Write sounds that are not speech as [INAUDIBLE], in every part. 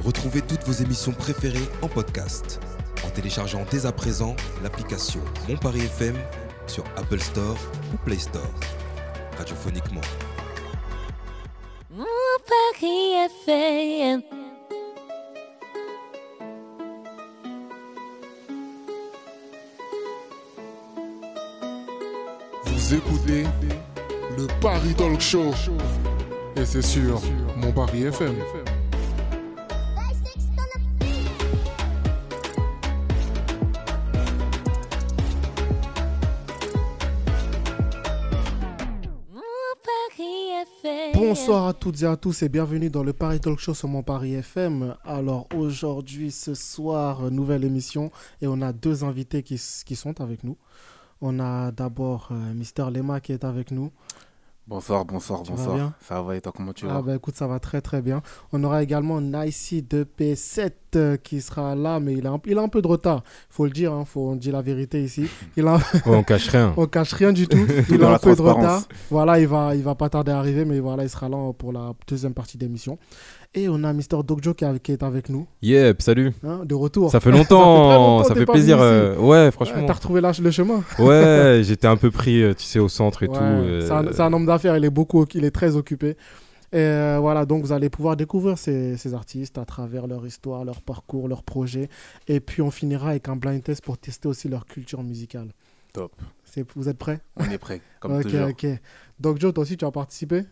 Retrouvez toutes vos émissions préférées en podcast en téléchargeant dès à présent l'application Mon Paris FM sur Apple Store ou Play Store. Radiophoniquement. Mon Paris FM. Vous écoutez le Paris Talk Show. Et c'est sur mon Paris FM. Mon Paris FM. Bonsoir à toutes et à tous et bienvenue dans le Paris Talk Show sur mon Paris FM. Alors aujourd'hui, ce soir, euh, nouvelle émission et on a deux invités qui, s- qui sont avec nous. On a d'abord euh, Mister Lema qui est avec nous. Bonsoir, bonsoir, Tu vas bonsoir. bien ça va et toi, comment tu vas Ah bah écoute, ça va très très bien. On aura également Nicey de P7 euh, qui sera là, mais il a un, il a un peu de retard. Faut le dire, hein, faut, on dit la vérité ici. Il a, Ouais, on cache rien. on cache rien du [LAUGHS] tout. Il Dans a la un peu de retard. transparence. Voilà, il va, il va pas tarder à arriver, mais voilà, il sera là pour la deuxième partie d'émission. Et on a Mister Dogjo qui est avec- qui est avec nous. Yeah, puis salut. Hein, de retour. Ça fait très longtemps, longtemps ça que fait t'es pas plaisir. venu euh, ouais, Ouais, franchement. T'as retrouvé là, le chemin. Ouais, j'étais un peu pris, euh, tu sais, au centre et Ouais, tout. euh, C'est un, c'est un homme d'affaires, il est beaucoup, il est très occupé. Et euh, voilà, donc vous allez pouvoir découvrir ces, ces artistes à travers leur histoire, leur parcours, leurs projets. Et puis on finira avec un blind test pour tester aussi leur culture musicale. Top. C'est- Vous êtes prêts On est prêt, comme Ok, [LAUGHS] toujours. ok. Donc Joe, toi aussi, tu as participé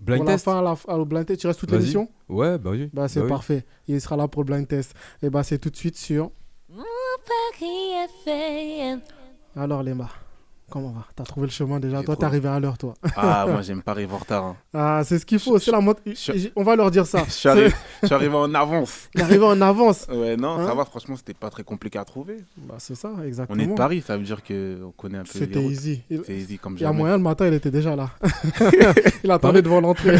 Blind Pour la test fin, à la fin, au blind test, tu restes toute Vas-y. l'émission Ouais, bah oui. Bah c'est oui. parfait. Il sera là pour le blind test. Et bah c'est tout de suite sur... Paris FM. Alors Lema, comment on va T'as trouvé le chemin déjà J'ai Toi, t'es trouvé. arrivé à l'heure, toi. [LAUGHS] Ah, moi, j'aime pas arriver en retard. hein. Ah, c'est ce qu'il faut, c'est la mode. je- On va leur dire ça. [LAUGHS] Je suis arrivé, je suis arrivé en avance. [LAUGHS] C'est- L'arrivée en avance. Ouais, non, Hein ça va, franchement, c'était pas très compliqué à trouver. Bah, c'est ça, On exactement. est de Paris, ça veut dire qu'on connaît un peu les C'était routes. easy. Il... C'est easy comme il y a jamais. moyen, le matin, il était déjà [LAUGHS] là. [LAUGHS] il attendait devant l'entrée.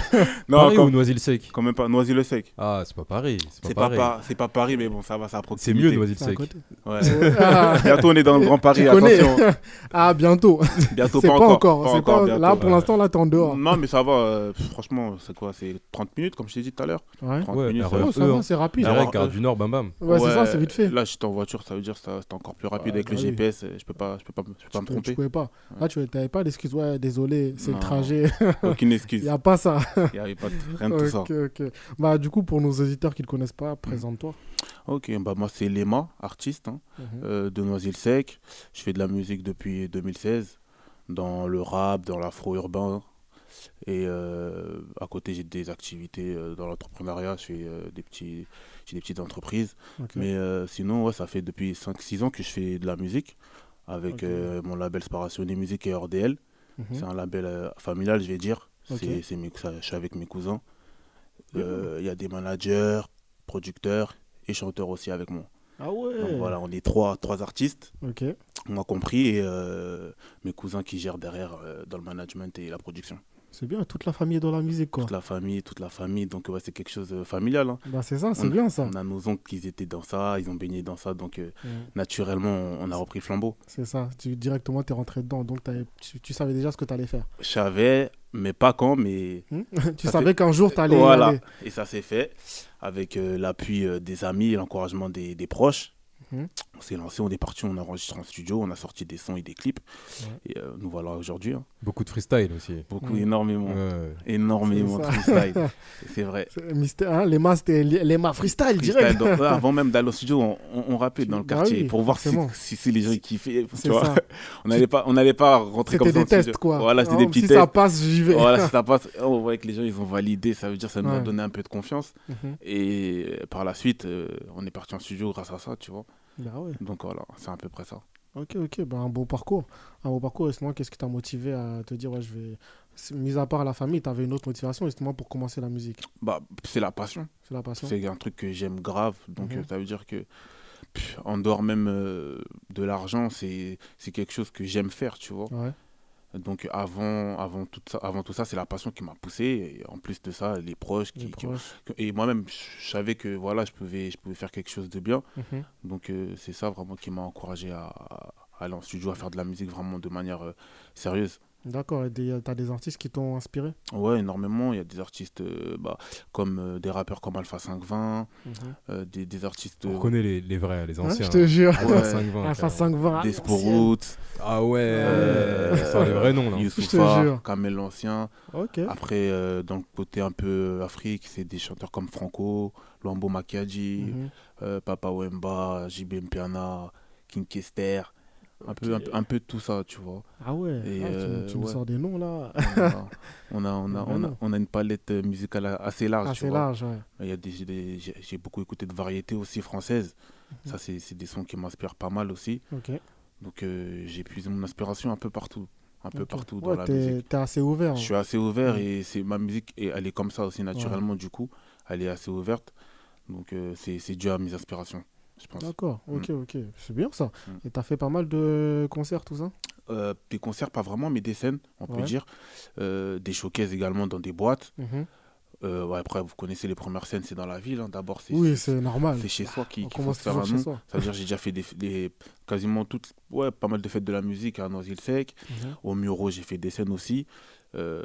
Non, Paris ou quand, Noisy-le-Sec quand même pas. Noisy-le-Sec. Ah, c'est pas Paris. C'est pas, C'est pas Paris. par- c'est pas Paris, mais bon, ça va, ça approche. C'est mieux C'est à Noisy-le-Sec. côté. Ouais. [LAUGHS] Ah, Bientôt, on est dans le Grand Paris, Tu connais. attention. [LAUGHS] ah, bientôt. Bientôt, C'est pas, encore. Pas c'est encore, pas- bientôt. Là, pour Ouais. l'instant, là, t'es en dehors. Non, mais ça va. euh, pff, franchement, c'est quoi C'est 30 minutes, comme je t'ai dit tout à l'heure. Ouais. 30 Ouais, minutes. la ça va. Oh, ça eux, va, hein. c'est rapide. Ah, Direct, ouais. Gare du Nord, bam bam. Ouais, c'est ça, Ouais, c'est vite fait. Là, j'étais en voiture, ça veut dire que ça- c'était encore plus rapide Ouais, avec bah le oui. GPS. euh, Je peux pas, je peux pas, me- je peux pas me Tu peux- Tu tromper. pouvais pas. Là, tu n'avais pas d'excuse. Ouais, désolé, c'est le Non. [LAUGHS] trajet. Aucune [LAUGHS] Il excuse. n'y a pas ça. Il n'y avait pas de- rien de tout ça. Ok, ok. Bah, du coup, pour nos auditeurs qui ne connaissent pas, présente-toi. Ok, bah moi c'est Lema, artiste hein, Mhm. euh, de Noisy-le-Sec. Je fais de la musique depuis 2016, dans le rap, dans l'afro-urbain. Et euh, à côté, j'ai des activités euh, dans l'entrepreneuriat. Je fais euh, des petits, j'ai des petites entreprises. Ok. Mais euh, sinon, ouais, ça fait depuis 5-6 ans que je fais de la musique avec Ok. euh, mon label Sparation des Musiques et RDL. Mhm. C'est un label euh, familial, je vais dire. Ok. Mmh. C'est- c'est mes- ça- je suis avec mes cousins. Euh, Il y a des managers, producteurs et chanteurs aussi avec moi. Ah ouais. Donc voilà, on est trois, trois artistes, Ok. moi compris, et euh, mes cousins qui gèrent derrière euh, dans le management et la production. C'est bien, toute la famille est dans la musique, quoi. Toute la famille, toute la famille, donc ouais, c'est quelque chose de familial. hein. Bah, c'est ça, c'est On- bien ça. On a nos oncles qui étaient dans ça, ils ont baigné dans ça, donc euh, Ouais. naturellement, on- on a repris le flambeau. C'est ça, tu, directement t'es rentré dedans, donc t'avais- tu, tu savais déjà ce que t'allais faire. [LAUGHS] Je savais, mais pas quand, mais Hmm tu Ça savais qu'un jour t'allais. y voilà. aller. Et ça s'est fait avec euh, l'appui euh, des amis et l'encouragement des, des proches. Mhm. On s'est lancé, on est parti, on a enregistré en studio, on a sorti des sons et des clips. Ouais. Et euh, nous voilà aujourd'hui. hein. Beaucoup de freestyle aussi. Beaucoup, Mhm. énormément, Ouais. énormément de C'est ça. [LAUGHS] freestyle. C'est vrai. C'est- Mystère, hein, les masques, t'es- les mains freestyle direct. Freestyle, donc, ouais, avant même d'aller au studio, on, on- on rappait dans le Bah quartier oui, pour voir si, forcément. si, si les gens kiffaient. Tu C'est vois. ça. [LAUGHS] On n'allait pas, on n'allait pas rentrer comme ça. C'était des au studio. tests quoi. Voilà, c'était Ah, des petits si tests. ça passe, j'y vais. Voilà, si ça passe, on voyait que les gens ils ont validé, ça veut dire que ça nous a Ouais. donné un peu de confiance. [LAUGHS] Mhm. Et euh, par la suite, euh, on est parti en studio grâce à ça, tu vois. Bah ouais. Donc voilà, c'est à peu près ça. Ok, ok, bah, un beau parcours. Un beau parcours, justement, qu'est-ce qui t'a motivé à te dire, ouais, je vais. C'est- Mis à part la famille, t'avais une autre motivation, justement, pour commencer la musique. Bah, c'est la passion. C'est la passion. C'est un truc que j'aime grave. Donc Mhm. euh, ça veut dire que, pff, en dehors même euh, de l'argent, c'est c'est quelque chose que j'aime faire, tu vois. Ouais. Donc avant, avant, tout, ça, avant tout ça, c'est la passion qui m'a poussé. Et en plus de ça, les proches. Qui, Les qui- proches. et moi-même, je savais que voilà, je pouvais, je pouvais faire quelque chose de bien. Mhm. Donc euh, c'est ça vraiment qui m'a encouragé à, à aller en studio à faire de la musique vraiment de manière euh, sérieuse. D'accord, et des- t'as des artistes qui t'ont inspiré Ouais, énormément. Il y a des artistes euh, bah, comme euh, des rappeurs comme Alpha 520, euh, des, des artistes. On connaît les, les vrais, les Hein, anciens. Je te jure. Ouais, Alpha 520, Alpha carrément. 520. des l'ancienne. Sporoutes, Ah ouais, Euh, ça sort les vrais noms là. Je te Youssoufa, jure. Kamel l'Ancien. Ok. Après, euh, dans le côté un peu euh, Afrique, c'est des chanteurs comme Franco, Luambo Makiadji, Mhm. euh, Papa Wemba, JB Mpiana, King Kester. Un peu, un, peu- un peu tout ça, tu vois. Ah ouais, Et, ah, tu, euh, tu me ouais. sors des noms là. On a, on a, Ben on a, non. on a une palette euh, musicale assez large, tu Assez vois. large, ouais. Il y a des, j'ai des- j'ai j'ai beaucoup écouté de variétés aussi françaises. Mhm. Ça, c'est c'est des sons qui m'inspirent pas mal aussi. Ok. Donc, euh, j'ai puisé mon inspiration un peu partout. Un peu ok. partout dans Ouais, la t'es- musique. T'es assez ouvert. hein. Je suis assez ouvert et c'est ma musique, et elle est comme ça aussi naturellement, du coup. Elle est assez ouverte. Donc, euh, c'est c'est dû à mes inspirations, je pense. D'accord, ok, ok. C'est bien ça. Mm. Et t'as fait pas mal de concerts, tout ça Euh, des concerts, pas vraiment, mais des scènes, on peut Ouais. dire. Euh, des showcases également dans des boîtes. Mhm. Euh, ouais, après, vous connaissez les premières scènes, c'est dans la ville. hein. D'abord, c'est Oui, c'est- c'est normal. c'est chez soi qui, On qui faut commence se faire toujours un chez nom. soi. C'est-à-dire, j'ai déjà fait des, des- quasiment toutes, ouais, pas mal de fêtes de la musique à noisy sec Mhm. Au Muro, j'ai fait des scènes aussi. Euh,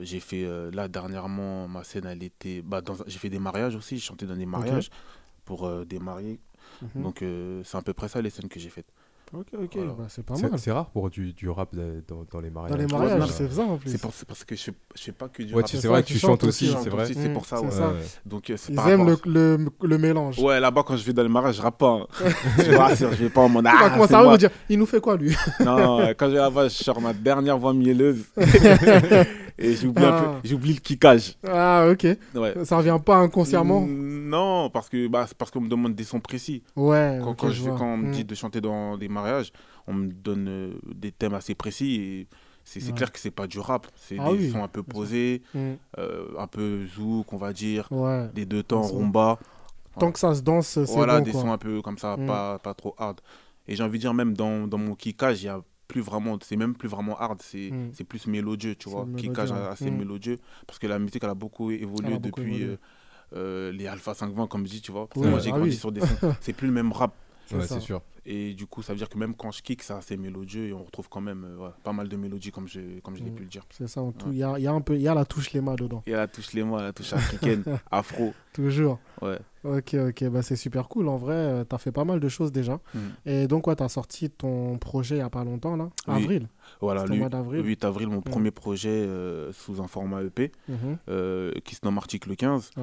j'ai fait, euh, là, dernièrement, ma scène, elle était. Bah, dans un- j'ai fait des mariages aussi, j'ai chanté dans des mariages pour euh, des mariés. Mhm. Donc, euh, c'est à peu près ça les scènes que j'ai faites. Ok, ok, Voilà. bah, c'est pas C'est- mal. C'est rare pour du, du rap de- dans, dans les mariages. Dans les Ouais, mariages, non, c'est ça en plus. C'est pour- c'est parce que je fais, je fais pas que du Ouais, rap. tu- c'est c'est ça, vrai que tu tu chantes chantes Je aussi, chante hein. c'est vrai. aussi, C'est Mm, pour ça, c'est ouais. ça. Ouais, ouais. Donc, euh, c'est Ils par aiment rapport à le, ça. le, le mélange. Ouais, là-bas, quand je vais dans le mariage, je rappe pas. hein. [LAUGHS] je vois, je vais pas en mode. On va Ah, commencer c'est à moi. me dire, il nous fait quoi lui Non, euh, quand je vais là-bas, je sors ma dernière voix [LAUGHS] mielleuse. Et j'oublie un Ah. peu, j'oublie le kickage. Ah, ok. Ouais. Ça revient pas inconsciemment Mm. Non, parce que bah, c'est parce qu'on me demande des sons précis. Ouais, Quand, ok, quand je je- vois. quand on me Mm. dit de chanter dans des mariages, on me donne euh, des thèmes assez précis et c'est c'est Ouais. clair que c'est pas du rap. C'est Ah des oui, sons un peu posés, Mm. euh, un peu zouk, on va dire, Ouais. des deux temps, Un son. rumba. Tant que ça se danse, c'est Voilà, bon des quoi. sons un peu comme ça, Mm. pas, pas trop hard. Et j'ai envie de dire, même dans, dans mon kickage, il y a plus vraiment, c'est même plus vraiment hard, c'est Mm. c'est plus mélodieux, tu C'est vois. mélodieux, Kickage ouais. assez Mm. mélodieux, parce que la musique, elle a beaucoup évolué Elle a beaucoup depuis évolué. euh, euh, les Alpha 520, comme je dis, tu vois. Parce que Ouais. moi, j'ai Ah grandi oui. sur des [LAUGHS] sons, c'est plus le même rap. C'est Ouais, ça. c'est sûr. Et du coup, ça veut dire que même quand je kick, c'est assez mélodieux et on retrouve quand même euh, ouais, pas mal de mélodies, comme je, comme je l'ai Mm. pu le dire. C'est ça en tout. Il y a, il y a un peu, il y a la touche Lema dedans. Et la touche les mois, la touche [LAUGHS] africaine, afro, Toujours. ouais. Ok, ok, bah c'est super cool. En vrai, euh, t'as fait pas mal de choses déjà. Mm. Et donc, ouais, t'as sorti ton projet il y a pas longtemps, là. Oui. Ah, Avril. Voilà, C'était au le mois d'avril. Mm. 8 avril, mon premier projet euh, sous un format EP. Mhm. euh, qui se nomme Article 15. Ouais.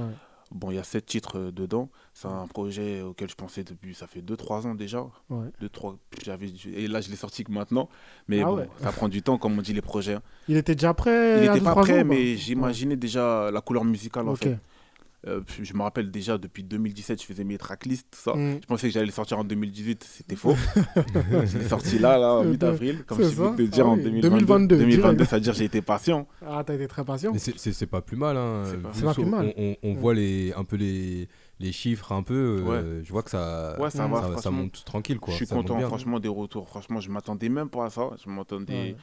Bon, il y a 7 titres euh, dedans. C'est un projet auquel je pensais depuis, ça fait 2-3 ans déjà. Ouais. Deux, trois, j'avais, et là, je l'ai sorti que maintenant. Mais Ah bon, ouais. ça prend du temps, comme on dit les projets. hein. Il était déjà prêt Il à n'était deux, pas trois prêt, ans, bah. mais j'imaginais déjà la couleur musicale en Ok. fait. Euh, puis je me rappelle déjà depuis 2017, je faisais mes tracklists, tout ça. Mm. Je pensais que j'allais le sortir en 2018, c'était [LAUGHS] faux. je l'ai sorti là, là, en C'est mi-avril, comme c'est je viens de te ça. dire Ah en oui, 2022. 2022, 2022, direct. c'est-à-dire j'ai été patient. Ah, t'as été très patient. Mais c'est- c'est c'est pas plus mal. Hein. C'est euh, pas- vu C'est pas sur- plus mal. On, on- on Ouais. voit les, un peu les, les chiffres, un peu. euh, Je vois que ça, Ouais, ça Mm. va, ça, ça franchement. monte tranquille. Quoi. Je suis ça monte content, bien. franchement, des retours. Franchement, je m'attendais même pas à ça. Je m'attendais Ouais.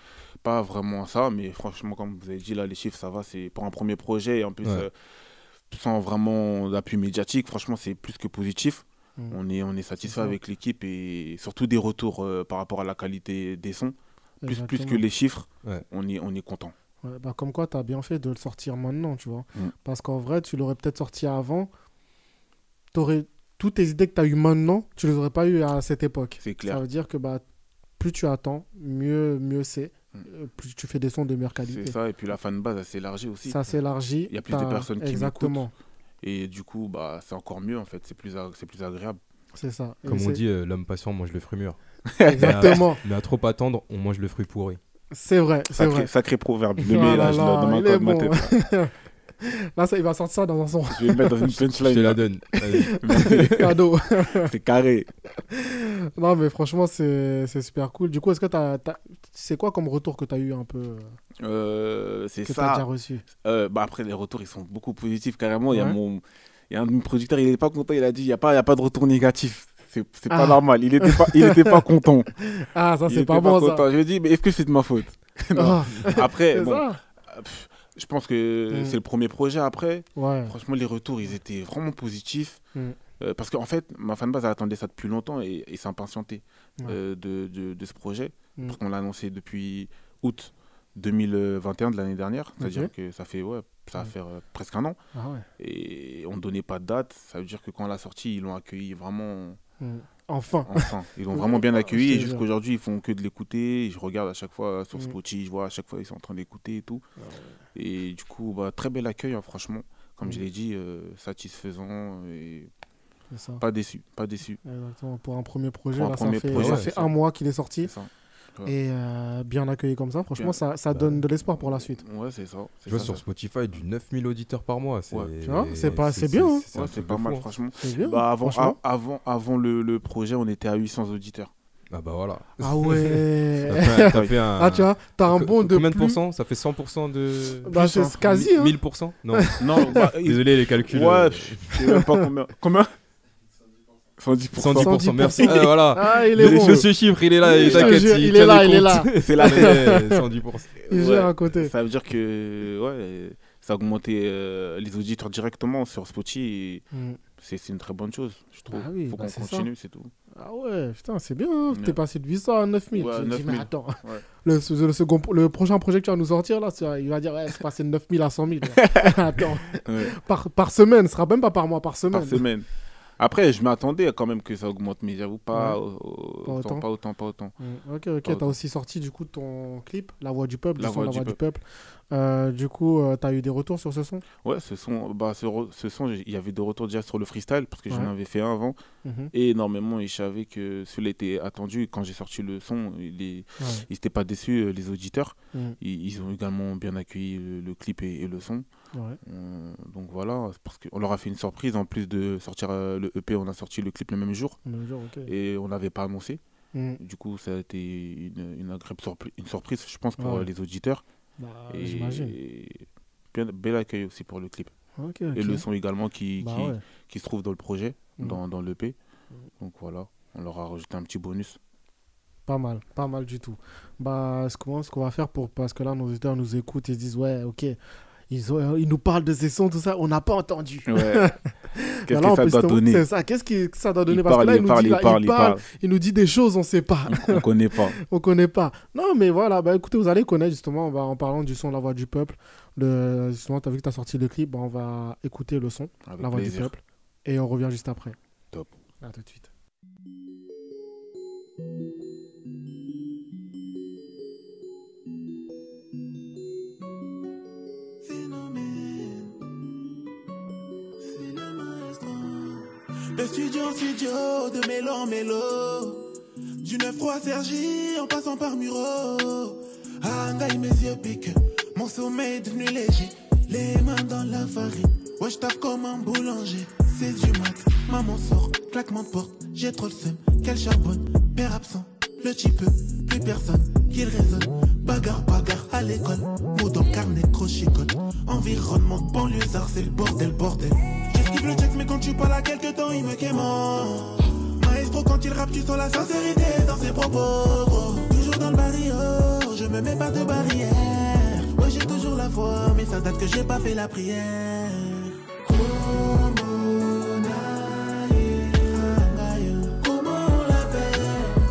pas vraiment à ça. Mais franchement, comme vous avez dit, là, les chiffres, ça va. C'est pour un premier projet. Et en plus, Ouais. euh, sans vraiment d'appui médiatique, franchement, c'est plus que positif. Mm. On est, on est C'est satisfait ça. avec l'équipe et surtout des retours euh, par rapport à la qualité des sons. Plus, plus que Exactement. les chiffres, Ouais. on, est, on est content. Ouais, bah comme quoi, t'as bien fait de le sortir maintenant, tu vois. Mm. Parce qu'en vrai, tu l'aurais peut-être sorti avant. T'aurais... Toutes tes idées que t'as eues maintenant, tu les aurais pas eues à cette époque. C'est clair. Ça veut dire que bah, plus tu attends, mieux, mieux c'est. Mm. Euh, Plus tu fais des sons de meilleure C'est qualité. ça. Et puis la fanbase, elle s'élargit aussi. Ça s'élargit. Il y a plus de t'as- personnes qui Exactement, Et du coup, bah, c'est encore mieux, en fait. C'est plus, ag- c'est plus agréable. c'est ça. Et Comme [LAUGHS] on c'est- dit, Ah, euh, l'homme patient mange le fruit mûr. Exactement, Mais à trop attendre, on mange le fruit pourri. c'est vrai, c'est Sacré, vrai. sacré [LAUGHS] proverbe. Je le Oh mets là, là je l'ai là, dans ma, il est ma bon. tête. Là, ça, il va sortir ça dans un son [LAUGHS] Je vais le mettre dans une Je te punchline. la là. donne. Allez. cadeau. [LAUGHS] C'est carré. non, mais franchement, c'est c'est super cool. Du coup, est-ce que t'as, t'as- c'est quoi comme retour que tu as eu un peu euh, Euh, c'est que t'as déjà ça. reçu Euh, bah après, les retours, ils sont beaucoup positifs carrément. Il y a Ouais. mon. Il y a un de mes producteurs, il n'est pas content. Il a dit il n'y a, pas- il y a pas de retour négatif. C'est c'est pas Ah. normal. Il n'était pas, il était [LAUGHS] pas content. [LAUGHS] Ah, ça Il c'est était pas bon ça. content. Je lui ai dit mais est-ce que c'est de ma faute [LAUGHS] Non. Ah, Après, c'est bon, ça euh, pff, je pense que Mm. c'est le premier projet après. Ouais. Franchement, les retours, ils étaient vraiment positifs. Mm. Euh, parce qu'en fait, ma fanbase elle attendait ça depuis longtemps et, et s'impatientait Ouais. euh, de, de- de ce projet. Mm. Parce qu'on l'a annoncé depuis août 2021 de l'année dernière. C'est-à-dire Ok. Mm. que ça fait, ouais, ça va Ouais. faire euh, presque un an. Ah ouais. Et on ne donnait pas de date. Ça veut dire que quand on l'a sorti, ils l'ont accueilli vraiment. Mm. Enfin. Enfin, ils l'ont Ouais, vraiment bien je accueilli. te Et jure. jusqu'aujourd'hui, ils font que de l'écouter. Et Je regarde à chaque fois sur Mm. Spotify, je vois à chaque fois ils sont en train d'écouter et tout. Et du coup, bah, très bel accueil, hein, franchement. Comme je Mm. l'ai dit, euh, satisfaisant et C'est ça. pas déçu, pas déçu. Exactement. Pour un premier projet, Pour un là, premier ça fait, projet, ça ouais, fait c'est un ça. mois qu'il est sorti. C'est ça. Et euh, bien accueilli comme ça, franchement, Bien. ça, ça Bah, donne de l'espoir pour la suite. Ouais, c'est ça. Je c'est vois ça, sur ça. Spotify du 9000 auditeurs par mois. C'est Ouais. Tu vois, c'est pas- c'est bien, hein. Ouais, un c'est truc pas de mal, fou, hein. franchement. C'est bien. Bah, avant, franchement. a- avant, avant le, le projet, on était à 800 [LAUGHS] auditeurs. Ah bah voilà. Ah [LAUGHS] [LAUGHS] ouais. T'as fait un- t'as fait un. ah, tu vois, t'as un co- bon de. Combien de plus. pourcents Ça fait 100% de. Bah, Plus, hein. c'est quasi, hein. 1000% Non. Non, bah, ils- Désolé les calculs. Ouais, euh, je sais même pas [LAUGHS] combien. Combien 110%. 110%, [LAUGHS] merci. Ah, voilà. Ah, il Il est est bon. sur ce chiffre, il est là. Je et te t'inquiète, jure, il est tient là, les il est là. [LAUGHS] comptes. C'est la On [LAUGHS] est 110%. Il Ouais. gère à côté. Ça veut dire que ouais, ça a augmenté euh, les auditeurs directement sur Spotify. et Mm. C'est c'est une très bonne chose, je trouve. Bah oui, Faut bah qu'on c'est ça. continue, c'est [LAUGHS] tout. Ah ouais, putain, c'est bien. hein. T'es Ouais. passé de 800 à 9000. Ouais, Je me dis, 9000. mais attends, Ouais. [LAUGHS] le, le second, le prochain projet que tu vas nous sortir, là, tu vas- il va dire, ouais, c'est passé de 9000 [LAUGHS] à 100 000. [LAUGHS] attends, Ouais, par, par semaine, ce sera même pas par mois, par semaine. par semaine. Après, je m'attendais quand même que ça augmente, mais j'avoue pas, au- au- Pas autant, autant. pas autant, pas autant. Mm, Ok, ok. Pardon. T'as aussi sorti du coup ton clip, La Voix du Peuple, La du son Voix La du Voix du Peuple. Euh, du coup, euh, t'as eu des retours sur ce son Ouais, ce son, bah, ce, re- ce son, j'ai- il y avait des retours déjà sur le freestyle parce que Ouais. j'en avais fait un avant. Mhm. Et énormément, ils savaient que celui était attendu. Et Quand j'ai sorti le son, ils Ouais. n'étaient pas déçus, euh, les auditeurs. Mm. Ils, ils ont également bien accueilli le, le clip et, et le son. Ouais. Euh, donc voilà, c'est parce qu'on leur a fait une surprise. En plus de sortir euh, le EP, on a sorti le clip le même jour On me dit, ok. et on n'avait pas annoncé. Mm. Du coup, ça a été une, une agréable surpri- une surprise, je pense, pour Ouais. euh, les auditeurs. Bah, et J'imagine. et bien, bel accueil aussi pour le clip. Ok, ok. Et le son également qui, Bah qui, ouais. qui se trouve dans le projet, Mm. dans, dans l'EP. Donc voilà, on leur a rajouté un petit bonus. Pas mal, pas mal du tout. Bah, ce qu'on ce qu'on va faire pour. Parce que là, nos auditeurs nous écoutent et se disent, ouais, ok. Ils, ont- ils nous parlent de ces sons, tout ça, on n'a pas entendu. Ouais. Bah Qu'est-ce là, on que ça peut se doit demander, donner C'est ça, qu'est-ce que ça doit donner Il Parce que parle, là, il il nous dit, parle, il là, parle, il il parle, parle. il nous dit des choses, on sait [LAUGHS] pas. [LAUGHS] On connaît pas. on connaît pas. Non, mais voilà, bah, écoutez, vous allez connaître justement bah, en parlant du son La Voix du Peuple. Le... Justement, tu as vu que tu as sorti le clip, bah, on va écouter le son Avec La Voix du plaisir. Peuple et on revient juste après. Top. À tout de suite. Phénomène. C'est le maestro. De studio en studio, de mélo en mélo. Du 9-3 Sergi en passant par Muro. Hangaï, mes yeux piquent. Mon sommeil est devenu léger. Les mains dans la farine. Ouais, je taffe comme un boulanger. C'est du mat. Maman sort, claquement de porte. J'ai trop le seum. Quel charbonne. Père absent. Le type, plus personne. Qu'il résonne. Bagarre, bagarre à l'école. Mots dans le carnet, crochet, code. Environnement, banlieusard, c'est le bordel, bordel. J'esquive le check, mais quand tu parles à quelques temps, il me quémande. Maestro, quand il rappe, tu sens la sincérité dans ses propos. gros. Toujours dans le barrio, je me mets pas de barrière. Ouais, j'ai toujours la foi, mais ça date que j'ai pas fait la prière. Como nae, hangaï, Comment on l'appelle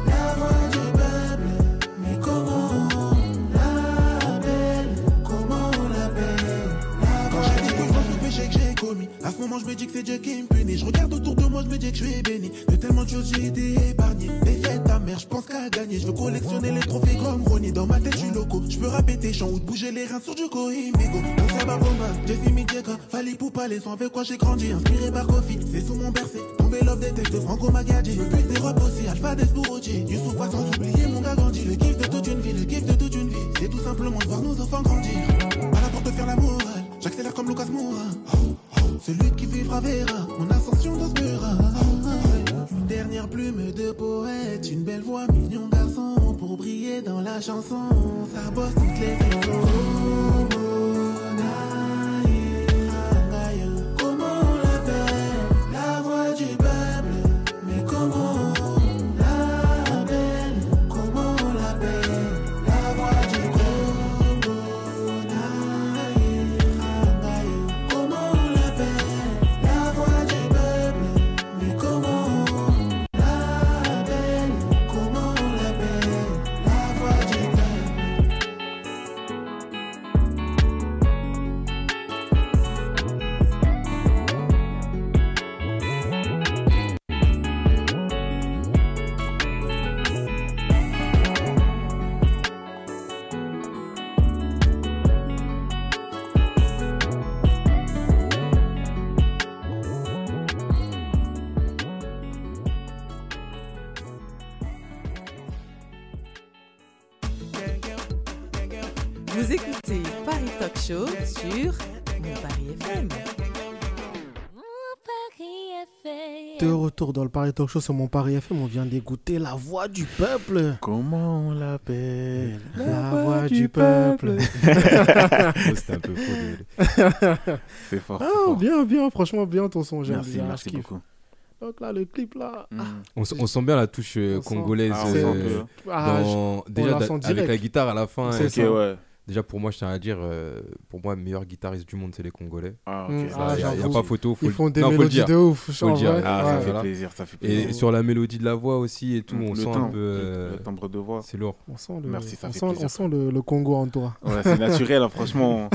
La voix du peuple. Mais comment on l'appelle Comment on l'appelle La voix du peuple. Quand je dis que je vois ce péché que j'ai commis, à ce moment je me dis que c'est Dieu qui me punit. Je regarde autour de moi, je me dis que je suis béni. De tellement de choses, j'ai été épargné. Défaite ta mère, je pense qu'à gagner. Je veux collectionner les trophées comme Ronnie. Dans ma tête, je suis loco. Je peux rapper tes chants ou te bouger les reins sur du Coimigo. Dans sa babomba, j'ai fini Diego. Fali Poupa, les sons avec quoi j'ai grandi. Inspiré par Kofi, c'est sous mon bercé. Tombé l'offre des textes de Franco Magadji. Le but des robes aussi, Alpha des Bourrotti. Youssouf, pas sans oublier mon gars grandi. Le kiff de toute une vie, le kiff de toute une vie. C'est tout simplement de voir nos enfants grandir. Pas là pour te faire la morale. J'accélère comme Lucas Moura. Celui qui vivra verra mon ascension dans ce mur. Une dernière plume de poète, une belle voix, mignon garçon, pour briller dans la chanson. Ça bosse toutes les saisons. Comment on l'appelle La voix du peuple. Mais comment on l'appelle Comment on l'appelle La voix du peuple. Comment on l'appelle La voix du peuple. Mais Vous écoutez Paris Talk Show sur Mon Paris FM. De retour dans le Paris Talk Show sur mon Paris FM, on vient d'écouter la voix du peuple. Comment on l'appelle La voix du peuple. Oh, C'était un peu faux. désolé. C'est fort. c'est Ah, fort. bien, bien, franchement, bien ton son, j'aime Merci, bien. merci je kiffe. Ah. beaucoup. Donc là, le clip là. Mm. On, s- on sent bien la touche euh, On sent- congolaise Ah, on euh, sent un peu, hein. Ah, je- dans- déjà la da- sent avec direct. la guitare à la fin. C'est euh, Ok, ça. ouais. Déjà pour moi, je tiens à dire, euh, pour moi, le meilleur guitariste du monde, c'est les Congolais. Ah, Mm. ok. Il Ah, n'y a, j'avoue. pas photo. Faut Ils le- font des non, faut le mélodies dire. de ouf. je Faut le en dire. vrai. Ah, ça Ouais. fait voilà. plaisir, ça fait plaisir. Et sur la mélodie de la voix aussi et tout, on Le sent un timbre, peu. le- euh, Le timbre de voix. C'est lourd. On sent le, Merci, ça on fait sent- plaisir. on sent le, le Congo en toi. Ouais, c'est naturel, hein, [LAUGHS] franchement.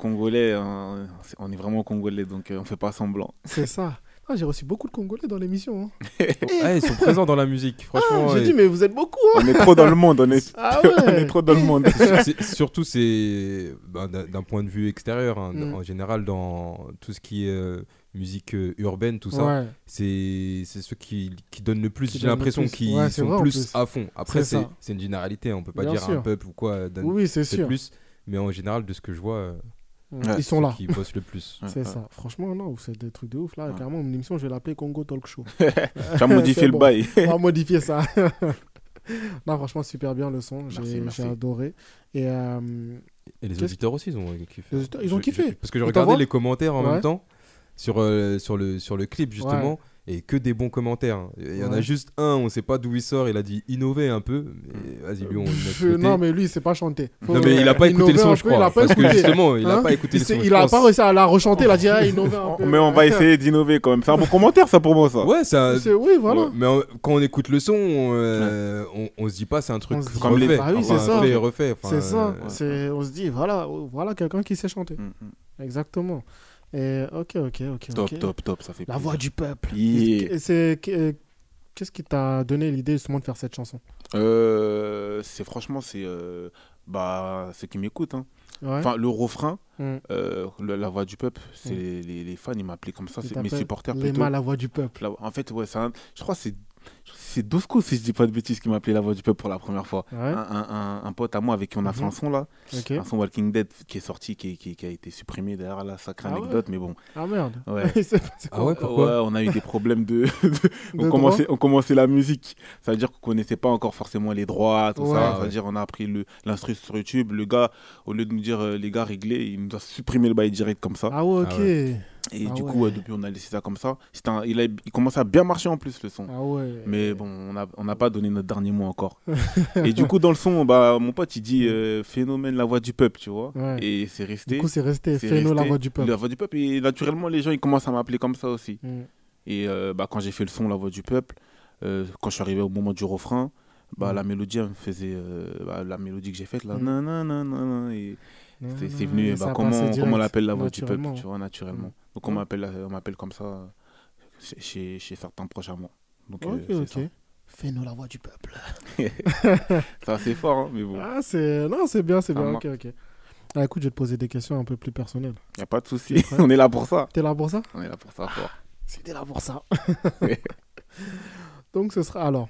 Congolais, hein, c'est- on est vraiment Congolais, donc euh, on fait pas semblant. C'est ça. Ah, j'ai reçu beaucoup de Congolais dans l'émission. hein. Ah, ils sont présents dans la musique, franchement. Ah, J'ai ouais. dit, mais vous êtes beaucoup. hein. On est trop dans le monde, [LAUGHS] on est, Ah [LAUGHS] on est ouais. trop dans le monde. [LAUGHS] C'est- c'est- surtout, c'est ben, d'un d'un point de vue extérieur, hein, Mm. en général, dans tout ce qui est euh, musique euh, urbaine, tout ça, Ouais. c'est c'est ceux qui, qui donnent le plus. Qui J'ai donnent le l'impression plus. qu'ils Ouais, c'est sont vrai, en plus, plus. à fond. Après, C'est c'est ça. c'est une généralité, hein, on peut pas Bien dire un sûr. peuple ou quoi donne Oui, c'est peut-être sûr. plus, mais en général, de ce que je vois, euh, Ils sont ceux là. qui bossent [LAUGHS] le plus. C'est ça. Franchement, non, c'est des trucs de ouf. Là, Ouais. carrément, mon émission, je vais l'appeler Congo Talk Show. Tu as modifié C'est le bon. bail. On va modifier ça. [LAUGHS] non, franchement, super bien le son. J'ai Merci, merci. j'ai adoré. Et euh, Et les Qu'est-ce- auditeurs aussi, ils ont kiffé. les auditeurs, ils ont Je- je- kiffé. parce que je Ils regardais t'envoient les commentaires en même Ouais. temps sur, euh, sur, le, sur le clip, justement, et que des bons commentaires. hein. Il y en a Ouais. juste un, on sait pas d'où il sort, il a dit innover un peu. mais Vas-y, lui, on le met de Euh, Pff, côté. non, mais lui, il sait pas chanter. Faut- Non, mais il a pas écouté le innover son, un je peu, crois. Il a pas parce que écouté. justement, il a Hein pas écouté Il le s'est- son. je il a pense. pas réussi à la rechanter, il a dit, ah, innover un On- peu. Mais on [LAUGHS] va essayer d'innover quand même. C'est un bon commentaire, ça, pour moi, ça. Ouais, ça. C'est- Oui, voilà. ouais, mais euh, quand on écoute le son, on, euh, on, on se dit pas c'est un truc On se dit- Comme les- refait. Ah oui, c'est Enfin, ça. fait et refait. Enfin, C'est ça, euh, c'est- on se dit, voilà, voilà quelqu'un qui sait chanter. Mm, mm. Exactement. Et ok, ok, ok. Top, ok. top, top, ça fait La voix plaisir. du peuple. Yeah. Et c'est- qu'est- Qu'est-ce qui t'a donné l'idée justement de faire cette chanson Euh, c'est franchement, c'est euh, bah, ceux qui m'écoutent. hein. Ouais. Enfin, le refrain, Mm. euh, le- la voix du peuple, c'est Mm. les, les- les fans, ils m'appelaient comme ça, Ils c'est mes t'appellent supporters Les plutôt. mâles à voix du peuple. La- En fait, ouais, c'est un- je crois que c'est c'est Dosko, si je dis pas de bêtises, qui m'a appelé la voix du peuple pour la première fois. Ouais. Un, un- un- un pote à moi avec qui on a fait un Mhm. son là, ok. un son Walking Dead qui est sorti, qui, qui- qui a été supprimé derrière la sacrée Ah ouais. anecdote, mais bon. Ah merde. [LAUGHS] Ouais. C'est- c'est Ah ouais, quoi pourquoi Ouais, on a eu des problèmes de. [LAUGHS] De on, droit commençait, on commençait la musique. Ça veut dire qu'on connaissait pas encore forcément les droits, tout Ouais. ça. Ouais. Ça veut dire on a appris le- l'instru sur YouTube. Le gars, au lieu de nous dire euh, les gars réglés, il nous a supprimé le bail direct comme ça. Ah ouais, Ah ok. Et Ah du ouais. coup, euh, depuis, on a laissé ça comme ça. C'était un- il, a, il commençait à bien marcher en plus le son. Ah ouais. Mais bon, on n'a on n'a pas donné notre dernier mot [LAUGHS] encore. et du coup, dans le son, bah, mon pote, il dit euh, phénomène la voix du peuple, tu vois. Ouais. Et c'est resté. Du coup, c'est resté c'est Phéno, la resté voix du peuple. La voix du peuple. Et naturellement, les gens, ils commencent à m'appeler comme ça aussi. Mm. Et euh, bah, quand j'ai fait le son La Voix du Peuple, euh, quand je suis arrivé au moment du refrain, bah, Mm. la mélodie, elle me faisait. euh, bah, la mélodie que j'ai faite, là. Mm. nan, nan, nan, nan, nan, et Non, c'est- c'est non, venu. mais bah, ça a passé comment, comment on direct, l'appelle La Voix du Peuple, naturellement. tu vois, naturellement. Mm. Donc on m'appelle on m'appelle comme ça euh, chez- chez, chez certains proches à moi. Donc, euh, Ok, c'est ok. ça. Phéno, la voix du peuple. C'est assez fort, hein, mais bon, il Ah, c'est. Non, c'est bien, c'est Ça bien. marche. Ok, ok. Ah, écoute, je vais te poser des questions un peu plus personnelles. n'y a pas de souci. [LAUGHS] on est là pour ça. T'es là pour ça On est là pour ça fort. C'était là pour ça. [LAUGHS] Donc, ce sera. Alors,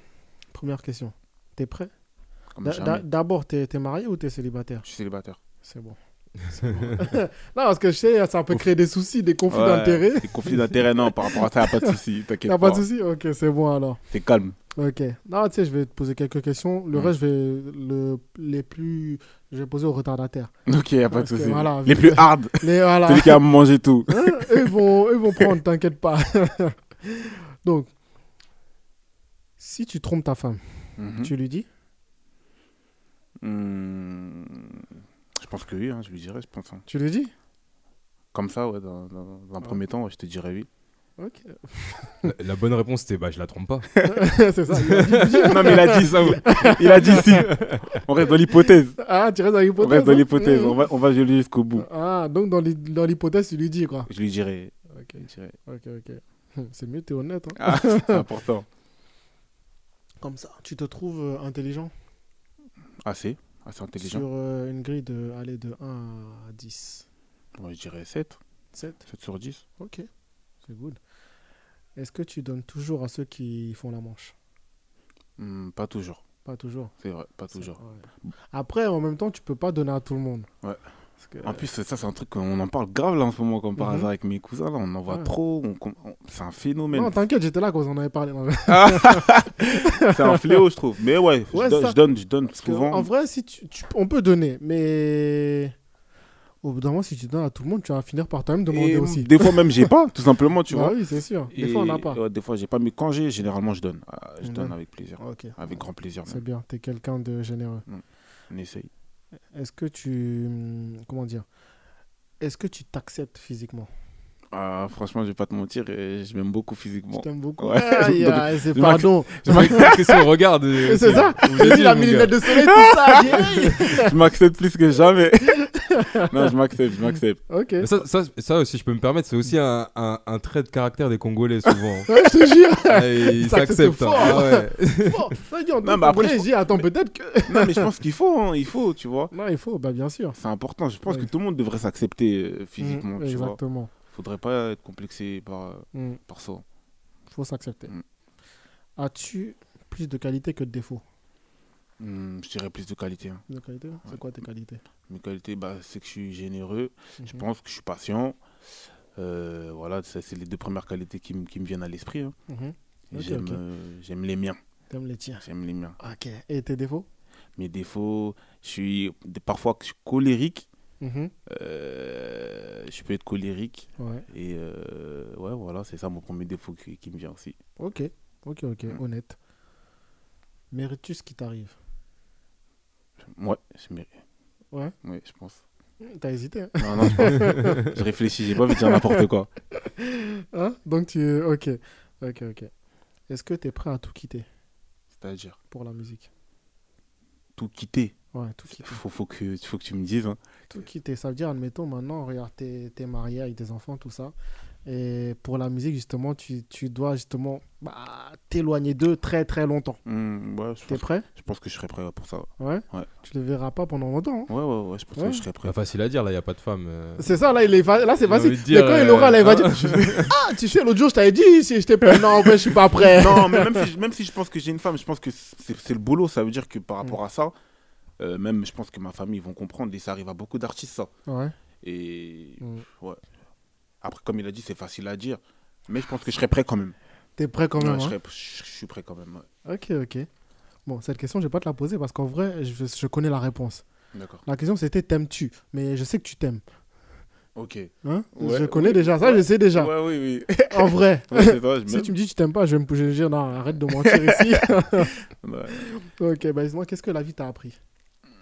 première question. T'es prêt Comme D'a- d'a- jamais. D'abord, t'es t'es marié ou t'es célibataire Je suis célibataire. C'est [LAUGHS] bon. C'est bon. [LAUGHS] non, parce que je sais, ça peut créer des soucis, des conflits Ouais, d'intérêt. Des conflits d'intérêt, non, par rapport à ça, il a pas de souci. T'inquiète T'as pas. pas de soucis Ok, c'est bon alors. C'est calme. Ok. Non, tu sais, je vais te poser quelques questions. Le Mm. reste, je vais le, les plus. Je vais poser aux retardataires. Ok, il a pas de Parce que souci. voilà, Les plus hard, Les, [LAUGHS] voilà. celui qui a mangé tout. Hein, eux, vont, eux vont prendre, t'inquiète pas. [LAUGHS] Donc, si tu trompes ta femme, Mhm. tu lui dis Hmm, Je pense que oui, hein, je lui dirais, je pense. hein. Tu lui dis Comme ça, ouais, dans, dans- dans un premier temps, ouais, je te dirais oui. Ok. La, la bonne réponse, c'était bah, je la trompe pas. [LAUGHS] c'est ça. il [LAUGHS] a dit- non, mais il a dit ça, ouais. il a dit si. On reste dans l'hypothèse. Ah, tu restes dans On l'hypothèse. reste dans hein l'hypothèse, on Mhm. va, on va geler jusqu'au bout. Ah, donc dans l'hy- dans l'hypothèse, tu lui dis quoi Je lui dirais. Ok, je lui dirais. ok, ok. [LAUGHS] Hum, C'est mieux, t'es honnête. hein. Ah, c'est important. Comme ça, tu te trouves euh, intelligent Assez, assez intelligent. sur euh, une grille de, allez, de 1 à 10. Ouais, je dirais 7, 7 7 sur 10. Ok, c'est good. Est-ce que tu donnes toujours à ceux qui font la manche Hmm, pas toujours. Pas toujours. C'est vrai, pas toujours. Ouais. Après, en même temps, tu peux pas donner à tout le monde. Ouais. Parce que- En plus, ça, c'est un truc qu'on en parle grave là en ce moment, comme par Mhm. hasard avec mes cousins. Là, on en voit Ouais. trop. on com- on- C'est un phénomène. non, t'inquiète, j'étais là quand vous en avez parlé. Non, mais- c'est un fléau, je trouve. Mais ouais, Ouais, je, donne, ça. je donne, je donne Parce que, souvent. en vrai, si tu, tu- on peut donner, mais au bout d'un moment, si tu donnes à tout le monde, tu vas finir par toi-même demander Et aussi. Des fois, même, j'ai pas, tout simplement, tu Bah vois. Oui, c'est sûr. Des Et- fois, on n'a pas. ouais, des fois, j'ai pas, mais quand j'ai, généralement, je donne. Ah, je On donne donne. avec plaisir. Ok, Avec grand plaisir, c'est même. bien. T'es quelqu'un de généreux. On essaye. Est-ce que tu, hum, comment dire, est-ce que tu t'acceptes physiquement Ah, franchement, je vais pas te mentir, euh, je m'aime beaucoup Je physiquement. t'aime beaucoup. Ouais. Aïe, Donc, aïe, [LAUGHS] c'est je m'ac- pardon. Question, regarde. euh, C'est ça vous J'ai avez vu la mon millimètre gars. de soleil, tout [LAUGHS] ça. vieille. [LAUGHS] je m'accepte plus que jamais. [LAUGHS] non, je m'accepte, je m'accepte. Ok. Mais ça, ça, ça aussi, je peux me permettre, c'est aussi un, un, un trait de caractère des Congolais, souvent. [LAUGHS] Ouais, je te jure. [LAUGHS] Ah, ils Ils s'acceptent s'acceptent. hein. Ah [LAUGHS] ouais. Bon, ça dit, on Non, non, mais mais après, je- attends, peut-être que. Non, mais je pense qu'il faut, hein, il faut, tu vois. Non, il faut, bah bien sûr. C'est important. Je pense Ouais. que tout le monde devrait s'accepter euh, physiquement, Mm, tu vois. Exactement. Faudrait pas être complexé par, euh, Mm, par ça. faut s'accepter. Mm. As-tu plus de qualités que de défauts Hmm, je dirais plus de qualité. hein. De qualités C'est quoi tes qualités Mes qualités, bah, c'est que je suis généreux, je Mhm. pense que je suis patient. Euh, voilà, ça, c'est les deux premières qualités qui, me- qui me viennent à l'esprit. hein. Mhm. Et Ok, J'aime ok. euh, j'aime les miens. T'aimes les tiens. J'aime les miens. Ok. Et tes défauts Mes défauts, je suis parfois je suis colérique. Mhm. Euh, je peux être colérique. Ouais. Et euh, ouais, voilà, c'est ça mon premier défaut qui, qui me vient aussi. Ok. Ok, ok. Mm. Honnête. Mérites-tu ce qui t'arrive Ouais, je mérite. Ouais. Ouais, je pense. Mm, T'as hésité. hein [LAUGHS] Non, non, je [LAUGHS] pense. je réfléchis, j'ai pas envie de dire n'importe quoi. Hein Donc tu. Ok. Ok, ok. Est-ce que t'es prêt à tout quitter C'est-à-dire, pour la musique tout quitter. Ouais, tout quitter. Faut, faut, que, faut que tu me dises. hein. Tout quitter, ça veut dire, admettons, maintenant, regarde, t'es es marié avec des enfants, tout ça. Et pour la musique, justement, tu, tu dois justement bah, t'éloigner d'eux très très longtemps. Hmm, ouais, je T'es pense, prêt je pense que je serais prêt pour ça. Ouais, ouais, Ouais. Tu le verras pas pendant longtemps. hein. ouais, ouais, ouais, je pense que Ouais. je serais prêt. [LAUGHS] Pas facile à dire, là, il n'y a pas de femme. euh. C'est ça, là, il est fa- là c'est J'ai envie facile. de dire, Mais quand il [LAUGHS] euh, aura, là, il va dire hein. Ah, tu sais, l'autre jour, je t'avais dit, si j'étais prêt. Non, en fait, je suis pas prêt. non, mais même si, même si je pense que j'ai une femme, je pense que c'est c'est le boulot. Ça veut dire que par rapport à ça, euh, même je pense que ma famille ils vont comprendre et ça arrive à beaucoup d'artistes, ça. Ouais. Et Mm. ouais. Après, comme il a dit, c'est facile à dire. Mais je pense que je serais prêt quand même. T'es prêt quand même. Ouais, je, hein. serais- je- je suis prêt quand même. ouais. Ok, ok. Bon, cette question, je vais pas te la poser parce qu'en vrai, je, je connais la réponse. D'accord. La question, c'était t'aimes-tu Mais je sais que tu t'aimes. Ok. Hein Ouais, je connais oui, déjà ça, ouais. je sais déjà. Ouais, oui, [LAUGHS] oui. En vrai. Ouais, c'est vrai, je Si m'aime. tu me dis que tu t'aimes pas, je vais me je vais me dire non, arrête de [LAUGHS] mentir ici. [LAUGHS] Ouais. ok, bah dis-moi, qu'est-ce que la vie t'a appris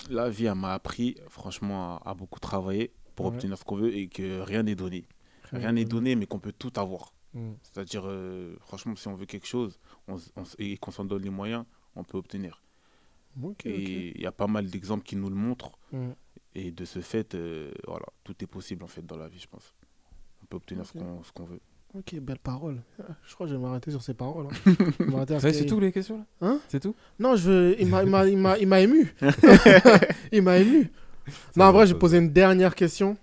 La vie, elle m'a appris, franchement, à, à beaucoup travailler pour Ouais. obtenir ce qu'on veut et que rien n'est donné. Rien n'est donné, mais qu'on peut tout avoir. Mm. C'est-à-dire, euh, franchement, si on veut quelque chose on, s- on s- et qu'on s'en donne les moyens, on peut obtenir. Ok, et il y a pas mal d'exemples qui nous le montrent. ok. Mm. Et de ce fait, euh, voilà, tout est possible en fait dans la vie, je pense. On peut obtenir ce Ok. qu'on ce qu'on veut. Ok, belle parole. Je crois que je vais m'arrêter sur ces paroles. [LAUGHS] hein. Je vais m'arrêter à ce Ouais, qu'il- c'est tout les questions là Hein C'est tout Non, je veux... il m'a- il m'a- il m'a il m'a [LAUGHS] ému. il m'a ému. Non, en va, vrai, ça j'ai posé une dernière question.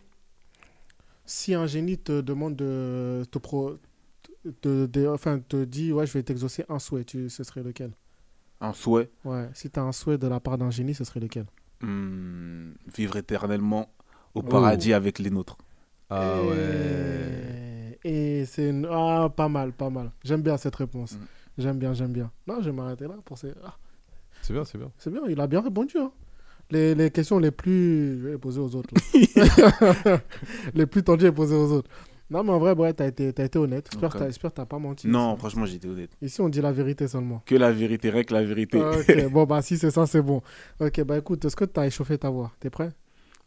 Si un génie te demande de te pro... te- de- enfin, te dit, ouais, je vais t'exaucer un souhait, tu... ce serait lequel Un souhait, Ouais, si t'as un souhait de la part d'un génie, ce serait lequel hmm, vivre éternellement au Oh. paradis avec les nôtres. Ah ouais. Et et c'est une- ah, pas mal, pas mal. J'aime bien cette réponse. Mm. J'aime bien, j'aime bien. Non, je vais m'arrêter là pour ces. Ah, C'est bien, c'est bien. c'est bien, il a bien répondu. hein. Les, les questions les plus. Je vais les poser aux autres. [LAUGHS] là. [LAUGHS] les plus tendues, je vais les poser aux autres. Non, mais en vrai, ouais, t'as été, t'as été honnête. J'espère que Ok. t'as- j'espère que t'as pas menti. Non, franchement, j'étais honnête. Ici, on dit la vérité seulement. Que la vérité, rien que la vérité. Ok, bon, bah si c'est ça, c'est bon. Ok, bah écoute, est-ce que t'as échauffé ta voix T'es prêt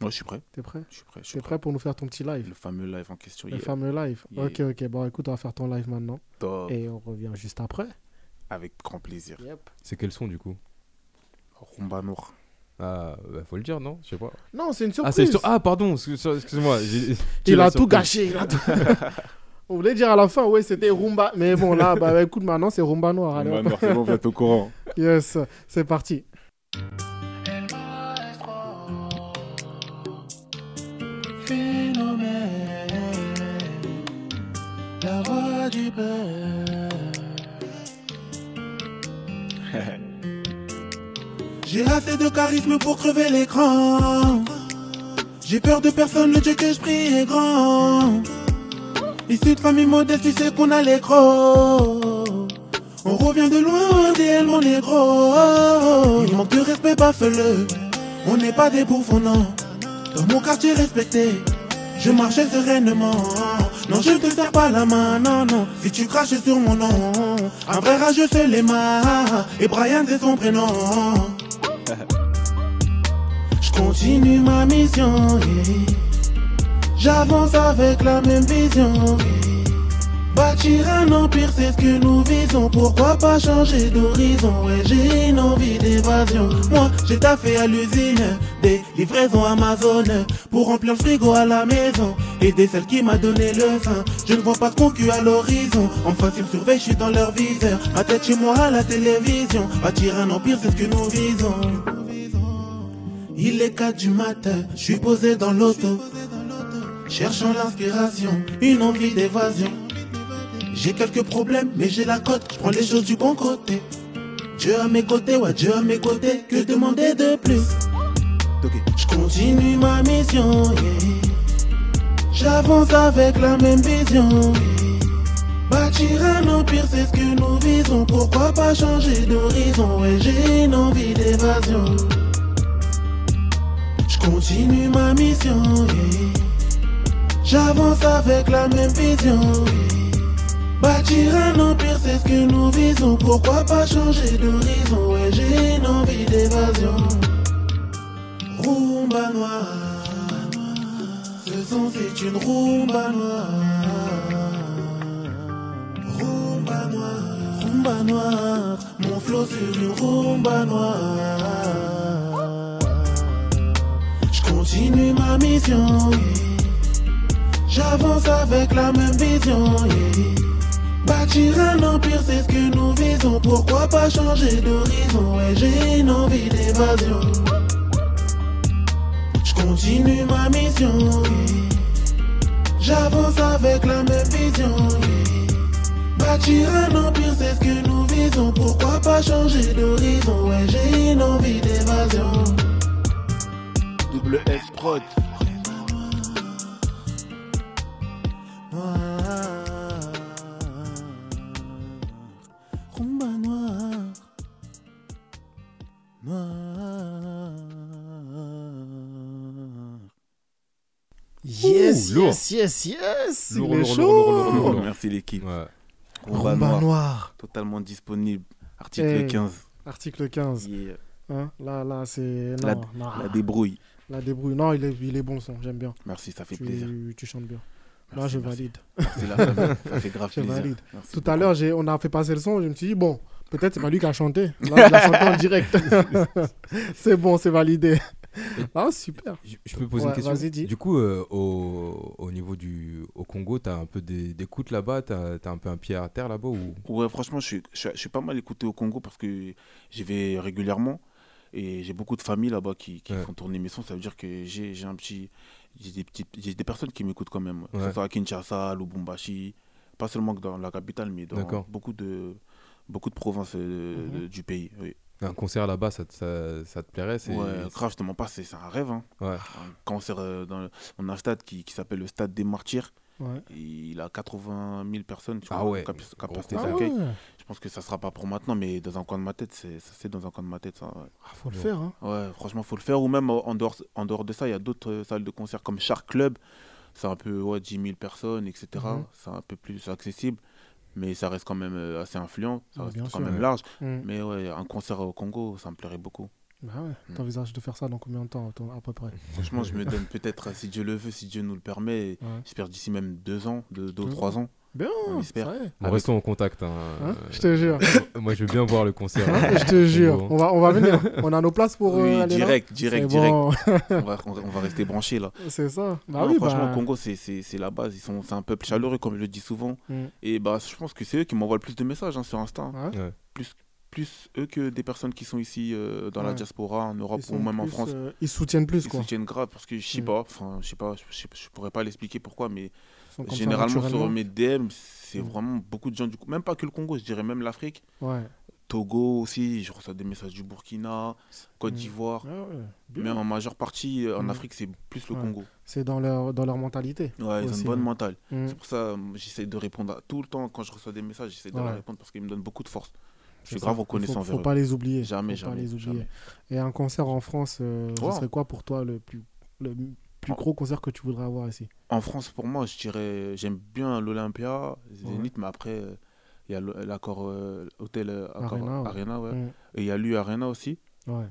[LAUGHS] Moi, je suis prêt. T'es prêt Je suis prêt. Je suis T'es prêt pour nous faire ton petit live Le fameux live en question. Le il est fameux live Yeah. Ok, ok, bon, écoute, on va faire ton live maintenant. top. Et on revient juste après. Avec grand plaisir. C'est quel son du coup Rumba Noir. Ah, bah, faut le dire, non Je sais pas. Non, c'est une Ah, surprise. c'est sur- Ah, pardon, excuse- excuse-moi. j'ai- j'ai il la a tout surprise. gâché. il a tout- [LAUGHS] On voulait dire à la fin, ouais, c'était Rumba. Mais bon, là, bah écoute, maintenant, c'est Rumba noir. Allez, Rumba hop. Noir, c'est bon, vous êtes au courant. Yes, c'est parti. Phénomène, la voix du beurre. [LAUGHS] J'ai assez de charisme pour crever l'écran. J'ai peur de personne, le Dieu que je prie est grand. Issu de famille modeste, tu sais qu'on a les crocs. On revient de loin, DL mon négro. Il manque de respect, baffe-le. On n'est pas des bouffons, non. Dans mon quartier respecté, je marchais sereinement. Non, je ne te serre pas la main, non, non. Si tu craches sur mon nom, un vrai rageux c'est les mains. Et Brian, c'est son prénom. Je continue ma mission, yeah. j'avance avec la même vision. yeah. Bâtir un empire, c'est ce que nous visons. Pourquoi pas changer d'horizon? Ouais, j'ai une envie d'évasion. Moi, j'ai taffé à l'usine, des livraisons Amazon pour remplir le frigo à la maison. Et des celles qui m'a donné le sein. Je ne vois pas de concu à l'horizon. Enfin, s'ils me surveillent, je suis dans leur viseur. Ma tête chez moi à la télévision. Bâtir un empire, c'est ce que nous visons. Il est 4 du matin, je suis posé dans l'auto. Cherchant l'inspiration, une envie d'évasion. J'ai quelques problèmes, mais j'ai la cote, je prends les choses du bon côté. Dieu à mes côtés, ouais, Dieu à mes côtés, que demander de plus Je continue ma mission, yeah. j'avance avec la même vision. yeah. Bâtir un empire, c'est ce que nous visons. Pourquoi pas changer d'horizon? Ouais, j'ai une envie d'évasion. Je continue ma mission, yeah. j'avance avec la même vision. yeah. Bâtir un empire, c'est ce que nous visons. Pourquoi pas changer d'horizon? Ouais, j'ai une envie d'évasion. Rumba noire, ce son c'est une rumba noire. Rumba noire, rumba noire, mon flow sur une rumba noire. Je continue ma mission, yeah. j'avance avec la même vision. yeah. Bâtir un empire, c'est ce que nous visons. Pourquoi pas changer d'horizon? Ouais, j'ai une envie d'évasion. Je continue ma mission. yeah. J'avance avec la même vision. yeah. Bâtir un empire, c'est ce que nous visons. Pourquoi pas changer d'horizon? Ouais, j'ai une envie d'évasion. Double S prod. Rumba noir. Noir. Yes, Ouh, lourd. yes, yes, yes. Lourd, il est lourd, chaud. lourd, lourd, lourd, lourd. Oh, Merci l'équipe. Ouais. Rumba Rumba Noir, noir. totalement disponible. Article Hey. 15. Article 15. Yeah. Hein, là, là, c'est. Non, La- non. La débrouille. La débrouille. Non, il est, il est bon le son, j'aime bien. Merci, ça fait plaisir. Tu, tu chantes bien. Là, Merci, je merci. valide. Merci, la famille. Ça [LAUGHS] fait grave Je plaisir. valide. Merci Tout à beaucoup. l'heure, j'ai- on a fait passer le son, je me suis dit, bon, peut-être c'est pas lui qui a chanté. Là, je la chantais [LAUGHS] en direct. c'est bon, c'est validé. Ah, super. Je, je peux poser Ouais, une question vas-y, dis. Du coup, euh, au, au niveau du au Congo, t'as un peu des, des coutes là-bas T'as as un peu un pied à terre là-bas ou... Ouais, franchement, je suis, je, suis- je suis pas mal écouté au Congo parce que j'y vais régulièrement et j'ai beaucoup de familles là-bas qui, qui Ouais. font tourner mes sons. Ça veut dire que j'ai j'ai un petit. J'ai des, petites- j'ai des personnes qui m'écoutent quand même, que Ouais. ce soit à Kinshasa, Lubumbashi, pas seulement que dans la capitale, mais dans D'accord. beaucoup de, beaucoup de provinces euh, Mhm. de- du pays. oui. Un concert là-bas, ça, te- ça, ça te plairait c'est- Ouais, grave, je te mens pas, c'est c'est un rêve. hein. Ouais. Un concert, euh, dans le- on a un stade qui, qui s'appelle le Stade des Martyrs. Ouais. Il a 80 000 personnes, tu Ah vois, ouais, cap- gros capacité concert. Ah d'accueil. ouais. Je pense que ça sera pas pour maintenant, mais dans un coin de ma tête, c'est ça, c'est dans un coin de ma tête. Ça. ouais. Ah, faut le faire. Hein. Ouais, franchement, faut le faire. Ou même euh, en dehors, en dehors de ça, il y a d'autres euh, salles de concert comme Shark Club. C'est un peu ouais, 10 000 personnes, etc. Mhm. C'est un peu plus accessible, mais ça reste quand même euh, assez influent. Ça Ouais, reste Ah, bien quand sûr, même ouais. large. Mm. Mais ouais, un concert au Congo, ça me plairait beaucoup. Bah ouais. Mm. T'envisages de faire ça dans combien de temps, toi, à peu près Franchement, je me donne peut-être, euh, si Dieu le veut, si Dieu nous le permet, Ouais. j'espère d'ici même deux ans, deux, deux ou Deux trois ans. Bien, On espère. Ah, ça y est. Bon, Avec- Restons en contact. hein. Hein, Euh, je te jure. Moi, je veux bien voir [LAUGHS] le concert. Hein, je te jure. On va, on [LAUGHS] va venir. On a nos places pour euh, oui, aller là. direct, direct, C'est direct. bon. [LAUGHS] On va, on va- on va rester branché là. C'est ça. Bah Non, oui, franchement, bah, au Congo, c'est- c'est c'est la base. Ils sont, c'est un peuple chaleureux, comme je le dis souvent. Mm. Et bah, je pense que c'est eux qui m'envoient le plus de messages hein, sur Insta. hein. ouais. Plus eux que des personnes qui sont ici euh, dans la Ouais. diaspora, en Europe Ils ou sont même en plus, France. euh, ils soutiennent plus, ils quoi. soutiennent grave parce que je sais Mm. pas, enfin, je sais pas, je, sais pas, je pourrais pas l'expliquer pourquoi, mais Ils sont comme ça, généralement sur naturellement. mes DM, c'est Mm. vraiment beaucoup de gens du coup, même pas que le Congo, je dirais même l'Afrique, Ouais. Togo aussi, je reçois des messages du Burkina, Côte Mm. d'Ivoire. Ah ouais, bien. Mais en majeure partie, euh, en Mm. Afrique, c'est plus le Ouais. Congo. C'est dans leur, dans leur mentalité. Ouais, ils ont Aussi, une bonne ouais. mentale. Mm. C'est pour ça euh, j'essaie de répondre à tout le temps quand je reçois des messages, j'essaie de Ouais. leur répondre parce qu'ils me donnent beaucoup de force. Je suis C'est grave ça. reconnaissant faut, envers faut eux. pas les oublier. Jamais, Faut pas jamais, les oublier. jamais. Et un concert en France, euh, ce Ouais. Oh. serait quoi pour toi le plus, le plus En- gros concert que tu voudrais avoir ici En France, pour moi, je dirais, j'aime bien l'Olympia, Zénith, mais après, euh, il y a le- l'accord euh, hôtel euh, accord Arena, Arena, ouais. ouais. Mm. et il y a l'U Arena aussi. Ouais.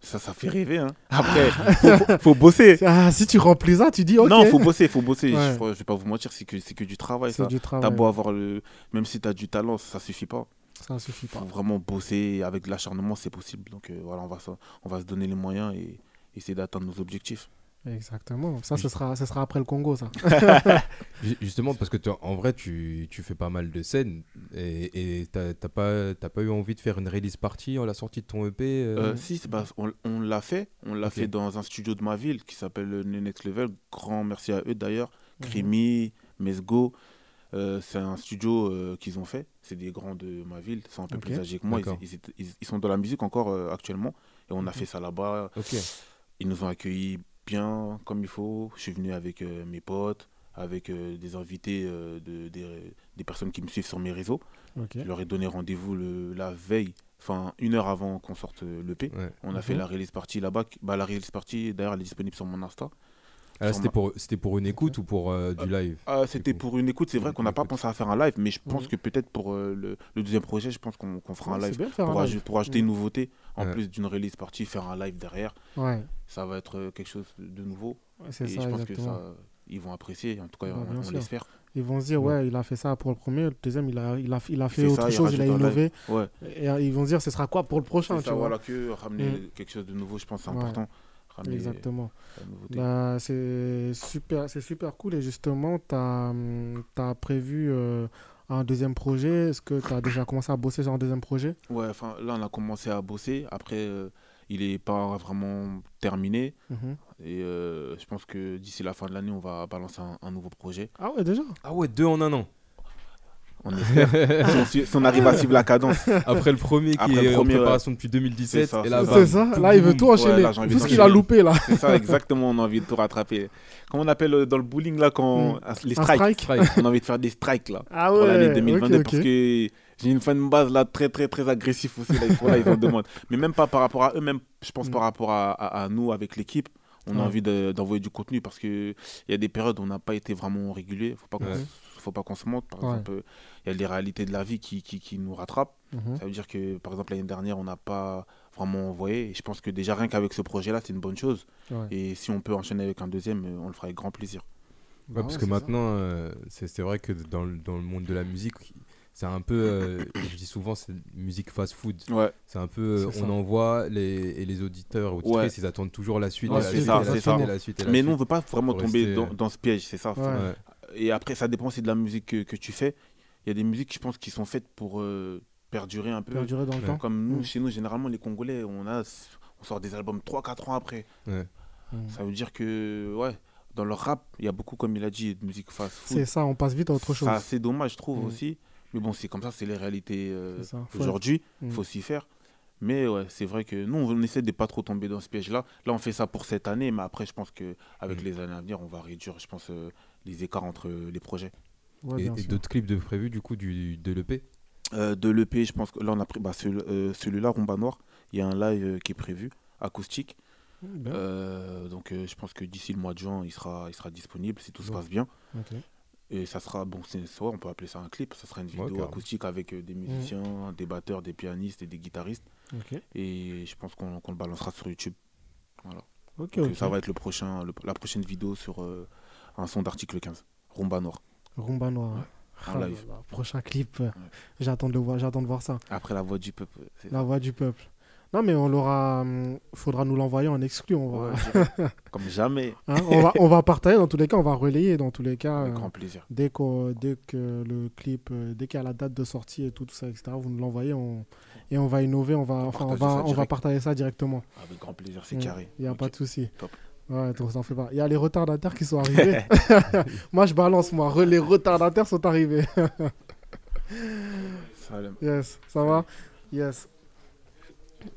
Ça, ça fait rêver. Hein. Après, faut, faut- faut [LAUGHS] bosser. Ah, si tu remplis ça, tu dis ok. Non, faut bosser, faut bosser. Ouais. Je, je vais pas vous mentir, c'est que c'est que du travail. C'est Ça. du travail. T'as beau avoir le, même si t'as du talent, ça suffit pas. Ça suffit pas. faut vraiment bosser et avec de l'acharnement, c'est possible. Donc euh, voilà, on va, se- on va se donner les moyens et essayer d'atteindre nos objectifs. Exactement. Ça, ce sera, ce sera après le Congo, ça. [LAUGHS] Ju- Justement, parce que tu- en vrai, tu, tu fais pas mal de scènes et et t'as t'as pas, t'as pas eu envie de faire une release party en la sortie de ton EP euh, Euh, si, c'est pas- on, on l'a fait. On l'a Ok. fait dans un studio de ma ville qui s'appelle le Next Level. Grand merci à eux d'ailleurs. Mhm. Crimi, Mesgo. Euh, c'est un studio euh, qu'ils ont fait. C'est des grands de ma ville. Ils sont un peu Ok. plus âgés que moi. Ils- D'accord. Mhm. Ils, étaient- ils- ils sont dans la musique encore euh, actuellement. Et on a Ok. fait ça là-bas. Ok. Ils nous ont accueillis bien comme il faut. Je suis venu avec euh, mes potes, avec euh, des invités, euh, de, des, des personnes qui me suivent sur mes réseaux. Ok. Je leur ai donné rendez-vous le- la veille, enfin une heure avant qu'on sorte euh, l'EP. Ouais. On a fait Mhm. la release party là-bas. qui- Bah, la release party, d'ailleurs, elle est disponible sur mon Insta. Ah, là, Sur c'était ma- pour, c'était pour une écoute ou pour euh, du live Ah, C'était coup. pour une écoute. C'est vrai Une qu'on n'a pas écoute. pensé à faire un live, mais je pense Mhm. que peut-être pour euh, le, le deuxième projet, je pense qu'on qu'on fera un Ouais, live [LAUGHS] C'est bien de faire pour, un aj- live. pour ajouter Mhm. une nouveauté. En Ouais. plus d'une release party, faire un live derrière, Ouais. ça va être euh, quelque chose de nouveau. Ouais, Et C'est je ça, pense que exactement. ça, ils vont apprécier. En tout cas, Bah, bien on, on sûr. l'espère. Ils vont se dire, ouais, il a fait ça pour le premier, le deuxième, il a, il a, il a fait fait ça, autre il chose, il a rajoute un live. innové. Ouais. Et euh, ils vont se dire, ce sera quoi pour le prochain, C'est tu ça, vois. voilà, que ramener Mhm. quelque chose de nouveau, je pense, c'est Ouais. important. Ramener Exactement. la nouveauté. Bah, c'est super, c'est super cool. Et justement, tu as, prévu euh, un deuxième projet. Est-ce que tu as déjà commencé à bosser sur un deuxième projet Ouais, enfin, là, on a commencé à bosser. Après, euh, il n'est pas vraiment terminé. Mhm. Et euh, je pense que d'ici la fin de l'année, on va balancer un, un nouveau projet. Ah ouais, déjà Ah ouais, deux en un an. [LAUGHS] On espère. si, on, suit- si on arrive à suivre la cadence. [LAUGHS] Après le premier qui Après le est en premier, ouais. préparation depuis 2017. C'est ça, et c'est là, ça. bam, C'est ça boum, Là, il veut boum. tout enchaîner. là, j'ai envie tout ce qu'il a d'enchaîner. loupé, là. C'est ça, exactement. On a envie de tout rattraper. Comment on appelle euh, dans le bowling, là, quand. Mhm. un- Les Un strikes. strike Strike. On a envie de faire des strikes, là. Ah ouais. Pour l'année ok, 2022, ok. parce que j'ai une fan base là très très très agressif aussi. Là, ils sont là, ils en [LAUGHS] demandent. Mais même pas par rapport à eux, même je pense Mm. par rapport à, à- à nous avec l'équipe, on Ouais. a envie de- d'envoyer du contenu parce que il y a des périodes où on n'a pas été vraiment régulier. Faut pas qu'on Ouais. se- faut pas qu'on se monte. Par Ouais. exemple, euh, il y a les réalités de la vie qui, qui, qui nous rattrapent. Mhm. Ça veut dire que par exemple l'année dernière on n'a pas vraiment envoyé. Et je pense que déjà rien qu'avec ce projet là c'est une bonne chose. Ouais. Et si on peut enchaîner avec un deuxième, euh, on le fera avec grand plaisir. Ouais, Bah ouais, parce que c'est ça. maintenant, euh, c'est c'est vrai que dans le, dans le monde de la musique, c'est un peu, euh, je dis souvent, c'est musique fast food. Ouais, C'est un peu, euh, C'est on ça. envoie les, et les auditeurs, auditrices, ils attendent toujours la suite, Ouais, et la Ah, c'est suite, ça, et la c'est suite, ça. et la suite, et la mais suite. nous on veut pas vraiment Faut tomber rester, dans, euh, dans ce piège, c'est ça. Faut- Ouais. Ouais. Et après, ça dépend aussi de la musique que, que tu fais. Il y a des musiques, je pense, qui sont faites pour euh, perdurer un peu. Perdurer dans le Ouais. temps. Comme nous, Mm. chez nous, généralement, les Congolais, on, a, on sort des albums 3-4 ans après. Ouais. Mm. Ça veut dire que, ouais, dans le rap, il y a beaucoup, comme il a dit, de musique C'est fast-food. ça, on passe vite à autre chose. C'est assez dommage, je trouve, Mm. aussi. Mais bon, c'est comme ça, c'est les réalités euh, C'est ça. Faut- aujourd'hui. Mm. faut s'y faire. Mais ouais, c'est vrai que nous, on essaie de pas trop tomber dans ce piège-là. Là, on fait ça pour cette année, mais après, je pense que avec Mm. les années à venir, on va réduire, je pense, euh, les écarts entre euh, les projets. Ouais, Et, bien et sûr. d'autres clips de prévu, du coup, du, de l'EP. Euh, de l'EP, je pense que là, on a pris bah, celui- euh, celui-là, Rumba Noir. Il y a un live euh, qui est prévu, acoustique. Bien. Euh, donc, euh, je pense que d'ici le mois de juin, il sera, il sera disponible si tout se Ouais. passe bien. Ok. Et ça sera, bon, c'est soit on peut appeler ça un clip, ça sera une vidéo carrément. acoustique avec euh, des musiciens, des batteurs, des pianistes et des guitaristes. Ok. Et je pense qu'on qu'on le balancera sur YouTube. Voilà. Ok, Donc, euh, ok. ça va être le prochain, le- la prochaine vidéo sur euh, un son d'article 15, Rumba Noir. Rumba Noir. Ouais. Ah En là live. là, prochain clip. J'attends de le voir, j'attends de voir ça. Après la voix du peuple. c'est- La voix du peuple. Non mais on l'aura, hum, faudra nous l'envoyer en exclu. On va, Ouais, [LAUGHS] direct. Comme jamais. hein, on va, on va partager dans tous les cas, on va relayer dans tous les cas. Avec euh, grand plaisir. dès, qu'on- dès que le clip, euh, dès qu'il y a la date de sortie et tout, tout ça, etc. Vous nous l'envoyez, on, et on va innover, on va, enfin, on partage va, ça on va direct. partager ça directement. Avec grand plaisir, c'est Mm. carré. Il n'y a Ok. pas de souci. Top. Ouais, donc, t'en fais pas. Il y a les retardataires qui sont [LAUGHS] arrivés. [LAUGHS] moi, je balance, moi. Re- Les retardataires sont arrivés. Salem. Yes, ça va Yes.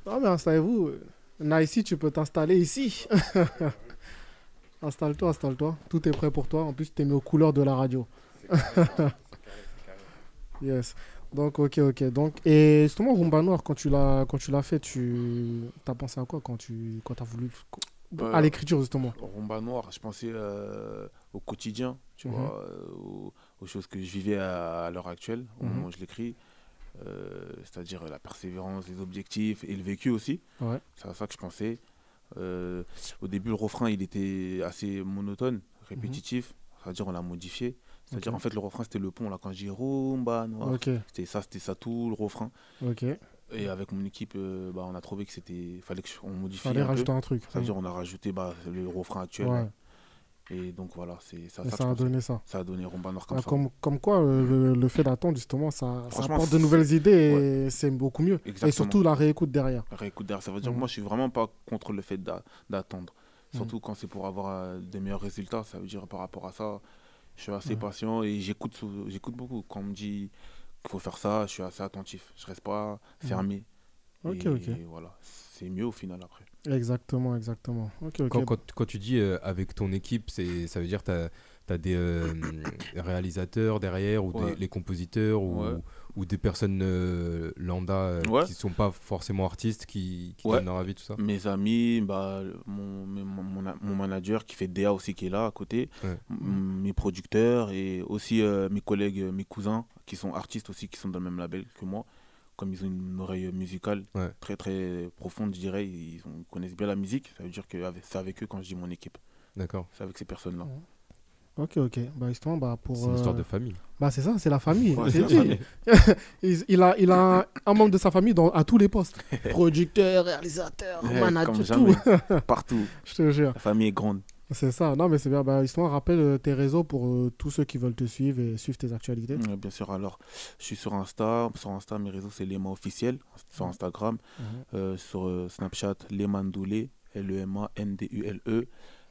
Non, mais installez-vous. Nice, tu peux t'installer ici. [LAUGHS] installe-toi, installe-toi. Tout est prêt pour toi. En plus, tu t'es mis aux couleurs de la radio. [LAUGHS] yes. Donc, ok, ok. Donc, et justement, Rumba Noir, quand tu l'as, quand tu l'as fait, tu as pensé à quoi quand tu quand as voulu. Bah, À l'écriture, justement. Rumba noir, je pensais euh, au quotidien, tu Mhm. vois, euh, aux, aux choses que je vivais à, à l'heure actuelle, au Mhm. moment où je l'écris. Euh, C'est-à-dire la persévérance, les objectifs et le vécu aussi. Ouais. C'est à ça que je pensais. Euh, au début, le refrain, il était assez monotone, répétitif. C'est-à-dire, on l'a modifié. C'est-à-dire, Mm-hmm. Ok. en fait, le refrain, c'était le pont. Là, quand je dis rumba noir, Ok, c'était ça, c'était ça tout, le refrain. ok. Et avec mon équipe, euh, bah, on a trouvé que c'était. fallait qu'on modifie. Fallait un peu. rajouter un truc. Ça veut dire on a rajouté bah, le refrain actuel. Mm. Ouais. Et donc voilà, c'est ça, Et ça, que ça, je a pensais. donné ça. ça a donné Rumba Noir comme Ah, ça. Comme, comme quoi, euh, le, le fait d'attendre, justement, ça, ça Franchement, apporte de c'est- nouvelles idées et c'est beaucoup mieux. Et Exactement. surtout, la réécoute derrière. Réécoute derrière, ça veut dire Mhm. moi je suis vraiment pas contre le fait d'a- d'attendre. Mhm. Surtout quand c'est pour avoir euh, des meilleurs résultats, ça veut dire par rapport à ça, je suis assez Ouais. patient et j'écoute sou- j'écoute beaucoup. Quand on me dit qu'il faut faire ça, je suis assez attentif. Je reste pas Mhm. fermé. Ok, et ok. voilà, c'est mieux au final après. Exactement, exactement. Ok, ok. Quand, quand- quand tu dis euh, avec ton équipe, c'est, ça veut dire que tu as, des euh, réalisateurs derrière ou des- Ouais. les compositeurs ou, Ouais. ou des personnes euh, lambda euh, Ouais. qui sont pas forcément artistes qui, qui Ouais. donnent leur avis, tout ça. Mes amis, bah, le- mon, mes- mon, mon, mon manager qui fait DA aussi qui est là à côté, Ouais. m- mes producteurs et aussi euh, mes collègues, euh, mes cousins qui sont artistes aussi, qui sont dans le même label que moi. Comme ils ont une oreille musicale Ouais. très très profonde, je dirais, ils, ont- ils connaissent bien la musique. Ça veut dire que avec- c'est avec eux quand je dis mon équipe, D'accord. c'est avec ces personnes-là. Ok, ok. Bah, justement, bah, pour. C'est une histoire euh, de famille. Bah, c'est ça, c'est la famille. Ouais, C'est c'est la lui. famille. [LAUGHS] il, il a, il a un, un membre de sa famille dans, à tous [LAUGHS] les postes producteur, réalisateur, Ouais, comme manager, tout. jamais, partout, [LAUGHS] Je te jure. la famille est grande. C'est ça. Non, mais c'est bien. Bah, justement, rappelle euh, tes réseaux pour euh, tous ceux qui veulent te suivre et suivre tes actualités. Ouais, bien sûr, alors je suis sur Insta, sur Insta mes réseaux c'est Lema officiel, sur Instagram, Mhm. euh, sur euh, Snapchat Lema Ndoulé, E L-E-M-A-N-D-U-L-E,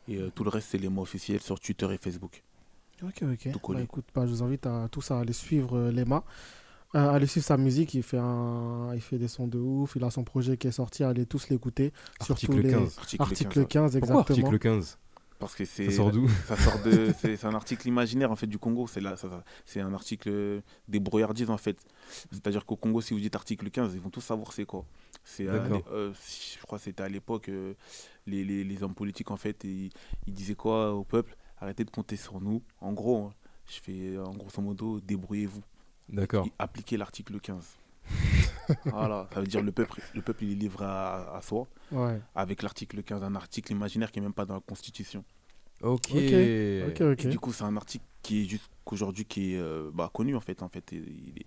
et euh, tout le reste c'est Lema officiel sur Twitter et Facebook. Ok, ok. Tout collé. Bah, écoute, bah, je vous invite à tous à aller suivre euh, Lema, euh, à aller suivre sa musique. Il fait, un... il fait des sons de ouf. Il a son projet qui est sorti. Allez tous l'écouter. Surtout Article les- 15. Article, Article 15, 15, Pourquoi exactement. article 15 Parce que c'est Ça sort d'où ça sort de [LAUGHS] c'est c'est un article imaginaire en fait du Congo, c'est là ça- ça- c'est un article débrouillardise en fait. C'est-à-dire qu'au Congo si vous dites article 15, ils vont tous savoir c'est quoi. C'est euh, D'accord. les- euh, je crois que c'était à l'époque euh, les, les- les hommes politiques en fait ils, ils disaient quoi au peuple Arrêtez de compter sur nous. En gros, hein, je fais euh, en grosso modo débrouillez-vous [LAUGHS] D'accord. et appliquez l'article [LAUGHS] 15. voilà, ça veut dire le peuple le peuple il est livré à, à soi Ouais. avec l'article 15 un article imaginaire qui est même pas dans la constitution. Ok. Ok, ok. Et du coup, c'est un article qui est jusqu'aujourd'hui qui est euh, bah, connu en fait. En fait. Et Il est,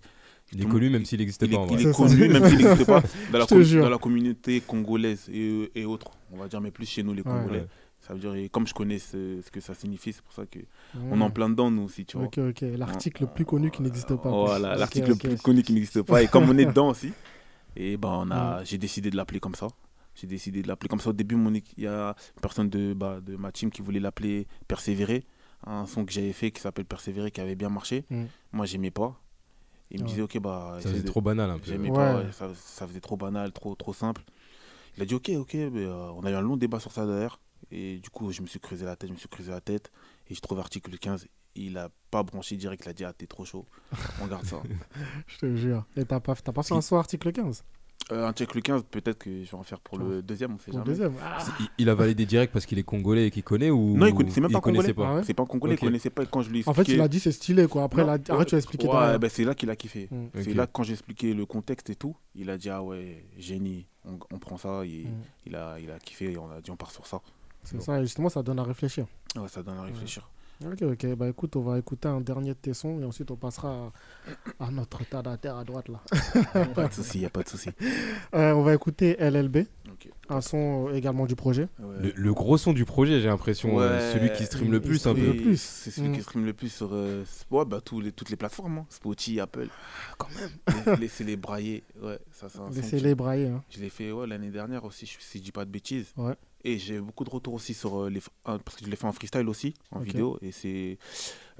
Il est connu même s'il n'existait il est- pas en il vrai. est C'est ça. connu même s'il n'existe [LAUGHS] pas dans la, te com- jure. dans la communauté congolaise et, et autres. On va dire, mais plus chez nous les Ouais. Congolais. Ouais. Ça veut dire, et comme je connais ce, ce que ça signifie, c'est pour ça que Ouais. on est en plein dedans nous aussi, tu vois. Ok, ok. L'article le plus connu qui n'existe pas. quoi. Voilà, Ok, Oh l'article le ok. plus connu qui n'existe pas. Et comme on est dedans aussi, et ben on a, j'ai décidé de l'appeler comme ça. J'ai décidé de l'appeler comme ça. Au début, mon équ- il y a une personne de, bah, de ma team qui voulait l'appeler Persévérer. Un son que j'avais fait qui s'appelle Persévérer qui avait bien marché. Mm. Moi, j'aimais pas. Il me Ouais. disait, ok, bah. Ça essaie faisait de- trop banal un peu. J'aimais Ouais. pas, ouais, ça, ça faisait trop banal, trop, trop simple. Il a dit ok, ok, mais, euh, on a eu un long débat sur ça d'ailleurs. Et du coup, je me suis creusé la tête, je me suis creusé la tête. Et je trouve article 15, il a pas branché direct, il a dit ah t'es trop chaud, on garde [LAUGHS] ça. Je te jure. Et t'as pas, t'as pas fait un soir article 15 Euh, article 15, peut-être que je vais en faire pour le deuxième, on sait pour le jamais. deuxième. Ah, C'est- il- Il a validé direct parce qu'il est congolais et qu'il connaît ou Non, il connaît- c'est même pas congolais. connaissait pas. Ah ouais C'est pas un congolais, Ok. il connaissait pas et quand je lui ai en fait, expliqué. il a dit c'est stylé quoi. Après, il a dit- Non, arrête, tu vas ouais, expliquer ouais, derrière. ben, c'est là qu'il a kiffé. Mm. C'est Ok. là quand j'ai expliqué le contexte et tout, il a dit ah ouais, génie, on, on prend ça. Et Mm. il, a, il a kiffé et on a dit on part sur ça. C'est ça, et justement, ça donne à réfléchir. Ouais, ça donne à réfléchir. Ok, ok. Bah écoute, on va écouter un dernier de tes sons et ensuite on passera à, à notre tas à terre à droite là. [LAUGHS] Pas de souci, y a pas de souci. Euh, on va écouter LLB, Ok. un son euh, également du projet. Le, le gros son du projet, j'ai l'impression, euh, Ouais. celui qui stream Il le plus hein, stream un peu. le Et plus. C'est celui Mm. qui stream le plus sur euh, ouais, bah, tous les, toutes les plateformes. hein. Spotify, Apple. Ah, quand [LAUGHS] même. Laissez-les brailler. Ouais, ça, c'est un son que Laissez-les brailler. hein. Je l'ai fait ouais, l'année dernière aussi, je- si je dis pas de bêtises. Ouais. Et j'ai eu beaucoup de retours aussi sur euh, les. f- un- Parce que je l'ai fait en freestyle aussi, en Ok. vidéo. Et c'est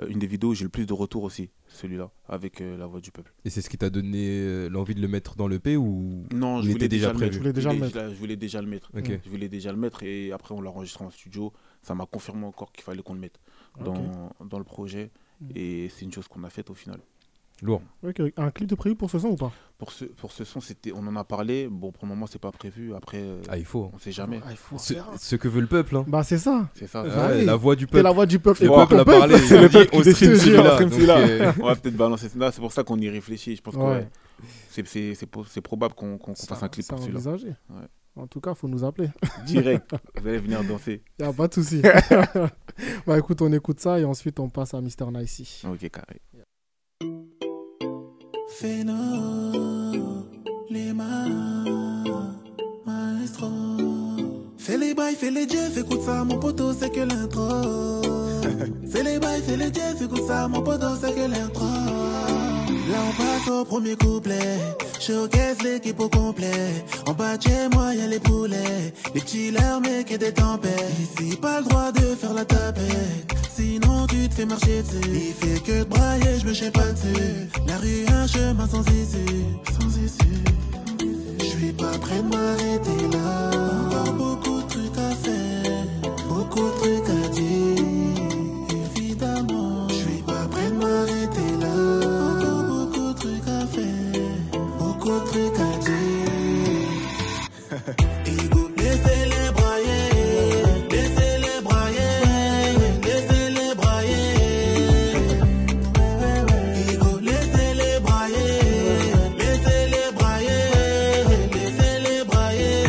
euh, une des vidéos où j'ai le plus de retours aussi, celui-là, avec euh, La Voix du Peuple. Et c'est ce qui t'a donné euh, l'envie de le mettre dans l'EP ou Non, Il je était voulais déjà, déjà le mettre. Je prévu. Tu voulais déjà le mettre. Je voulais déjà le mettre. Ok. Je voulais déjà le mettre. Et après, on l'a enregistré en studio. Ça m'a confirmé encore qu'il fallait qu'on le mette dans, dans le projet. Mm. Et c'est une chose qu'on a faite au final. Lourd. Ok, Un clip de prévu pour ce son ou pas Pour ce, pour ce son, c'était, on en a parlé. Bon, pour le moment, c'est pas prévu. Après, euh, Ah, il faut. on sait jamais. Ah, il faut en Ce, faire un. ce que veut le peuple. Hein. Bah, c'est ça. C'est ça. Ouais. Ah ouais, oui. la voix du C'est peuple. la voix du peuple. Le Et voix pas ton peuple a peuple, parlé. [LAUGHS] il c'est a le dit, peuple on qui décide. stream je te jure, celui-là. on stream Donc, celui-là. euh, [LAUGHS] On va peut-être balancer ça. C'est pour ça qu'on y réfléchit. Je pense que Ouais. ouais, c'est, c'est, c'est, po- c'est probable qu'on, qu'on qu'on fasse un clip C'est pour celui-là. envisagé. Ouais. En tout cas, faut nous appeler. Direct. Vous allez venir danser. Y a pas de souci. bah écoute, on écoute ça et ensuite on passe à Mister Nicey. Ok, carré. Phéno, les mains, maestro. Fais les bails, fais les jeffs, écoute ça, mon poteau, c'est que l'intro. [LAUGHS] fais les bails, fais les jeffs, écoute ça, mon poteau, c'est que l'intro. Là, on passe au premier couplet. Showcase l'équipe au complet. En bas de chez moi, y'a les poulets. Les petits leurs mecs et des tempêtes. Ici, pas le droit de faire la tapette. Sinon, tu te fais marcher dessus. Il fait que de brailler, je me chais pas dessus. La rue, un chemin sans issue. Sans issue. Je suis pas prêt de m'arrêter là. Encore beaucoup de trucs à faire, beaucoup de trucs à dire. Évidemment, je suis pas prêt de m'arrêter là. Encore beaucoup de trucs à faire, beaucoup de trucs à dire. [LAUGHS] Écoute, laissez-les brailler, laissez-les brailler, laissez-les brailler. Écoute, laissez-les brailler, laissez-les brailler, laissez-les brailler.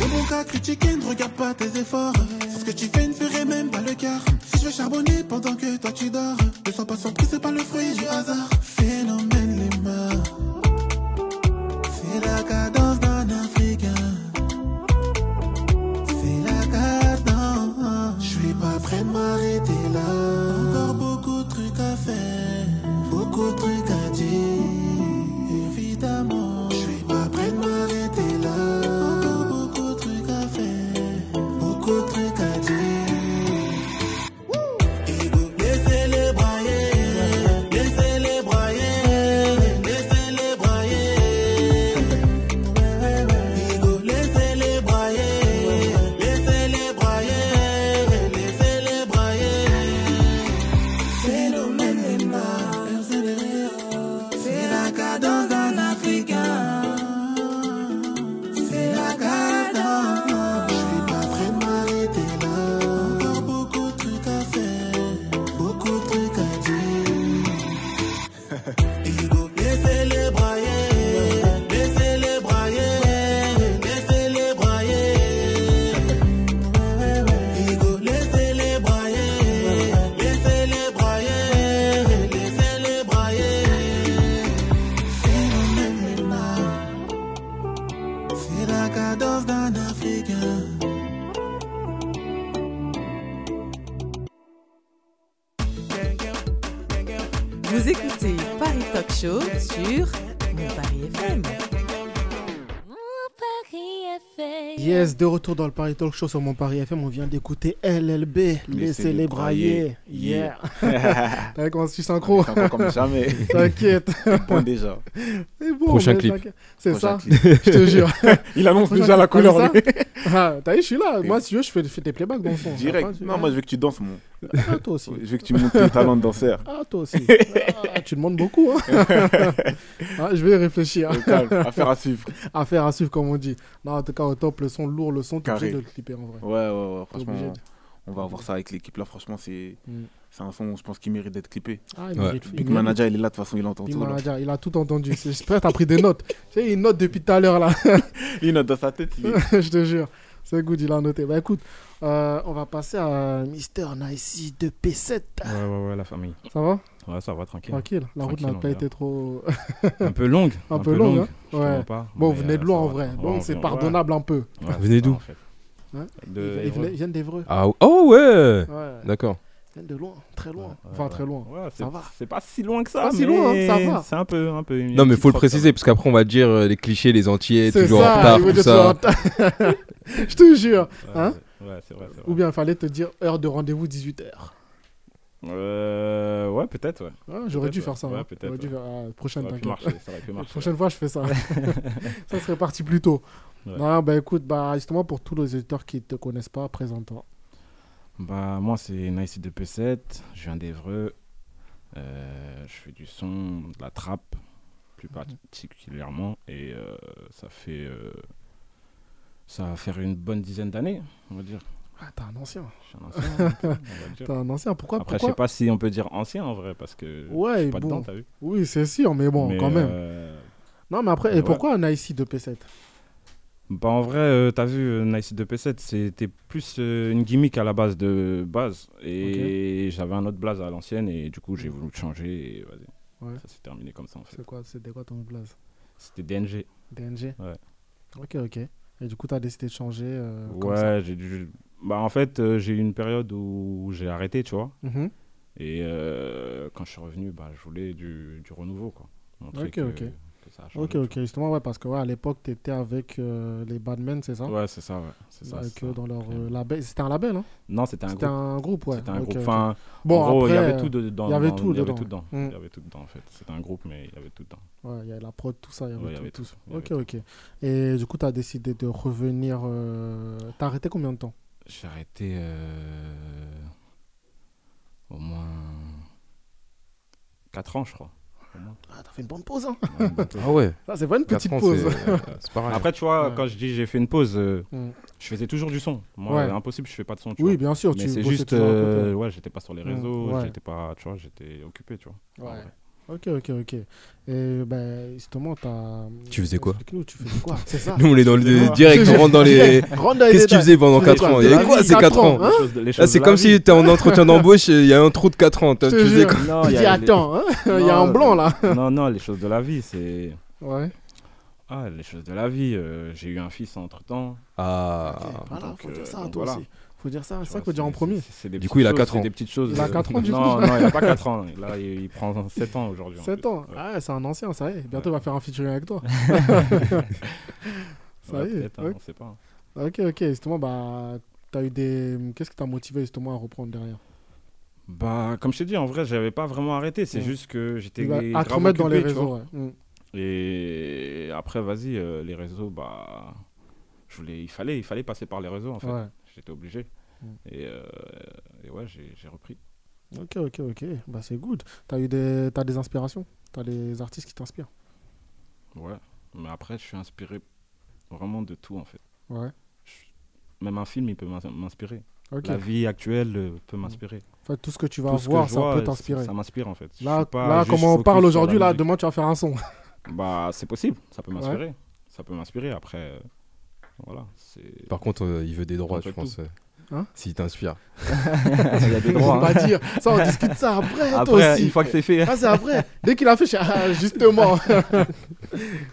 C'est mon cas critiquer, ne regarde pas tes efforts. Sur ce que tu fais, ne ferai même pas le quart. Si je vais charbonner pendant que toi tu dors, ne sois pas surpris, c'est pas le fruit du hasard. Phénomène les mains. C'est la cadence d'un Africain. C'est la cadence. Je suis pas prêt de m'arrêter là. Encore beaucoup de trucs à faire, beaucoup de trucs à dire. Évidemment, je suis pas prêt de m'arrêter là. Encore beaucoup de trucs à faire, beaucoup de trucs à dire. Laissez-les brailler, laissez-les brailler, laissez-les brailler. Laissez-les brailler, laissez-les brailler, laissez-les brailler. Phénomène Emma, c'est la cadence d'un Africain. C'est la cadence. Je suis pas prêt de m'arrêter là. Encore beaucoup de trucs à faire, beaucoup de trucs à [LAUGHS] dire. Ego, laissez-les brailler, laissez-les brailler, laissez-les brailler. Ego, laissez-les brailler, laissez-les brailler, laissez-les brailler. Phénomène Neymar. C'est la cadence d'un Africain. Vous écoutez Paris Talk Show sur Mon Paris FM. Paris FM. Yes, de retour dans le Paris Talk Show sur mon Paris FM, on vient d'écouter LLB, laissez-les Laissez-les brailler. brailler. Yeah. [LAUGHS] C'est T'as commencé tu synchro. encore comme [LAUGHS] jamais. T'inquiète, Point déjà. c'est bon. Prochain mais clip. t'inquiète. C'est Prochain ça, clip. je te jure. [LAUGHS] Il annonce Prochain déjà la clip, couleur. t'as vu lui. [LAUGHS] Ah, T'as vu, je suis là. Et- Moi, si tu veux, je fais, je fais des playbacks dans le fond. Direct. Non, moi je veux que tu danses, mon. Ah, [LAUGHS] toi aussi. Je veux que tu montes tes talents de [LAUGHS] danseur. Ah, toi aussi. Ah, tu demandes [LAUGHS] beaucoup. hein. Ah, je vais y réfléchir. Au calme, affaire à suivre. Affaire à suivre, comme on dit. Non, en tout cas, au top, le son lourd, le son, t'es obligé Carré. de le clipper en vrai. Ouais, ouais, ouais. T'es obligé Franchement, de- on va avoir ça avec l'équipe là. Franchement, c'est Mm. c'est un son, je pense, qui mérite d'être clippé. Ah, il Ouais. mérite- il Big mérite- Manager, il est là, de toute façon, il entend Big tout. là. Manager, il a tout entendu. C'est- J'espère que t'as pris des notes. [LAUGHS] Tu sais, il note depuis tout à l'heure là. [LAUGHS] Il note dans sa tête. Il... est- je te jure. C'est good, il a noté. Bah écoute, euh, on va passer à Mister Nicey de P7. Ouais, ouais, ouais, la famille. Ça va Ouais, ça va, tranquille. Tranquille. La route Tranquille, n'a on pas verra. été trop. [LAUGHS] Un peu longue. Un peu longue, hein. je te Ouais. mens pas, Bon, mais, vous venez de euh, loin ça en va. vrai. Ouais, on Donc c'est vient- pardonnable un peu. ouais. Ouais, Venez ça va, d'où en fait. Hein Ils ils De Hérault. venaient- ils viennent d'Evreux. Ah oh ouais. Ouais. D'accord. Ils viennent de loin. Très loin. Ouais, ouais, Enfin, ouais. très loin. Ouais, c'est- Ça va. C'est pas si loin que ça. Pas si loin, hein, mais ça va. C'est un peu. Un peu Non mais faut le préciser parce qu'après on va dire euh, les clichés, les entiers, C'est toujours ça, en retard, ils venaient tout toujours en ça. retard. [LAUGHS] Je te jure. Hein Ouais, c'est vrai, c'est vrai. Ou bien, il fallait te dire heure de rendez-vous 18h. Euh, ouais, peut-être, ouais. J'aurais dû Peut-être, faire ça. ouais. hein. Ouais, peut-être, J'aurais dû ouais. faire- ah, prochaine, Ça aurait pu t'inquiète. marcher, ça aurait pu La marcher. prochaine fois, je fais ça. [LAUGHS] ça serait parti plus tôt. Ouais. Non, bah écoute, bah justement, pour tous les auditeurs qui ne te connaissent pas, présente-toi. Bah, moi, c'est Nice de P7. Je viens d'Evreux. Euh, je fais du son, de la trappe, plus Mhm. particulièrement. Et euh, ça fait. euh, ça va faire une bonne dizaine d'années, on va dire. Ah, t'es un ancien. Je suis un [LAUGHS] ancien, un peu, on va le dire. T'es un ancien. Pourquoi, Après, je pourquoi sais pas si on peut dire ancien en vrai, parce que je Ouais, suis pas bon. dedans, t'as vu. Oui, c'est sûr, mais bon, Mais, quand même. euh, Non, mais après, et ouais. pourquoi un IC de P7 Bah en vrai, euh, t'as vu, euh, Nice 2P7, c'était plus euh, une gimmick à la base de base. Et j'avais un autre blaze à l'ancienne, et du coup, j'ai voulu le changer. Et vas-y. Ouais. Ça s'est terminé comme ça en fait. C'est quoi, c'était quoi ton blaze C'était DNG. DNG Ouais. Ok, ok. Et du coup, t'as décidé de changer. euh, comme ça. ouais, j'ai dû. Bah en fait, euh, j'ai eu une période où j'ai arrêté, tu vois. Mhm. Et euh, quand je suis revenu, bah, je voulais du, du renouveau, quoi. Montrer Ok, que- ok. que ça a changé, Ok, tu ok, justement, ouais, parce que ouais, à l'époque, t'étais avec euh, les Badmen, c'est ça vois. Ouais, c'est ça, ouais. C'est ça, Avec c'est eux ça. dans leur Après- euh, label. C'était un label, hein Non, c'était un C'était groupe. un groupe, ouais. C'était un Ok, groupe. ok. Enfin, bon, en gros, il y après, euh, avait tout dedans. il y avait dans- tout Il y avait dedans. tout dedans. Mm. Il y avait tout dedans, en fait. C'était un groupe, mais il y avait tout dedans. Ouais, il y avait la prod, tout ça, il y avait Ouais, il y tout. avait tout tout, ça. il y ok, avait ok. Et du coup, tu as décidé de revenir. euh, T'as arrêté combien de temps J'ai arrêté euh, au moins 4 ans, je crois. Au moins. Ah, t'as fait une bonne pause, [LAUGHS] hein Ouais, une bonne pause. Ah ouais, Ça, c'est pas une quatre petite ans, pause. c'est- euh, c'est pas mal. [LAUGHS] Après, tu vois, Ouais. quand je dis j'ai fait une pause, euh, Mm. je faisais toujours du son. Moi, Ouais. euh, impossible, je fais pas de son. [LAUGHS] Tu Oui, vois. bien sûr, Mais tu c'est bossais juste, toujours à côté. euh, ouais, j'étais pas sur les Mm, réseaux, ouais. j'étais pas, tu vois, j'étais occupé, tu vois. Ouais. Ah ouais. Ok, ok, ok. Et ben, justement, t'as. Tu faisais quoi Explique-nous, tu faisais quoi C'est ça [LAUGHS] Nous, on est dans Excusez-moi. le direct, on rentre dans les. Rentre dans les Qu'est-ce que tu détails. faisais pendant Faisais 4 ans quoi Il y avait De quoi la ces vie, 4 ans Hein Les choses de- les Là, choses c'est de comme la si vie. tu en entretien d'embauche, il y a un trou de 4 ans. Tu Je te faisais jure. quoi Non, Il il y dit, a les- attends, hein il y a un Non, blanc là. Non, non, les choses de la vie, c'est. [LAUGHS] Ouais. Ah, les choses de la vie. euh, j'ai eu un fils entre temps. Ah. voilà, donc, faut dire euh, ça, donc toi voilà. aussi. Faut dire Ah, ça, c'est ça qu'il faut dire en premier. Du coup, il a quatre ans. C'est des petites choses. Il a euh, quatre ans, du Non, coup. non, il a pas 4 ans. Là, il il prend [LAUGHS] 7 ans aujourd'hui. en 7 fait. ans. Ouais. Ah, c'est un ancien, ça y est. Bientôt, il va faire un featuring avec toi. ça Ouais, y est, peut-être, hein, ouais. On sait pas. Ah, Ok, ok, justement, bah, t'as eu des. Qu'est-ce qui t'a motivé justement à reprendre derrière Bah, comme je t'ai dit, en vrai, j'avais pas vraiment arrêté. C'est Mm. juste que j'étais. Bah, À te grave remettre dans les occupé, tu vois. réseaux, ouais. Mm. Et après, vas-y, euh, les réseaux, bah. Je voulais, il, fallait, il fallait passer par les réseaux, en fait. Ouais. J'étais obligé. Mm. Et, euh, et ouais, j'ai j'ai repris. Ok, ok, ok. Bah, c'est good. T'as eu des... T'as des inspirations T'as des artistes qui t'inspirent Ouais. Mais après, je suis inspiré vraiment de tout, en fait. Ouais. Même un film, il peut m'ins- m'inspirer. Ok. La vie actuelle euh, peut m'inspirer. En fait, tout ce que tu Tout vas ce que voir, je ça vois, peut t'inspirer. Ça m'inspire en fait. Je Là, suis pas là juste comme on focus parle sur la aujourd'hui, là, musique. demain, tu vas faire un son. Bah, c'est possible, ça peut Ouais. m'inspirer. Ça peut m'inspirer après. euh, voilà, c'est. Par contre, euh, il veut des droits, je Contre pense. euh, Hein S'il t'inspire. Il y [LAUGHS] a des On droits. va hein. dire. Ça, on discute ça après, toi Après, aussi. une fois que c'est fait. hein. Ah, c'est après. Dès qu'il a fait, je suis, ah, [LAUGHS] justement. [LAUGHS]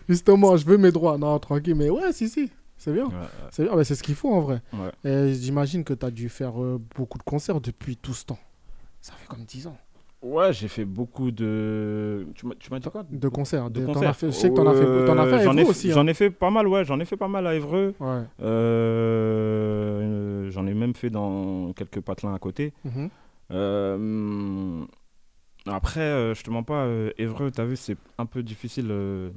justement, je veux mes droits. Non, tranquille. Mais ouais, si, si. C'est bien. Ouais, ouais. C'est bien. Ah, bah, c'est ce qu'il faut en vrai. Ouais. Et j'imagine que tu as dû faire euh, beaucoup de concerts depuis tout ce temps. Ça fait comme 10 ans. Ouais, j'ai fait beaucoup de. Tu m'as tu m'as dit quoi De concerts. De de- t'en concerts. as fait- je sais que t'en as fait, t'en as fait Euh, à j'en ai Évreux fait- aussi. hein. J'en ai fait pas mal, ouais, j'en ai fait pas mal à Évreux. Ouais. Euh, euh, j'en ai même fait dans quelques patelins à côté. Mhm. Euh, après, euh, je te mens pas, euh, Évreux, t'as vu, c'est un peu difficile euh,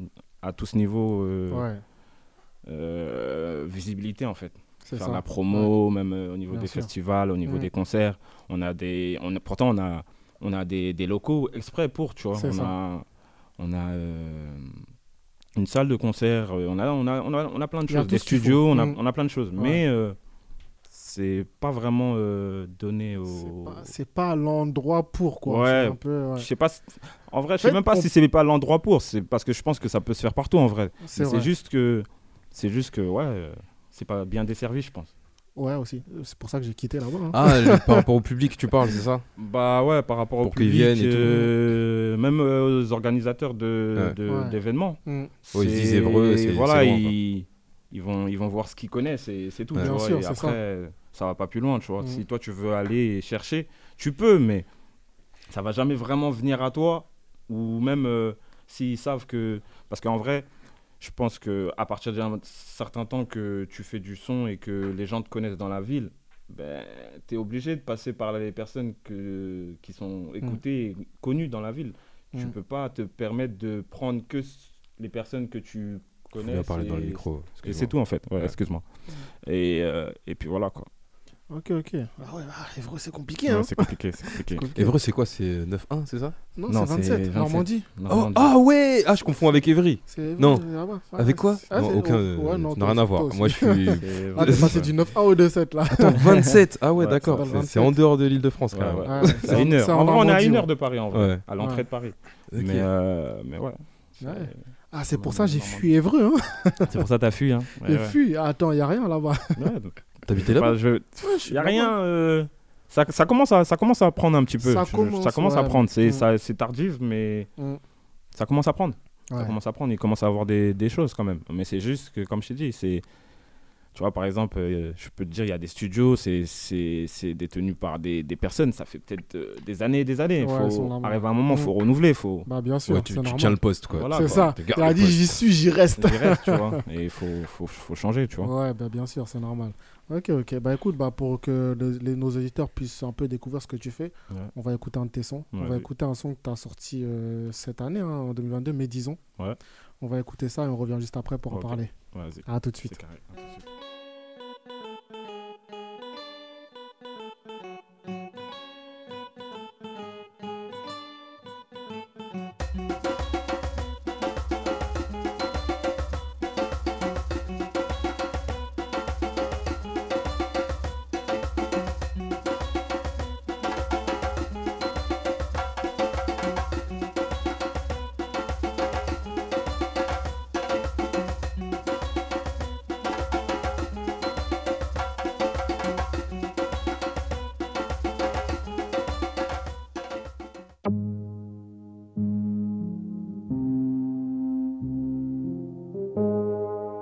à tous niveaux. euh, Ouais, euh, visibilité en fait. c'est Faire ça. la promo, même euh, au niveau Bien des sûr. festivals, au niveau Mm. des concerts. On a des, on a- pourtant, on a, on a des, des locaux exprès pour, tu vois. C'est On ça. a, on a euh, une salle de concert, euh, on a, on, a, on, a, on a plein de Il y a choses. tout Des ce qu'il faut. studios, on a, Mm. on a plein de choses. Mais euh, c'est pas vraiment euh, donné C'est au. pas- C'est pas, l'endroit pour quoi. Ouais. C'est un peu, ouais. Je sais pas. si- En vrai, je fait, sais même pas on- si c'est pas l'endroit pour. C'est parce que je pense que ça peut se faire partout en vrai. C'est Mais C'est vrai. juste que, c'est juste que, ouais, euh, c'est pas bien desservi, je pense. Ouais, aussi. C'est pour ça que j'ai quitté là-bas. hein. [LAUGHS] Ah, le- par rapport au public, tu parles, c'est ça Bah ouais, par rapport au Pour qu'ils public, viennent et tout. euh, même euh, aux organisateurs de Ouais. de- Ouais. d'événements. Mm. Ouais, ils se disent C'est- Évreux, c'est- voilà, c'est loin, quoi. ils, ils vont ils vont voir ce qu'ils connaissent et c'est tout. Ouais. tu Bien vois, sûr, et c'est après, ça. va pas plus loin, tu vois. Mm. Si toi tu veux aller chercher, tu peux, mais ça va jamais vraiment venir à toi. Ou même euh, s'ils savent que, parce qu'en vrai, je pense que à partir d'un certain temps que tu fais du son et que les gens te connaissent dans la ville, ben, tu es obligé de passer par les personnes que, qui sont écoutées et connues dans la ville. Tu Mm. peux pas te permettre de prendre que s- les personnes que tu Faut connais. bien parler dans le et- micro. Et c'est tout en fait, Ouais, excuse-moi. Mm. Et, euh, et puis voilà quoi. Ok, ok. Ah ouais, bah, Évreux, c'est compliqué. Ouais, hein. c'est compliqué, c'est compliqué. compliqué. Évreux, c'est quoi C'est 9-1, c'est ça Non, Non, c'est c'est 27, 27. Normandie. Oh, Normandie. Ah ouais Ah, je confonds avec Évry. C'est- Non. c'est là-bas. Ouais, Avec quoi c'est- ah, Non, c'est- aucun. ouais, euh, non, ça toi n'a rien à aussi, voir. toi Moi, je aussi. suis. [LAUGHS] C'est Ah, vrai. t'es passé du 9A au 2-7 là. Attends, 27 Ah ouais, Ouais, d'accord. c'est dans le C'est- C'est 27. en dehors de l'île de France, Ouais, quand même. Ouais, ouais. [LAUGHS] C'est à une heure. en En vrai, on est à Normandie, une ouais. heure de Paris en vrai, Ouais. à l'entrée Ouais. de Paris. Ok. Mais, euh, mais ouais. C'est- Ouais. Ah, c'est pour Ouais, ça j'ai Normandie. fui Évreux. Hein. [LAUGHS] C'est pour ça que t'as fui. Hein. Ouais, J'ai ouais. fui. Ah, Attends, il a rien là-bas. Ouais, [LAUGHS] donc, T'habitais là bah, je... suis y a là-bas. rien. euh, Ça, ça commence à, ça commence à prendre un petit peu. Ça Je- je- commence, à ouais. prendre. C'est Mm. ça- c'est tardif, mais Mm. ça commence à prendre. Ça Ouais. commence à prendre. Il commence à avoir des, des choses quand même. Mais c'est juste que, comme je t'ai dit, c'est. Tu vois, par exemple, euh, je peux te dire, il y a des studios, c'est- c'est c'est détenu par des, des personnes. Ça fait peut-être euh, des années et des années. Ouais, faut ils sont là-bas. arriver à un moment, Mm. faut [LAUGHS] renouveler. faut Bah, bien sûr, Ouais, tu c'est tu normal. tiens le poste, quoi. Voilà, C'est quoi. ça. Tu gardes Il a le dit poste. j'y suis, j'y reste. J'y reste, tu vois. Et il faut, faut, faut changer, tu vois. Ouais, bah, bien sûr, c'est normal. Ok, ok. Bah écoute, bah, pour que le- les- nos auditeurs puissent un peu découvrir ce que tu fais, Ouais. on va écouter un de tes sons. on Ouais, va oui. écouter un son que tu as sorti euh, cette année, hein, en 2022, mais disons. Ouais. On va écouter ça et on revient juste après pour en Ok. parler. Vas-y. À tout de suite. C'est carré. À tout de suite.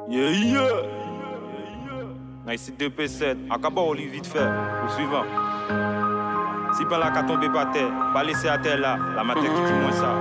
Yeah, yeah. Nice 2P7, Akaba au lit vite fait, au suivant. Si pas là qu'à tomber par terre, pas laisser à terre là, la matin qui dit moins ça.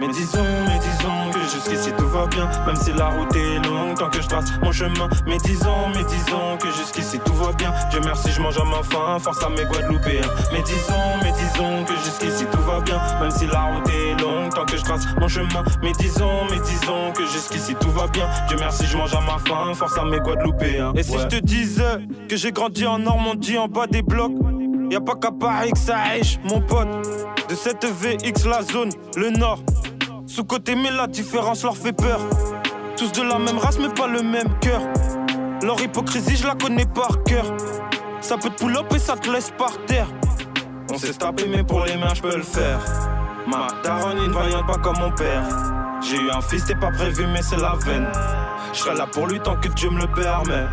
Mais disons, mais disons que jusqu'ici tout va bien, même si la route est longue, tant que je trace mon chemin. Mais disons, mais disons que jusqu'ici tout va bien, Dieu merci, je mange à ma faim, force à mes Guadeloupéens. Mais disons, mais disons que jusqu'ici tout va bien, même si la route est longue, tant que je trace mon chemin. Mais disons, mais disons que jusqu'ici tout va bien, Dieu merci, je mange à ma faim, force à mes Guadeloupéens. Et si je te disais que j'ai grandi en Normandie, en bas des blocs, y a pas qu'à Paris que ça riche, mon pote. De cette VX, la zone, le nord. Sous-côté, mais la différence leur fait peur. Tous de la même race, mais pas le même cœur. Leur hypocrisie, je la connais par cœur. Ça peut te pull up et ça te laisse par terre. On s'est tapé, mais pour les mains, je peux le faire. Ma daronne, ne voyant pas comme mon père. J'ai eu un fils, t'es pas prévu, mais c'est la veine. Je serai là pour lui tant que Dieu me le permet.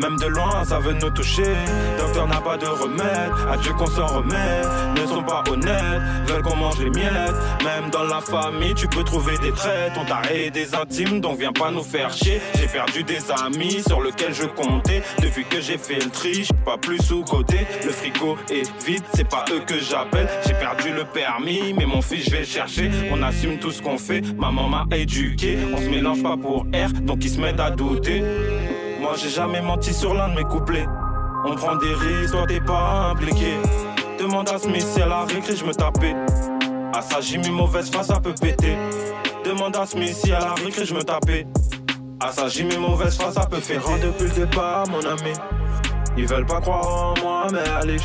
Même de loin, ça veut nous toucher. Docteur n'a pas de remède, à Dieu qu'on s'en remet. Ne sont pas honnêtes, veulent qu'on mange les miettes. Même dans la famille, tu peux trouver des traites. On t'a rayé des intimes, donc viens pas nous faire chier. J'ai perdu des amis sur lesquels je comptais. Depuis que j'ai fait le tri, j'suis pas plus sous-côté. Le frigo est vide, c'est pas eux que j'appelle. J'ai perdu le permis, mais mon fils, je vais le chercher. On assume tout ce qu'on fait, maman m'a éduqué. On se mélange pas pour R, donc ils se mettent à douter. Moi j'ai jamais menti sur l'un de mes couplets. On prend des risques, toi t'es pas impliqué. Demande à Smith si à la récré je me tapais. À ça j'ai mis mauvaise face, ça peut péter. Demande à Smith si à la récré je me tapais. À ça j'ai mis mauvaise face, ça peut faire depuis le départ, mon ami. Ils veulent pas croire en moi, mais allez.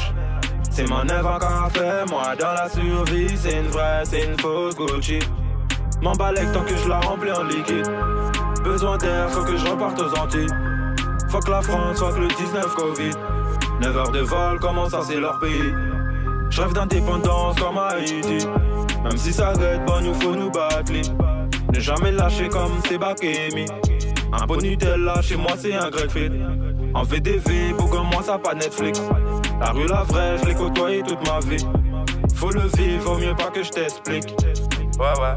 C'est ma neuf à café, moi dans la survie, c'est une vraie, c'est une fausse Gucci. M'en balèque tant que je la remplis en liquide. Besoin d'air, faut que je reparte aux Antilles. Fuck la France, fuck le 19 Covid. 9 heures de vol, comment ça c'est leur pays Je rêve d'indépendance comme Haïti. Même si ça va être bon, nous faut nous battre. les. Ne jamais lâcher comme Sebakemi. Un bon Nutella, chez moi c'est un grec fait. En VDV, pour comme moi ça pas Netflix. La rue la vraie, je l'ai côtoyée toute ma vie. Faut le vivre, vaut mieux pas que je t'explique. Ouais, ouais.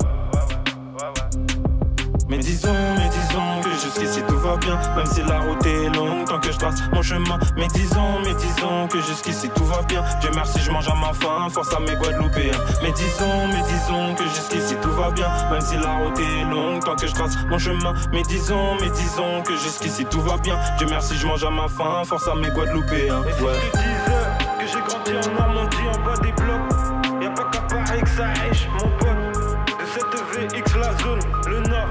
Mais disons, mais disons que jusqu'ici tout va bien Même si la route est longue tant que je trace mon chemin Mais disons, mais disons que jusqu'ici tout va bien Dieu merci je mange à ma faim, force à mes Guadeloupéens Mais disons, mais disons que jusqu'ici tout va bien Même si la route est longue tant que je trace mon chemin Mais disons, mais disons que jusqu'ici tout va bien Dieu merci je mange à ma faim, force à mes Guadeloupéens Ouais. que j'ai grandi en Normandie, en bas des blocs. Y'a pas qu'à Paris que ça riche, mon pote. De cette VX, la zone, le nord.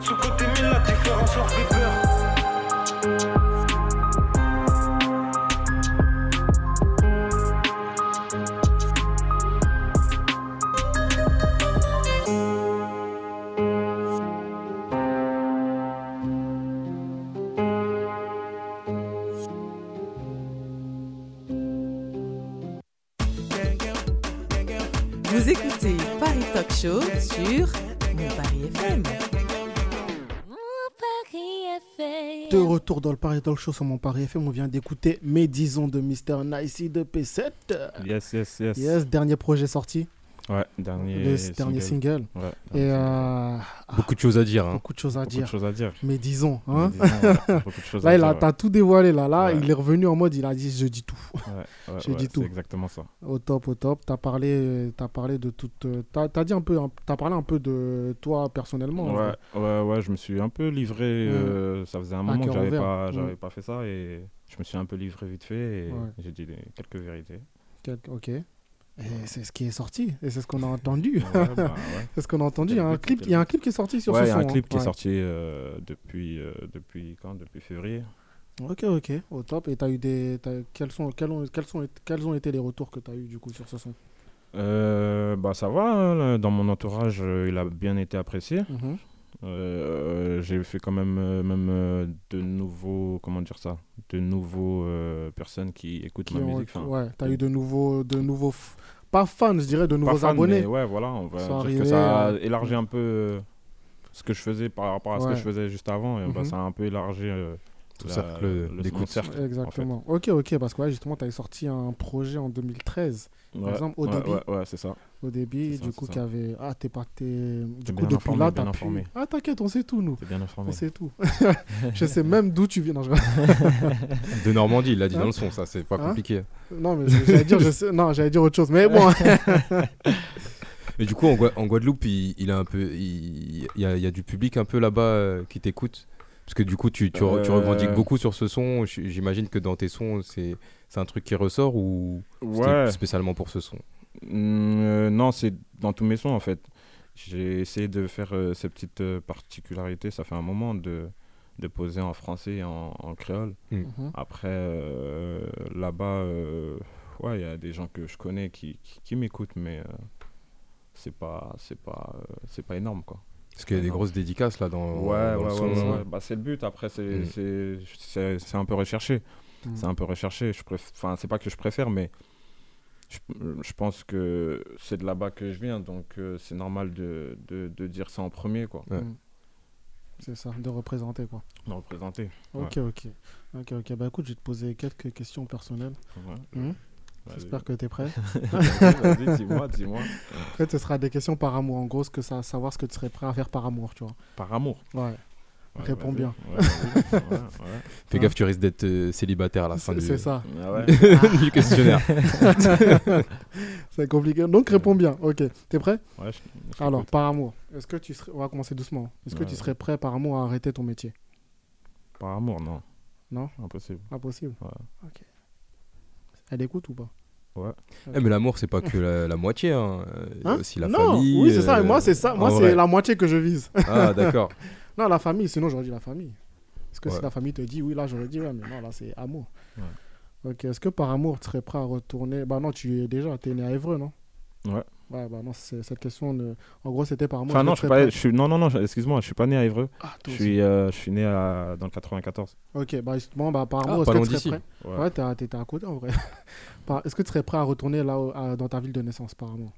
Sous côté 1000, la différence leur fait peur. Vous écoutez Paris Talk Show sur Mon Paris FM. De retour dans le Paris Talk Show sur mon Paris FM, on vient d'écouter Mes disons de Mr. Nicey de P7. Yes, yes, yes. Yes, dernier projet sorti. Ouais, dernier Le s- dernier single. single. Ouais, Et euh, Beaucoup de choses à dire. hein. beaucoup de choses à Beaucoup de dire. choses à dire. Mais disons. Hein Mais disons, ouais, [LAUGHS] beaucoup de choses là, à il a dire, t'as ouais. tout dévoilé. Là, là Ouais. il est revenu en mode il a dit je dis tout. Ouais, ouais, je dis ouais, tout. C'est exactement ça. Au top, au top. T'as parlé, euh, t'as parlé de toute. euh, T'as t'as dit un peu, hein, t'as parlé un peu de toi personnellement. hein. en Ouais, vrai. ouais, ouais, je me suis un peu livré. euh, ça faisait un À moment Mm. que cœur j'avais ouvert. pas, j'avais Mm. pas fait ça et je me suis un peu livré vite fait et Ouais. j'ai dit des- quelques [LAUGHS] vérités. Quel- Ok. Et c'est ce qui est sorti. Et c'est ce qu'on a entendu. Ouais, bah, ouais. [LAUGHS] c'est ce qu'on a entendu. Il y a Quel un but, clip, quel il y a un but. clip qui est sorti sur Ouais, ce il y a son. un hein. clip qui Ouais. est sorti euh, depuis, euh, depuis quand Depuis février. Ok, ok. Au top. Et t'as eu des, t'as- quels sont, quels ont, quels sont, quels ont été les retours que t'as eu du coup sur ce son Euh, bah ça va, hein, là, dans mon entourage, euh, il a bien été apprécié. Mhm. Euh, j'ai fait quand même euh, même euh, de nouveaux comment dire ça de nouveaux euh, personnes qui écoutent Qui ma ont- musique enfin, Ouais. T'as eu de nouveaux, de nouveaux, f- pas fans, je dirais, de pas nouveaux fan, abonnés. mais ouais voilà on va Sont dire arrivés, que ça a euh, élargi un peu euh, ce que je faisais par rapport à ce Ouais. que je faisais juste avant et bah, Mhm. ça a un peu élargi euh, Ton la- cercle le- mon d'écoute. cercle, en fait. Exactement. Ok, ok, parce que ouais, justement, tu as sorti un projet en 2013, Ouais, par exemple, au ouais, début. ouais, ouais, c'est ça Au début, C'est ça, du c'est coup, ça. qui avait. Ah, t'es pas. t'es- Du T'es coup, bien depuis informé, là, bien t'as pu. informé. Ah, t'inquiète, on sait tout, nous. t'es bien informé On sait [LAUGHS] tout. [LAUGHS] je sais même d'où tu viens. Non, je- De Normandie, il l'a dit Hein dans le son, ça, c'est pas Hein compliqué. [LAUGHS] non mais j'allais dire, je sais- non, j'allais dire autre chose. Mais bon, [LAUGHS] Mais du coup, en, Gua- en Guadeloupe, il, il a un peu, il, il y a, il y a du public un peu là-bas euh, qui t'écoute. Parce que du coup, tu, tu, re- tu Euh. revendiques beaucoup sur ce son. J- J'imagine que dans tes sons, c'est c'est un truc qui ressort ou c'était ouais spécialement pour ce son. Mm, euh, non, c'est dans tous mes sons en fait. J'ai essayé de faire euh, ces petites euh, particularités. Ça fait un moment de, de poser en français et en, en créole. [LAUGHS] Mhm. Après, euh, là-bas, euh, ouais, il y a des gens que je connais qui, qui, qui m'écoutent, mais euh, c'est pas, c'est pas, euh, c'est pas énorme quoi. Parce qu'il y a des Non. grosses dédicaces là dans, Ouais, dans ouais, le son. ouais, ouais, ouais. Bah, c'est le but. Après, c'est Mm. c'est- c'est- c'est un peu recherché. Mm. C'est un peu recherché. Je préf... Enfin, c'est pas que je préfère, mais je, je pense que c'est de là-bas que je viens. Donc, euh, c'est normal de, de, de dire ça en premier, quoi. Ouais. c'est ça, de représenter quoi. De représenter. Ok, ok. Ok, ok. Bah écoute, je vais te poser quelques questions personnelles. Ouais. Hmm. Vas-y. J'espère que t'es prêt. Vas-y, vas-y, dis-moi, dis-moi. En fait, ce sera des questions par amour. En gros, ce que ça, savoir ce que tu serais prêt à faire par amour, tu vois. Par amour. Ouais. Ouais, Réponds vas-y. bien. Ouais, vas-y. Ouais, ouais. Fais gaffe, tu risques d'être euh, célibataire à la fin C'est du, c'est ça. [LAUGHS] Ah ouais. [LAUGHS] du questionnaire. C'est compliqué. Donc réponds bien. Ok. T'es prêt Ouais, je- je Alors, t'écoute. par amour. Est-ce que tu serais... On va commencer doucement. Est-ce que Ouais, tu ouais. serais prêt par amour à arrêter ton métier Par amour, non. Non Impossible. Impossible. Ouais. Ok. Elle écoute ou pas Eh, mais l'amour, c'est pas que la, la moitié. Hein. Euh, il y a Hein aussi la Non. famille. Oui, c'est ça. euh, Et moi, c'est ça. Moi, en c'est vrai. la moitié que je vise. Ah, d'accord. non, la famille. Sinon, j'aurais dit la famille. Parce que si Ouais. la famille te dit oui, là, j'aurais dit ouais, mais non, là, c'est amour. Ouais. Ok. Est-ce que par amour, tu serais prêt à retourner Bah non, tu es déjà. T'es né à Évreux, non Ouais. Ouais, bah non, c'est- cette question. ne- En gros, c'était par amour. Enfin, est-ce non, que je tu suis serais pas, je suis- non, non, non, je- excuse-moi, je suis pas né à Évreux. prêt Ah, Je toi aussi. suis, euh, je suis né à- dans le 94. Ok, bah justement, bah, par Ah, amour, est-ce pas que loin tu serais d'ici. prêt Ouais. Ouais, t'es à- t'étais à côté en vrai. [LAUGHS] Par- Est-ce que tu serais prêt à retourner là où- à- dans ta ville de naissance, par amour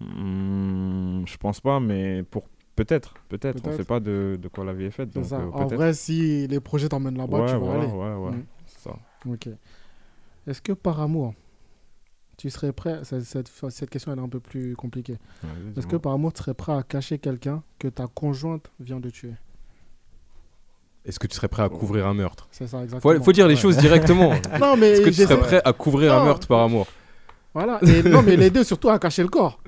Hmm, je pense pas, mais pour peut-être, peut-être. on Peut-être. sait pas de, de quoi la vie est faite. C'est Donc, ça. euh, en peut-être. vrai, si les projets t'emmènent là-bas, ouais, tu Mm. vas voilà, aller. ouais, ouais, Mm. c'est ça. Ok. Est-ce que par amour, Tu serais prêt cette, cette- cette question elle est un peu plus compliquée. Ouais, vas-y, Est-ce que dis-moi. par amour, tu serais prêt à cacher quelqu'un que ta conjointe vient de tuer Est-ce que tu serais prêt à couvrir un meurtre C'est ça, Faut- exactement. Faut, dire les Ouais. choses directement. [LAUGHS] Non, mais Est-ce que tu j'essaie- serais prêt à couvrir Non. un meurtre par amour Voilà. Et non, mais les deux, surtout à cacher le corps.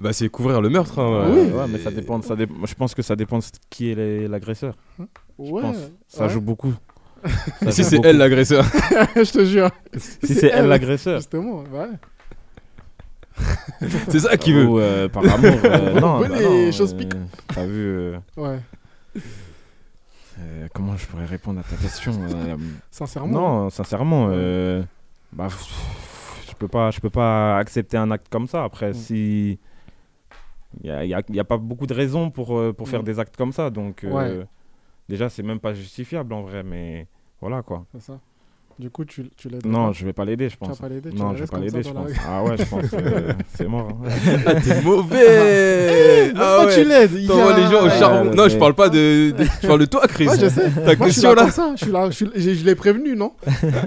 Bah, c'est couvrir le meurtre. Ah hein, Ah, Ouais, euh, ouais, mais ça dépend, ça dé- je pense que ça dépend de qui est les- l'agresseur. Je Ouais, pense. Ça ouais. joue beaucoup. Et Ça si joue c'est beaucoup. elle l'agresseur [LAUGHS] [LAUGHS] Je te jure. Si c'est elle l'agresseur. Justement, ouais. C'est ça qu'il veut. Ou, [LAUGHS] euh, par amour. euh, non, Ouais, bah les non, choses euh, piquent. T'as vu. euh, Ouais. euh, comment je pourrais répondre à ta question euh, Sincèrement. hein. Non, sincèrement. euh, bah, pff, je peux pas, je peux pas accepter un acte comme ça. Après, si. Il n'y a, y a- y a pas beaucoup de raisons pour, euh, pour faire Mm. des actes comme ça. Donc, Ouais. euh, déjà, c'est même pas justifiable en vrai, mais voilà quoi. C'est ça. Du coup, tu, tu l'aides. Non, pas. je vais pas l'aider, je pense. Tu vas pas l'aider. tu Non, la je vais laisses pas comme ça l'aider, je dans pense. la- Ah ouais, je pense. [LAUGHS] euh, c'est mort. hein. Ah, t'es Eh, mauvais même Ah pas ouais. tu l'aides, il y T'envoies a- les gens au Ouais, charbon. ouais, Non, ouais. je parle pas de. de- Je parle de toi, Chris. Ouais, je sais. Ta Moi, je suis question là là. comme ça, je suis là, je, suis- j'ai- je l'ai prévenu, non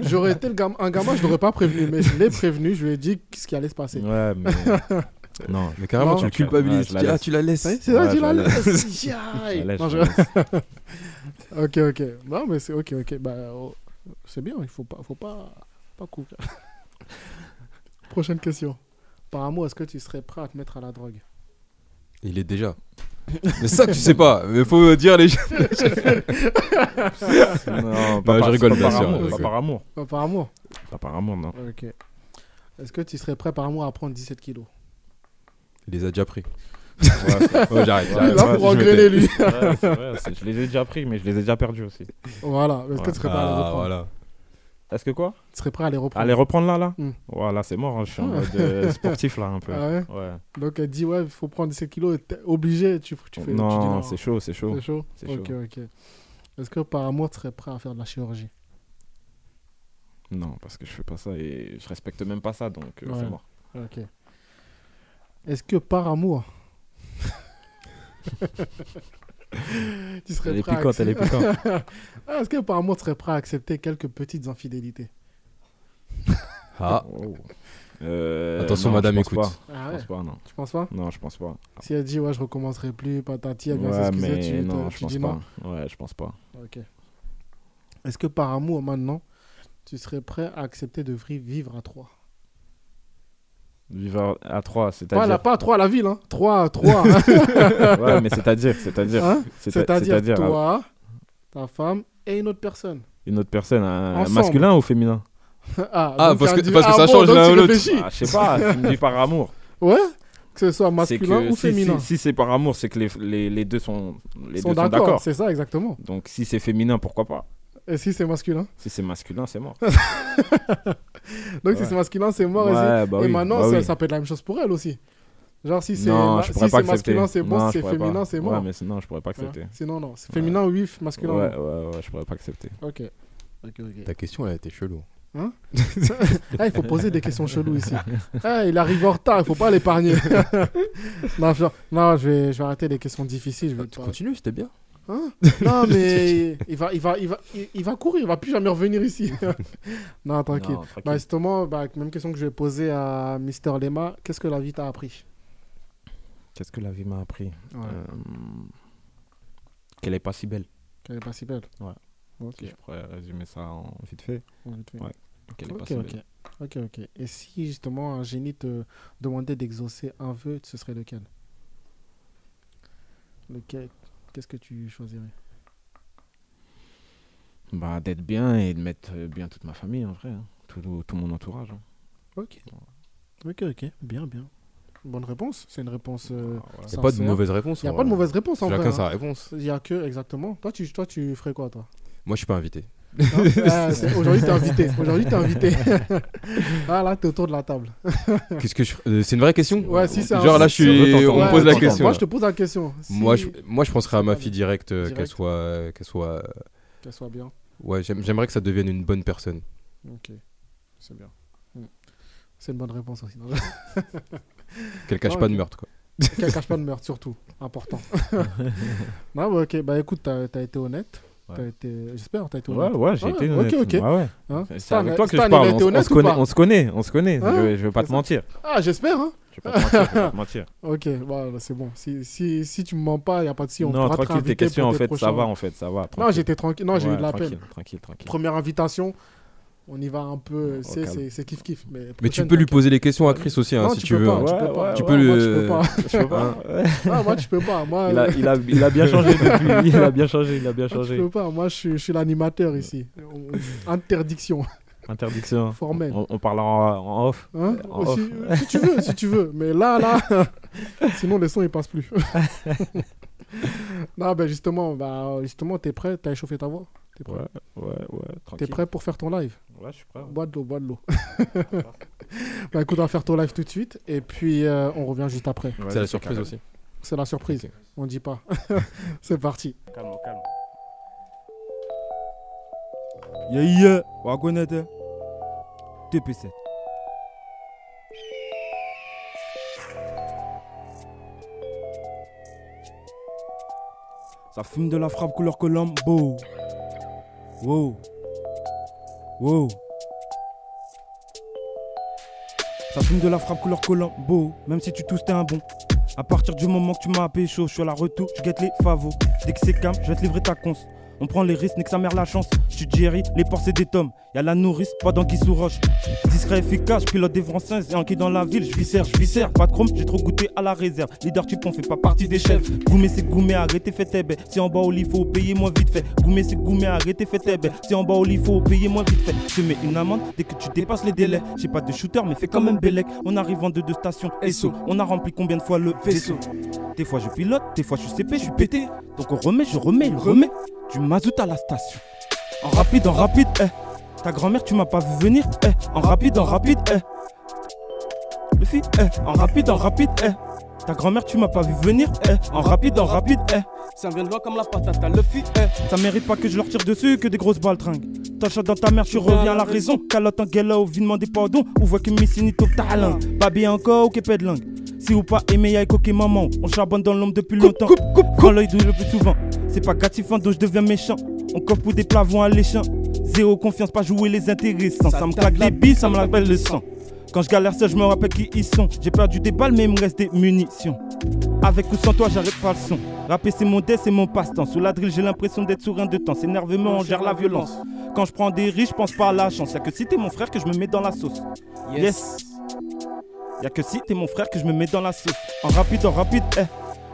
J'aurais été le gam- un gamin, je l'aurais pas prévenu, mais je l'ai prévenu, je lui ai dit ce qui allait se passer. [LAUGHS] Ouais, mais. Non. Mais carrément, Non. tu le Ouais, culpabilises. je Tu la dis, ah, laisse. tu la laisses. Ouais, C'est ça, Ouais, tu je l'as [LAUGHS] la laissé. [LAUGHS] Je la Aïe. laisse, Non, je je- la laisse. [LAUGHS] Ok, ok. Non, mais c'est ok, ok. Bah, oh, c'est bien, il faut pas, faut pas, pas couvrir. [LAUGHS] Prochaine question. Par amour, est-ce que tu serais prêt à te mettre à la drogue Il est déjà. Mais ça, tu sais pas. Mais faut dire les choses. Non, Bah, je par- rigole, pas bien par sûr, amour, je Pas rigole. par amour. Pas Euh, Par amour Pas par amour, non. Ok. Est-ce que tu serais prêt par amour à prendre 17 kilos Il les a déjà pris. [LAUGHS] Ouais, Oh, j'arrête. Il Ouais, est j'arrête. là ouais, pour je engrainer lui. ouais, c'est vrai, c'est- je les ai déjà pris, mais je les ai déjà perdus aussi. Voilà. Est-ce que tu serais prêt à les Ah, reprendre voilà. Est-ce que quoi Tu serais prêt à les reprendre Allez, reprendre là, là Hmm. Voilà, c'est mort, hein, je suis en mode euh, sportif là un peu. [LAUGHS] Ah ouais Ouais. Donc elle dit ouais, il faut prendre 17 kilos, t'es obligé, tu, tu fais. tu dis Non, c'est chaud, c'est chaud. C'est chaud. C'est Ok, chaud. ok. Est-ce que par amour, tu serais prêt à faire de la chirurgie Non, parce que je fais pas ça et je respecte même pas ça, donc euh, Ouais. c'est mort. Ok. Est-ce que par [LAUGHS] amour, tu serais Elle est prêt à piquante, elle est accepter- [LAUGHS] piquante. Ah, Est-ce que par amour, tu serais prêt à accepter quelques petites infidélités Ah, Oh. Euh, Attention, non, madame, je pense écoute. pas. Ah Je ouais, pense pas, non. tu penses pas Non, je pense pas. Si elle dit ouais, je recommencerai plus, patati, elle vient Ah. ouais, s'excuser, mais tu, non, tu je pense dis pas. non. Ouais, je pense pas. Ok. Est-ce que par amour, maintenant, tu serais prêt à accepter de vri- vivre à trois Vivre à 3, Pas, la, c'est-à-dire. pas à trois à la ville, hein 3 à 3. ouais, mais c'est-à-dire, c'est-à-dire. Hein [LAUGHS] c'est-à- C'est-à-dire c'est-à-dire, euh, toi, ta femme et une autre personne. [LAUGHS] Une autre personne, un Ensemble. masculin ou féminin Ah, Ah, donc parce il y a que- du- parce que ça bon, change donc l'un tu ou l'autre. réfléchis. Ah, Je sais pas, tu me dis par amour. Ouais, que ce soit C'est que masculin ou si- féminin. Si, si c'est par amour, c'est que les, les, les deux sont les Ils sont deux sont d'accord. d'accord, c'est ça exactement. Donc si c'est féminin, pourquoi pas Et si c'est masculin Si c'est masculin, c'est mort. Donc si Ouais. c'est masculin, c'est mort. et c'est- Ouais, bah et oui, maintenant, bah ça, oui. ça peut être la même chose pour elle aussi. Genre, si c'est Non, ma- je si pourrais pas c'est accepter. masculin, c'est bon, si Non, je c'est pourrais pas. féminin, c'est Ouais, mort. mais c'est- non, je pourrais pas accepter. Hein, Sinon, non. C'est féminin, oui, f- Ouais, masculin. ouais, ouais, je pourrais pas accepter. non. Ok. [LAUGHS] Ok, ok. ta question, elle était chelou. Ah, il faut poser des questions cheloues [LAUGHS] ici. Ah, il arrive en retard, il faut pas l'épargner. [LAUGHS] non, je, non je, vais, je vais arrêter les questions difficiles. Je vais Tu pas- continues, c'était bien. Non, mais il va, il, va, il, va, il, il va courir, il va plus jamais revenir ici. [LAUGHS] non, tranquille. Non, tranquille. Bah, justement, bah, même question que je vais poser à Mister Lema. Qu'est-ce que la vie t'a appris Qu'est-ce que la vie m'a appris Ouais. Euh, Qu'elle est pas si belle. Qu'elle est pas si belle. Ouais. Ok. Si je pourrais résumer ça en vite fait. Ouais, Qu'elle est Ok, pas si ok. belle. Ok, ok. Et si justement un génie te demandait d'exaucer un vœu, ce serait lequel Lequel Qu'est-ce que tu choisirais Bah, d'être bien et de mettre euh, bien toute ma famille, en vrai. hein. Tout, tout mon entourage. hein. Ok. Ok, ok. Bien, bien. Bonne réponse. C'est une réponse. euh, Ah, ouais. Y a pas de sincère. mauvaise réponse. hein. Il n'y a en pas de vrai. mauvaise réponse en vrai. Chacun hein. sa réponse. Il n'y a que, exactement. Toi, tu, toi, tu ferais quoi, [LAUGHS] toi Moi, je suis pas invité. Hein Ah, [LAUGHS] c'est- Aujourd'hui, t'es invité. Aujourd'hui, t'es invité. [LAUGHS] ah, là, t'es autour de la table. Qu'est-ce que je... euh, C'est une vraie question Ouais, si c'est un- Genre là, je si- suis. si on veut On me Ouais, pose la t'entends. question. Moi, là. je te pose la question. Si- Moi, je, moi, je penserais à ma c'est pas fille directe, euh, Direct. qu'elle soit, euh, qu'elle soit. euh, Qu'elle soit bien. Ouais, j'aime- j'aimerais que ça devienne une bonne personne. C'est bien. Mm. C'est une bonne réponse aussi. Non, [LAUGHS] Qu'elle cache Ah, pas ok. de meurtre, quoi. [LAUGHS] Qu'elle cache pas de meurtre, surtout. Important. non, bah, ok. Bah, écoute, t'as as été honnête. T'as été- J'espère, t'as été Ouais, honnête. ouais, j'ai été honnête. Ah, Ok, ok. Ouais, ouais. Hein C'est- C'est Stan, avec toi que je Stan, il a parle. été On, on honnête se ou connaît, pas on se connaît, on se connaît. Hein je, vais- je vais pas te mentir. Ah, j'espère, hein Je vais pas te mentir, je vais pas te mentir. Ok, voilà, c'est bon. Si, si, si tu me mens pas, il n'y a pas de [LAUGHS] si. On non, pourra te tranquille, tes réinviter questions, pour en tes fait, ça prochains- va, en fait, ça va. Non, j'étais tranquille. Non, j'ai Ouais, eu de la peine. Tranquille, tranquille, tranquille. Première invitation, on y va un peu. C'est calme. c'est- c'est kiff-kiff. Mais, Mais tu prochaine, peux lui t'inquiète. poser les questions à Chris aussi, hein, Non, si tu tu peux veux. pas, hein. tu peux pas. Tu Ouais, peux ouais, le. moi, je peux pas. Je [LAUGHS] peux pas. Ouais. Ah, moi, tu peux pas. Moi, Hein [LAUGHS] Il a, il, a, il a bien [LAUGHS] changé depuis. Il a bien changé, il a bien Moi, Ah, tu changé. peux pas. Moi, je suis, je suis l'animateur ici. On- Interdiction. Hein Interdiction. Formelle. On, on parle en, en off. Hein En off. si, si tu veux, si tu veux. Mais là, là, sinon le son il passe plus. non, ben justement, bah, justement, t'es prêt T'as échauffé ta voix T'es prêt Ouais, ouais, ouais, T'es tranquille. prêt pour faire ton live Ouais, je suis prêt. Bois de l'eau, bois de l'eau. bah écoute, on va faire ton live tout de suite et puis euh, on revient juste après. C'est la surprise aussi. C'est la surprise, on dit pas. [LAUGHS] C'est parti. Calme, calme. Yeah, yeah. Wagonette. TP7. Ça fume de la frappe couleur Colombo. Wow. Wow. Ça fume de la frappe couleur Colombo. Même si tu tousses, t'es un bon. À partir du moment que tu m'as appelé chaud, je suis à la retour, je guette les favos. Dès que c'est calme, je vais te livrer ta cons. On prend les risques, n'est que sa mère la chance. Tu Jerry, les ports c'est des tomes. Y'a la nourrice, pas d'anguille sous roche. Discret, efficace, je pilote des françaises. Et qui dans la ville, je viscère, je viscère. Pas de chrome, j'ai trop goûté à la réserve. Leader, tu pont, fais pas partie des chefs. Goumé, c'est goumé, arrêtez, faites tes baies. Si en bas au lit, faut payer moins vite fait. Goumé, c'est goumé, arrêtez, faites tes baies. Si en bas au lit, faut payer moins vite fait. Je te mets une amende dès que tu dépasses les délais. J'ai pas de shooter, mais fais quand même Bélec. On arrive en deux, deux stations. Et on a rempli combien de fois le vaisseau Des fois je pilote, des fois je suis CP, je suis pété. Donc on remet, je remets, il remet. Du mazout à la station. En rapide, en rapide, eh. Ta grand-mère, tu m'as pas vu venir, eh. En rapide, en rapide, eh. Le fille, eh. En rapide, en rapide, eh. Ta grand-mère, tu m'as pas vu venir, eh. En rapide, en rapide, eh. Ça vient de loin comme la patate à le fille, eh. Ça mérite pas que je leur tire dessus que des grosses baltringues. T'achètes dans ta mère, tu reviens à la raison. Calotte en galop, viens demander pardon. Ou voit que Missini top ta langue. Babi encore ou qu'épée de langue. Si ou pas aimé, y'a coquet maman. On charbonne dans l'ombre depuis longtemps. Coupe, coupe, l'œil d'où le plus souvent. C'est pas gratifant, donc je deviens méchant. On coffre pour des plavons alléchants. Zéro confiance, pas jouer les intéressants. Ça, me claque les billes, ça me rappelle le sang. Quand je galère seul, je me rappelle qui ils sont. J'ai perdu des balles, mais il me reste des munitions. Avec ou sans toi, j'arrête pas le son. Rapper, c'est mon dé, c'est mon passe-temps. Sous la drill, j'ai l'impression d'être sur un de temps. C'est nerveusement, on gère la violence. Quand je prends des riches, je pense pas à la chance. Y'a que si t'es mon frère que je me mets dans la sauce. Yes. Y'a que si t'es mon frère que je me mets dans la sauce. En rapide, en rapide, eh.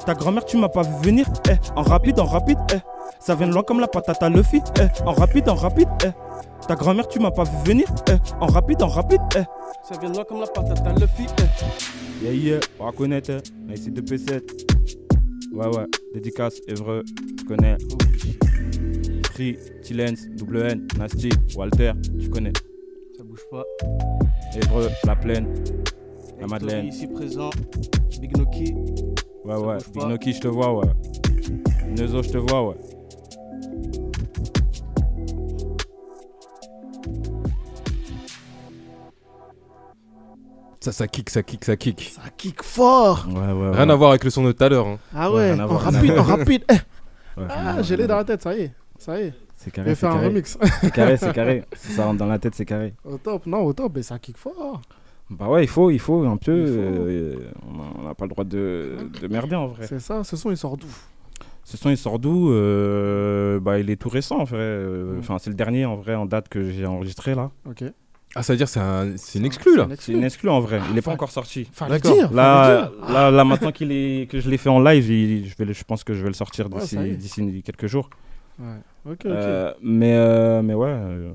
Ta grand-mère, tu m'as pas vu venir, eh. En rapide, en rapide, eh. Ça vient de loin comme la patate à Luffy, eh. En rapide, en rapide, eh. Ta grand-mère, tu m'as pas vu venir, eh. En rapide, en rapide, eh. Ça vient de loin comme la patate à Luffy, eh. Yeah, yeah, on va connaître, hein. Nice de P7. Ouais, ouais, dédicace, Evreux, tu connais. Free, Tilens, Double N, Nasty, Walter, tu connais. Ça bouge pas. Évreux, La Plaine, La Avec Madeleine. Tori ici présent. Big Noki. Ouais, ouais. bouge pas. Binoki, je te vois, ouais. Nezo, je te vois, ouais. Ça, ça kick, ça kick, ça kick. Ça kick fort Rien à voir avec le son de tout à l'heure. hein. Ah ouais, Rien à en voir. rapide, en rapide. eh. Ouais, ah, j'ai les dans la tête, ça y est. Ça y est. C'est Je carré. vais c'est faire un carré. remix. [LAUGHS] C'est carré, c'est carré. Si ça rentre dans la tête, c'est carré. Au top, non, au top, mais ça kick fort. Bah ouais, il faut, il faut un peu. euh, on a- on n'a pas le droit de, de merder en vrai. C'est ça, ce son il sort d'où Ce son, il sort d'où Euh, Bah, il est tout récent en vrai. Euh, Enfin, c'est le dernier en vrai en date que j'ai enregistré là. Ok. Ah, ça veut dire c'est un- c'est une exclue là. C'est une exclue en vrai. il Ah, n'est pas encore sorti. fallait dire, Là, euh, fallait là, là, maintenant qu'il est, que je l'ai fait en live, il- je, vais, le- je pense que je vais le sortir Ouais, d'ici ça y est. d'ici quelques jours. Ouais. Ok, ok. Euh, mais, euh, mais ouais, euh,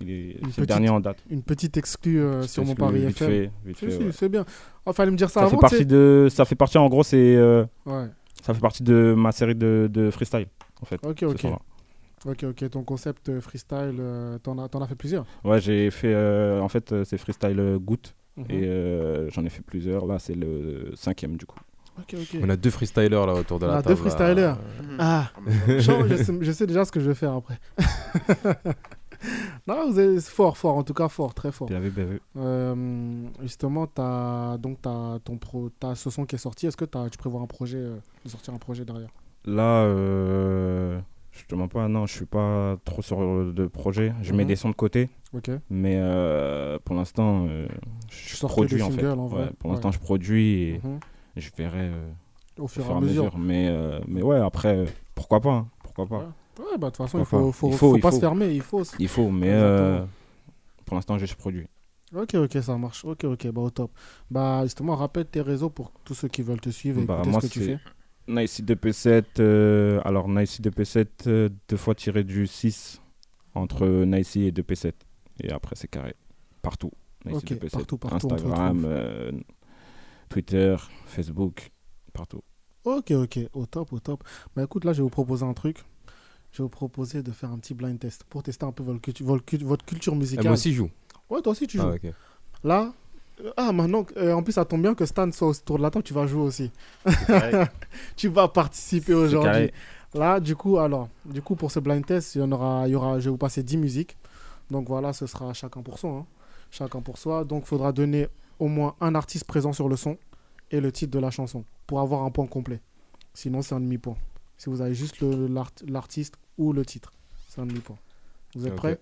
il est- Une c'est le petite- dernier en date. Une petite exclue euh, Petite sur mon exclue, Paris vite FM. fait, vite Si, fait, si, ouais. C'est bien. Oh, fallait me dire ça, Ça, avant. fait tu sais. partie de, ça fait partie en gros, c'est. euh, Ouais. Ça fait partie de ma série de, de freestyle en fait. Ok, ce ok. son-là. Ok, ok. Ton concept euh, freestyle, euh, t'en as, t'en as fait plusieurs Ouais, j'ai fait. euh, en fait, euh, c'est freestyle euh, goutte. Mhm. Et euh, j'en ai fait plusieurs. Là, c'est le cinquième du coup. Ok, ok. On a deux freestylers là autour de On la a table. deux freestylers. Ah, [LAUGHS] je, je sais, je sais déjà ce que je vais faire après. [LAUGHS] non, vous êtes fort, fort, en tout cas fort, très fort. Bien vu, bien vu. Euh, justement, t'as donc t'as ton pro, t'as ce son qui est sorti. Est-ce que t'as- tu prévois un projet, euh, de sortir un projet derrière Là, euh, je Je te mens pas, non, je suis pas trop sur euh, de projet. Je mets Mhm. des sons de côté. Ok. Mais euh, pour l'instant, euh, je sors que produis des en fait. singles, en vrai. Ouais, pour Ouais. l'instant, je produis et Mhm. je verrai euh, Au fur et à mesure. Mais, euh, mais ouais, après, euh, pourquoi pas hein, Pourquoi pas Ouais, bah, de toute façon, il Pourquoi faut- pas. faut- faut pas se fermer, il faut- Il faut, mais Exactement. euh, pour l'instant, je produis. Ok, ok, ça marche. Ok, ok, bah au top. Bah justement, rappelle tes réseaux pour tous ceux qui veulent te suivre et Bah, écouter moi, ce que tu c'est fais. Nice 2P7, euh, alors Nice 2P7, euh, deux fois tiré du 6 entre Nice et 2P7. Et après, c'est carré. Partout. Nice Ok, 2P7. partout, partout, on te Instagram, retrouve. euh, Twitter, Facebook, partout. Ok, ok, au top, au top. Bah écoute, là, je vais vous proposer un truc. Je vais vous proposer de faire un petit blind test pour tester un peu votre, cultu- votre cul- votre culture musicale. Eh, moi aussi, je joue. Ouais, toi aussi, tu Ah, joues. ok. Là, euh, ah, maintenant, euh, en plus, ça tombe bien que Stan soit autour de la table, tu vas jouer aussi. carré. [LAUGHS] tu vas participer aujourd'hui. [LAUGHS] carré. Là, du coup, alors, du coup, pour ce blind test, il y en aura, il y aura, je vais vous passer 10 musiques. Donc voilà, ce sera chacun pour soi. hein. Chacun pour soi. Donc, il faudra donner au moins un artiste présent sur le son et le titre de la chanson pour avoir un point complet. Sinon, c'est un demi-point. Si vous avez juste le- l'art- l'artiste ou le titre, c'est un demi-point. Vous êtes Ok. prêts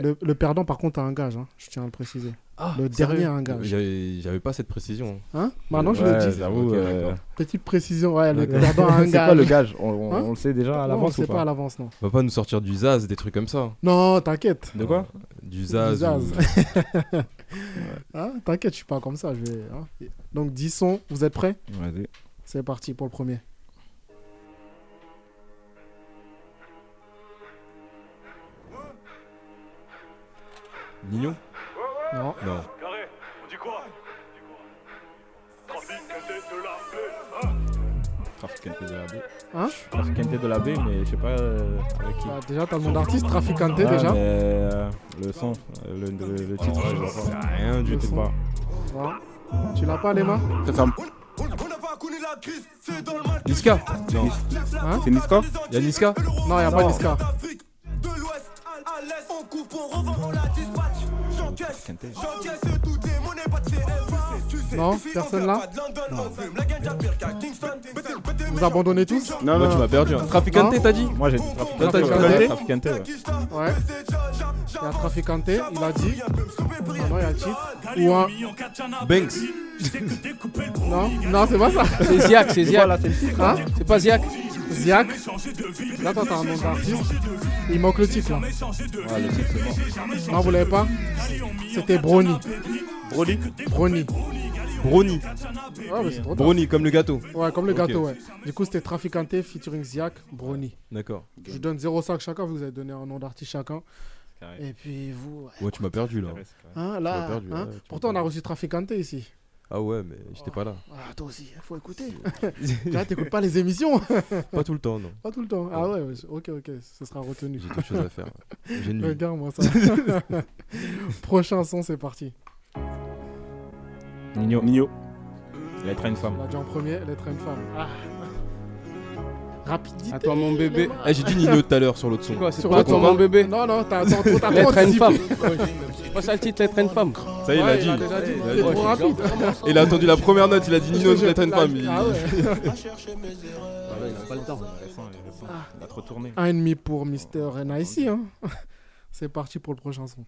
le, le perdant, par contre, a un gage, hein, je tiens à le préciser. le dernier a un gage. J'avais j'avais pas cette précision. Hein Bah non, je le dis. j'avoue, euh, Petite précision, ouais, le D'accord. perdant a un gage. [LAUGHS] [LAUGHS] C'est quoi le gage On- on- Hein on le sait déjà à Non, l'avance On ou le sait pas pas à l'avance, non. On va pas nous sortir du Zaz, des trucs comme ça. Non, t'inquiète. De quoi Du Zaz. ou- Hein, T'inquiète, je suis pas comme ça. Je vais, hein. Donc 10 sons, vous êtes prêts Vas-y. C'est parti pour le premier. Nino Non. Non. Carré, on dit quoi Traficante de la B. Hein Traficante de la B, mais je sais pas euh, avec qui. Bah, déjà, t'as le nom d'artiste, Traficante, Ah, déjà. mais, euh, le son, euh, le, le- le Oh, titre, je vois pas. Rien du Le tout. son. Pas. Voilà. Tu l'as pas, les mains Niska Non. Hein C'est Niska Y'a Niska Non, y a pas Non. Niska. Non, personne là Vous abandonnez tous Non, Moi, tu m'as perdu. hein. Traficante, Non. t'as dit Moi, j'ai Toi, t'as dit Traficante. Traficante, ouais. Ouais. Il y a Traficante, il a dit. Ah non, il y a le titre. Ou un. Banks. non, non, c'est pas ça. C'est Ziak, c'est Ziak. Hein C'est pas Ziak. Ziak. Là, toi, t'as un nom d'artiste. Il manque le titre là. Non, vous l'avez pas C'était Brony. Brony Brony. Brony. Ouais, mais c'est trop tard. Brony, comme le gâteau. Ouais, comme le Ok. gâteau, ouais. Du coup, c'était Traficante featuring Ziak, Brony. D'accord. Je vous donne 0,5 chacun, vous avez donné un nom d'artiste chacun. carré. Et puis vous. Ouais, tu m'as perdu là. Hein, Tu là, m'as perdu, hein. ouais, tu Pourtant, on a reçu Traficante [LAUGHS] ici. m'as- Ah ouais, mais j'étais pas là. Ah, toi aussi, faut écouter. là, t'écoutes pas les émissions [LAUGHS] [LAUGHS] Pas tout le temps, non. Pas tout le temps. Ah ouais, ouais, ok, ok, ce sera retenu. J'ai d'autres choses à faire. J'ai une vie. Regarde-moi ça. [LAUGHS] Prochain son, c'est parti. Nino. Nino. Lettre à une femme. On a dit en premier, l'être à une femme. Ah. Rapidité. À toi, mon bébé. Eh, j'ai dit Nino tout à l'heure sur l'autre son. C'est quoi, c'est Sur pas l'autre toi, son. hein. mon bébé Non, non, t'as t'as- t'as trop Lettre à une femme. anticipé. C'est pas ça le titre, lettre à une femme. Ça y est, il a Ouais, dit. il a déjà dit. Il C'est a dit. trop rapide. Il a attendu la première note, il a dit Nino, je n'étais une femme. Il- Ah ouais. Voilà, il a pas le temps. Il ressent, il ressent. Il a trop tourné. Un ennemi pour Mister NIC. Hein. C'est parti pour le prochain son.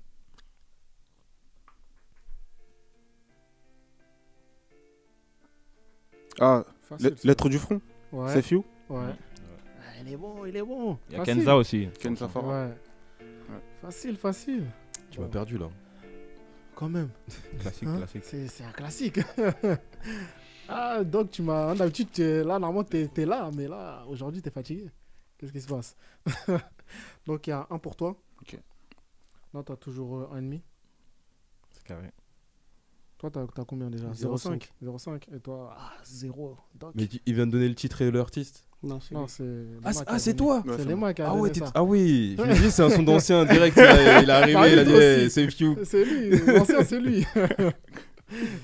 Ah, Facile, le- l'être du front Ouais. C'est Fiu Ouais. Ah, Il est bon, il est bon. Il y a Facile. Kenza aussi. Kenza Ouais. Farah. Facile, facile. Tu m'as perdu là. Quand même. Classique, classique. C'est c'est un classique. [LAUGHS] ah, donc tu m'as. hein, D'habitude, tu es là, normalement, t'es es là, mais là, aujourd'hui, t'es fatigué. Qu'est-ce qui se passe [LAUGHS] Donc, il y a un pour toi. Ok. Là, t'as toujours euh, un demi. C'est carré. Toi, t'as as combien déjà 0,5. 0,5. 0,5. Et toi, ah, 0. Donc, Mais il vient de donner le titre et l'artiste Non, c'est non, c'est. Ah, Lema c'est- qui ah, a c'est donné. toi C'est Lema qui a Ah donné ouais, t'es- ça. ah oui, je me dis, c'est un son d'ancien, direct, il a- il est arrivé, il a dit, lui Ah aussi. hey, c'est [LAUGHS] Fiu. C'est lui, l'ancien, c'est [LAUGHS] lui.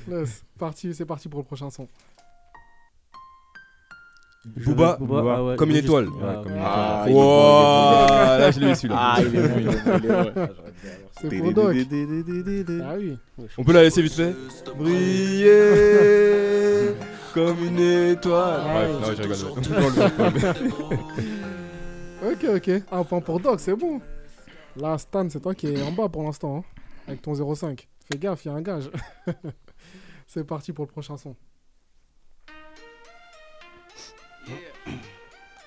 Là, c'est parti, c'est parti pour le prochain son. Booba, Booba, ah ouais, comme une juste- étoile. ouais, comme une Ah, étoile. wow, il est bon, il est bon. là je l'ai eu celui-là. Ah, il est bon, il est bon, il est bon. C'est pour Doc. Ah oui. On peut la laisser vite fait Briller comme une étoile. Ah Bref, oui. non, je rigole. Toujours le même. Ok, ok. Un point pour Doc, c'est bon. Là, Stan, c'est toi qui es en bas pour l'instant, hein, avec ton 0,5. Fais gaffe, il y a un gage. [LAUGHS] c'est parti pour le prochain son. [LAUGHS]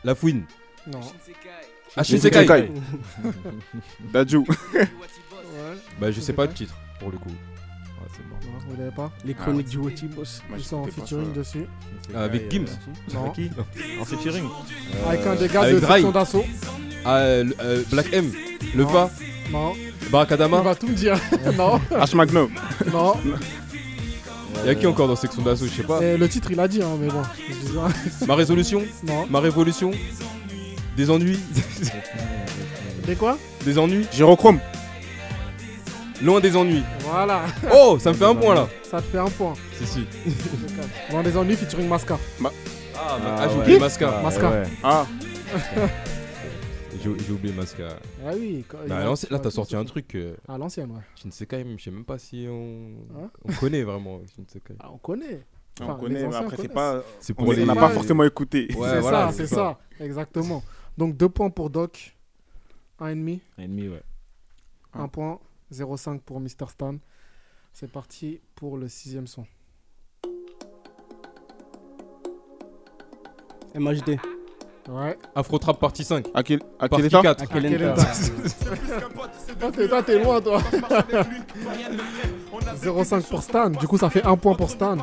La fouine. Ah, Non. Ashisekai. [LAUGHS] Ashisekai. Dadju. Ouais. Bah, je sais pas le titre, pour le coup. Ah, Non, vous l'avez pas Les chroniques du Watibos. Ils sont en featuring dessus. Ah, avec Gims Non. Avec qui En featuring Avec un des gars Euh, avec de Dry. section d'assaut. Ah, le- euh, Black M. Le Va. Non. Barakadama. Il va tout me [LAUGHS] dire. non. H. Magnum. Non. Y'a qui encore dans section d'assaut Je sais pas. Et le titre, il a dit, hein, mais bon. [LAUGHS] Je dis ça. Ma résolution Non. Ma révolution Des ennuis [LAUGHS] Des quoi Des ennuis Gyrochrome Loin des ennuis. Voilà. Oh, ça me fait un point là Ça te fait un point. Si, si. On a des ennuis featuring Masca. Ah, ma- j'ai ouais. oublié Masca. Masca. Ah J'ai j'ai oublié Masca. Ah oui, quand- Bah, à l'ancienne- là, t'as sorti un truc. euh, À l'ancienne, ouais. Shinsekai, mais je sais même pas si on, Hein on connaît vraiment Shinsekai. Ah, On connaît. On Enfin, connaît, les mais anciens après, c'est connaissent. pas- C'est pour on les- les- on n'a pas forcément écouté. Ouais, c'est voilà, ça, c'est ça. Exactement. Donc, deux points pour Doc. Un et demi. Un ennemi, ouais. Un point. 0,5 pour Mr. Stan. C'est parti pour le sixième son. MHD. Ouais. Afrotrap partie 5. À quel, à Partie quel état 4. [LAUGHS] Toi, t'es- Toi, t'es loin, [LAUGHS] toi. 0,5 pour Stan. Du coup, ça fait un point pour Stan.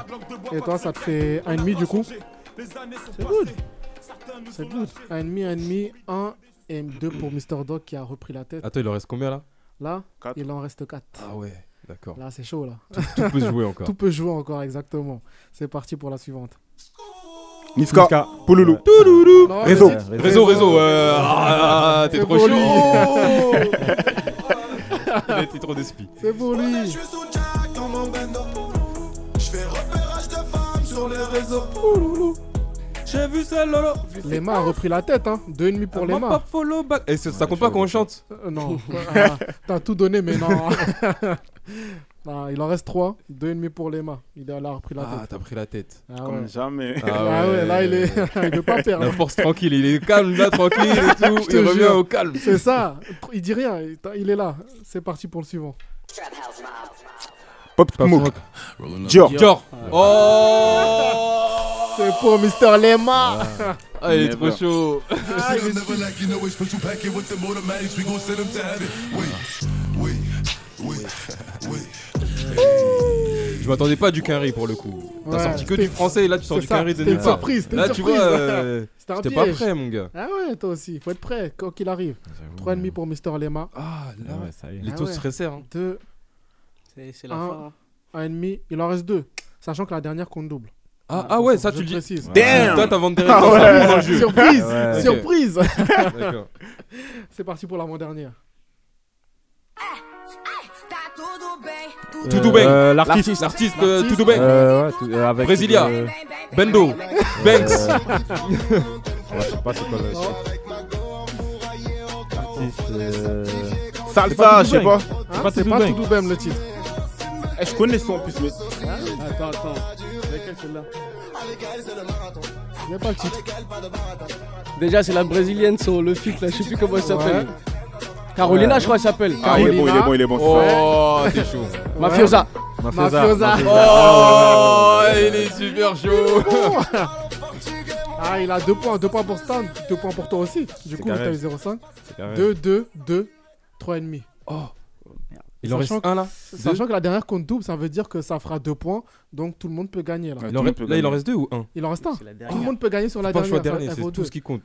Et toi, ça te fait un et demi, du coup. C'est good. C'est good. Un et demi, un et demi, un et deux pour Mr. Doc qui a repris la tête. Attends, il en reste combien là Là, il en reste 4. Ah ouais, d'accord. Là, c'est chaud, là. Tout- tout peut se jouer encore. tout peut jouer encore, exactement. C'est parti pour la suivante. Niska. Pouloulou. Non, Réseau. mais dites- [LAUGHS] Réseau, réseau, [LAUGHS] euh, ah, ah, t'es C'est trop pour chaud. lui. [LAUGHS] Il a été trop d'esprit. C'est pour lui. dans mon bando. Je fais repérage de femmes sur les réseaux. J'ai vu ça, Lolo. Lema a repris la tête, hein. Deux et demi Ah, pour Lema. Pas follow back. Et Eh, ça, ça compte pas quand on chante Euh, [LAUGHS] non, Ah, t'as tout donné, mais non. [LAUGHS] Non, il en reste 3, 2,5 pour Lema. Il a, il a repris la Ah, tête. t'as pris la tête. Ah Comme ouais. jamais. Ah ouais. là, il est. [LAUGHS] il veut pas perdre. La force tranquille, il est calme là, tranquille et [LAUGHS] Je tout. te Il revient jure. au calme. C'est ça. Il dit rien. Il il est là. C'est parti pour le suivant. Pop Smoke. Dior. Dior. Oh. C'est pour Mr. Lema. Ah, il est trop chaud. Ah, il est- Je m'attendais pas à du Quinry pour le coup. T'as Ouais, sorti que c'était- du français et là tu sors c'est du ça, Quinry de c'était nulle une part. surprise, c'était une Là tu surprise. vois, [LAUGHS] euh, C'était un j'étais pas piège. prêt mon gars. Ah ouais, toi aussi. Faut être prêt, quoi qu'il arrive. 3,5 pour Mr. Lema. Ah là, Ah ouais, ça y est. les taux se resserrent, hein. 2, C'est c'est la fin. 1, 1,5. Il en reste 2. Sachant que la dernière compte double. Ah, ah ouais, ça Je tu le dis. Ah, précise. Damn Toi t'as vendu derrière toi, ça rentre dans le [LAUGHS] jeu. Surprise Ok. Surprise [LAUGHS] D'accord. C'est parti pour l'avant-dernière. Toudou Bang. [LAUGHS] euh, l'artiste. L'artiste euh, Toudou Bang. Euh, ouais, tout- euh, avec, Brasilia. euh, Bendo. Banks. Euh, ouais, je sais pas c'est quoi le Artiste, euh, Salsa, pas je sais pas. Hein, C'est pas Toudou Bem le titre. Eh, je connais son en plus, mais. Attends, attends. C'est laquelle, celle-là Il n'y a pas le titre. Déjà, c'est la brésilienne, son, le flic là, je sais plus comment elle s'appelle. Ouais. Carolina, je crois, elle s'appelle. Ah, il est bon, il est bon, il est bon. Oh, t'es chaud. Mafiosa. Mafiosa. Oh, il est super chaud. [LAUGHS] Ah, il a 2 points, 2 points pour Stan, 2 points pour toi aussi. Du coup, carré. t'as eu 0,5. C'est carré. 2, 2, 2, 3,5. Oh Il en reste un, là Sachant que la dernière compte double, ça veut dire que ça fera 2 points, donc tout le monde peut gagner là. Il en reste- là, il en reste deux ou un Il en reste un. C'est la Tout le monde peut gagner sur la Faut pas que je dernière. sois dernier, ça- c'est ça vaut tout deux. ce qui compte.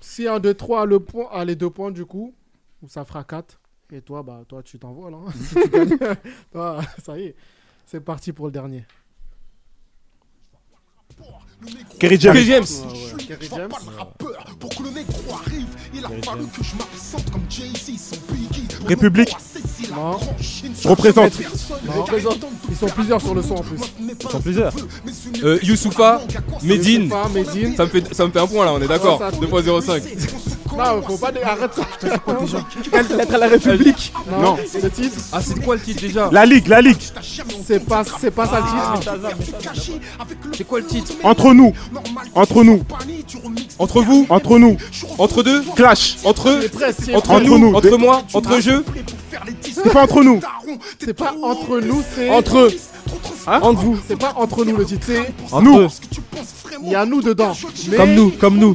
si un 2, 3 a, le point, a les 2 points du coup, ça fera 4. Et toi, bah, toi tu t'envoles. Hein, si tu gagnes. [LAUGHS] Toi, ça y est, c'est parti pour le dernier. Kerry James. Kerry James. Je vois pas le rappeur pour que le négro arrive. Il a fallu que je m'absente comme Jay-Z, son Biggie. République. Non. Je représente. Représente. Ils sont plusieurs sur le son en plus. Ils sont plusieurs. Euh, Youssoufa, Medine. Youssoufa, Medine. Ça me fait ça me fait un point là, on est d'accord. Ouais, ça- 2.05. Non, faut pas. dé- Arrête ça. Lettre à la République. Non, Non. le titre. Ah, c'est quoi le titre déjà La Ligue, la Ligue. C'est pas, c'est pas ça le titre. C'est quoi le titre Entre nous. Entre nous. Entre vous. Entre nous. Entre deux. Clash. Entre eux. Entre Entre nous. nous. Entre moi. Entre jeu. C'est pas entre nous. C'est pas entre nous, c'est. Entre eux. entre vous. C'est pas entre nous le titre, c'est. Entre Nous. eux. Il y a nous dedans. mais- Comme nous, comme nous.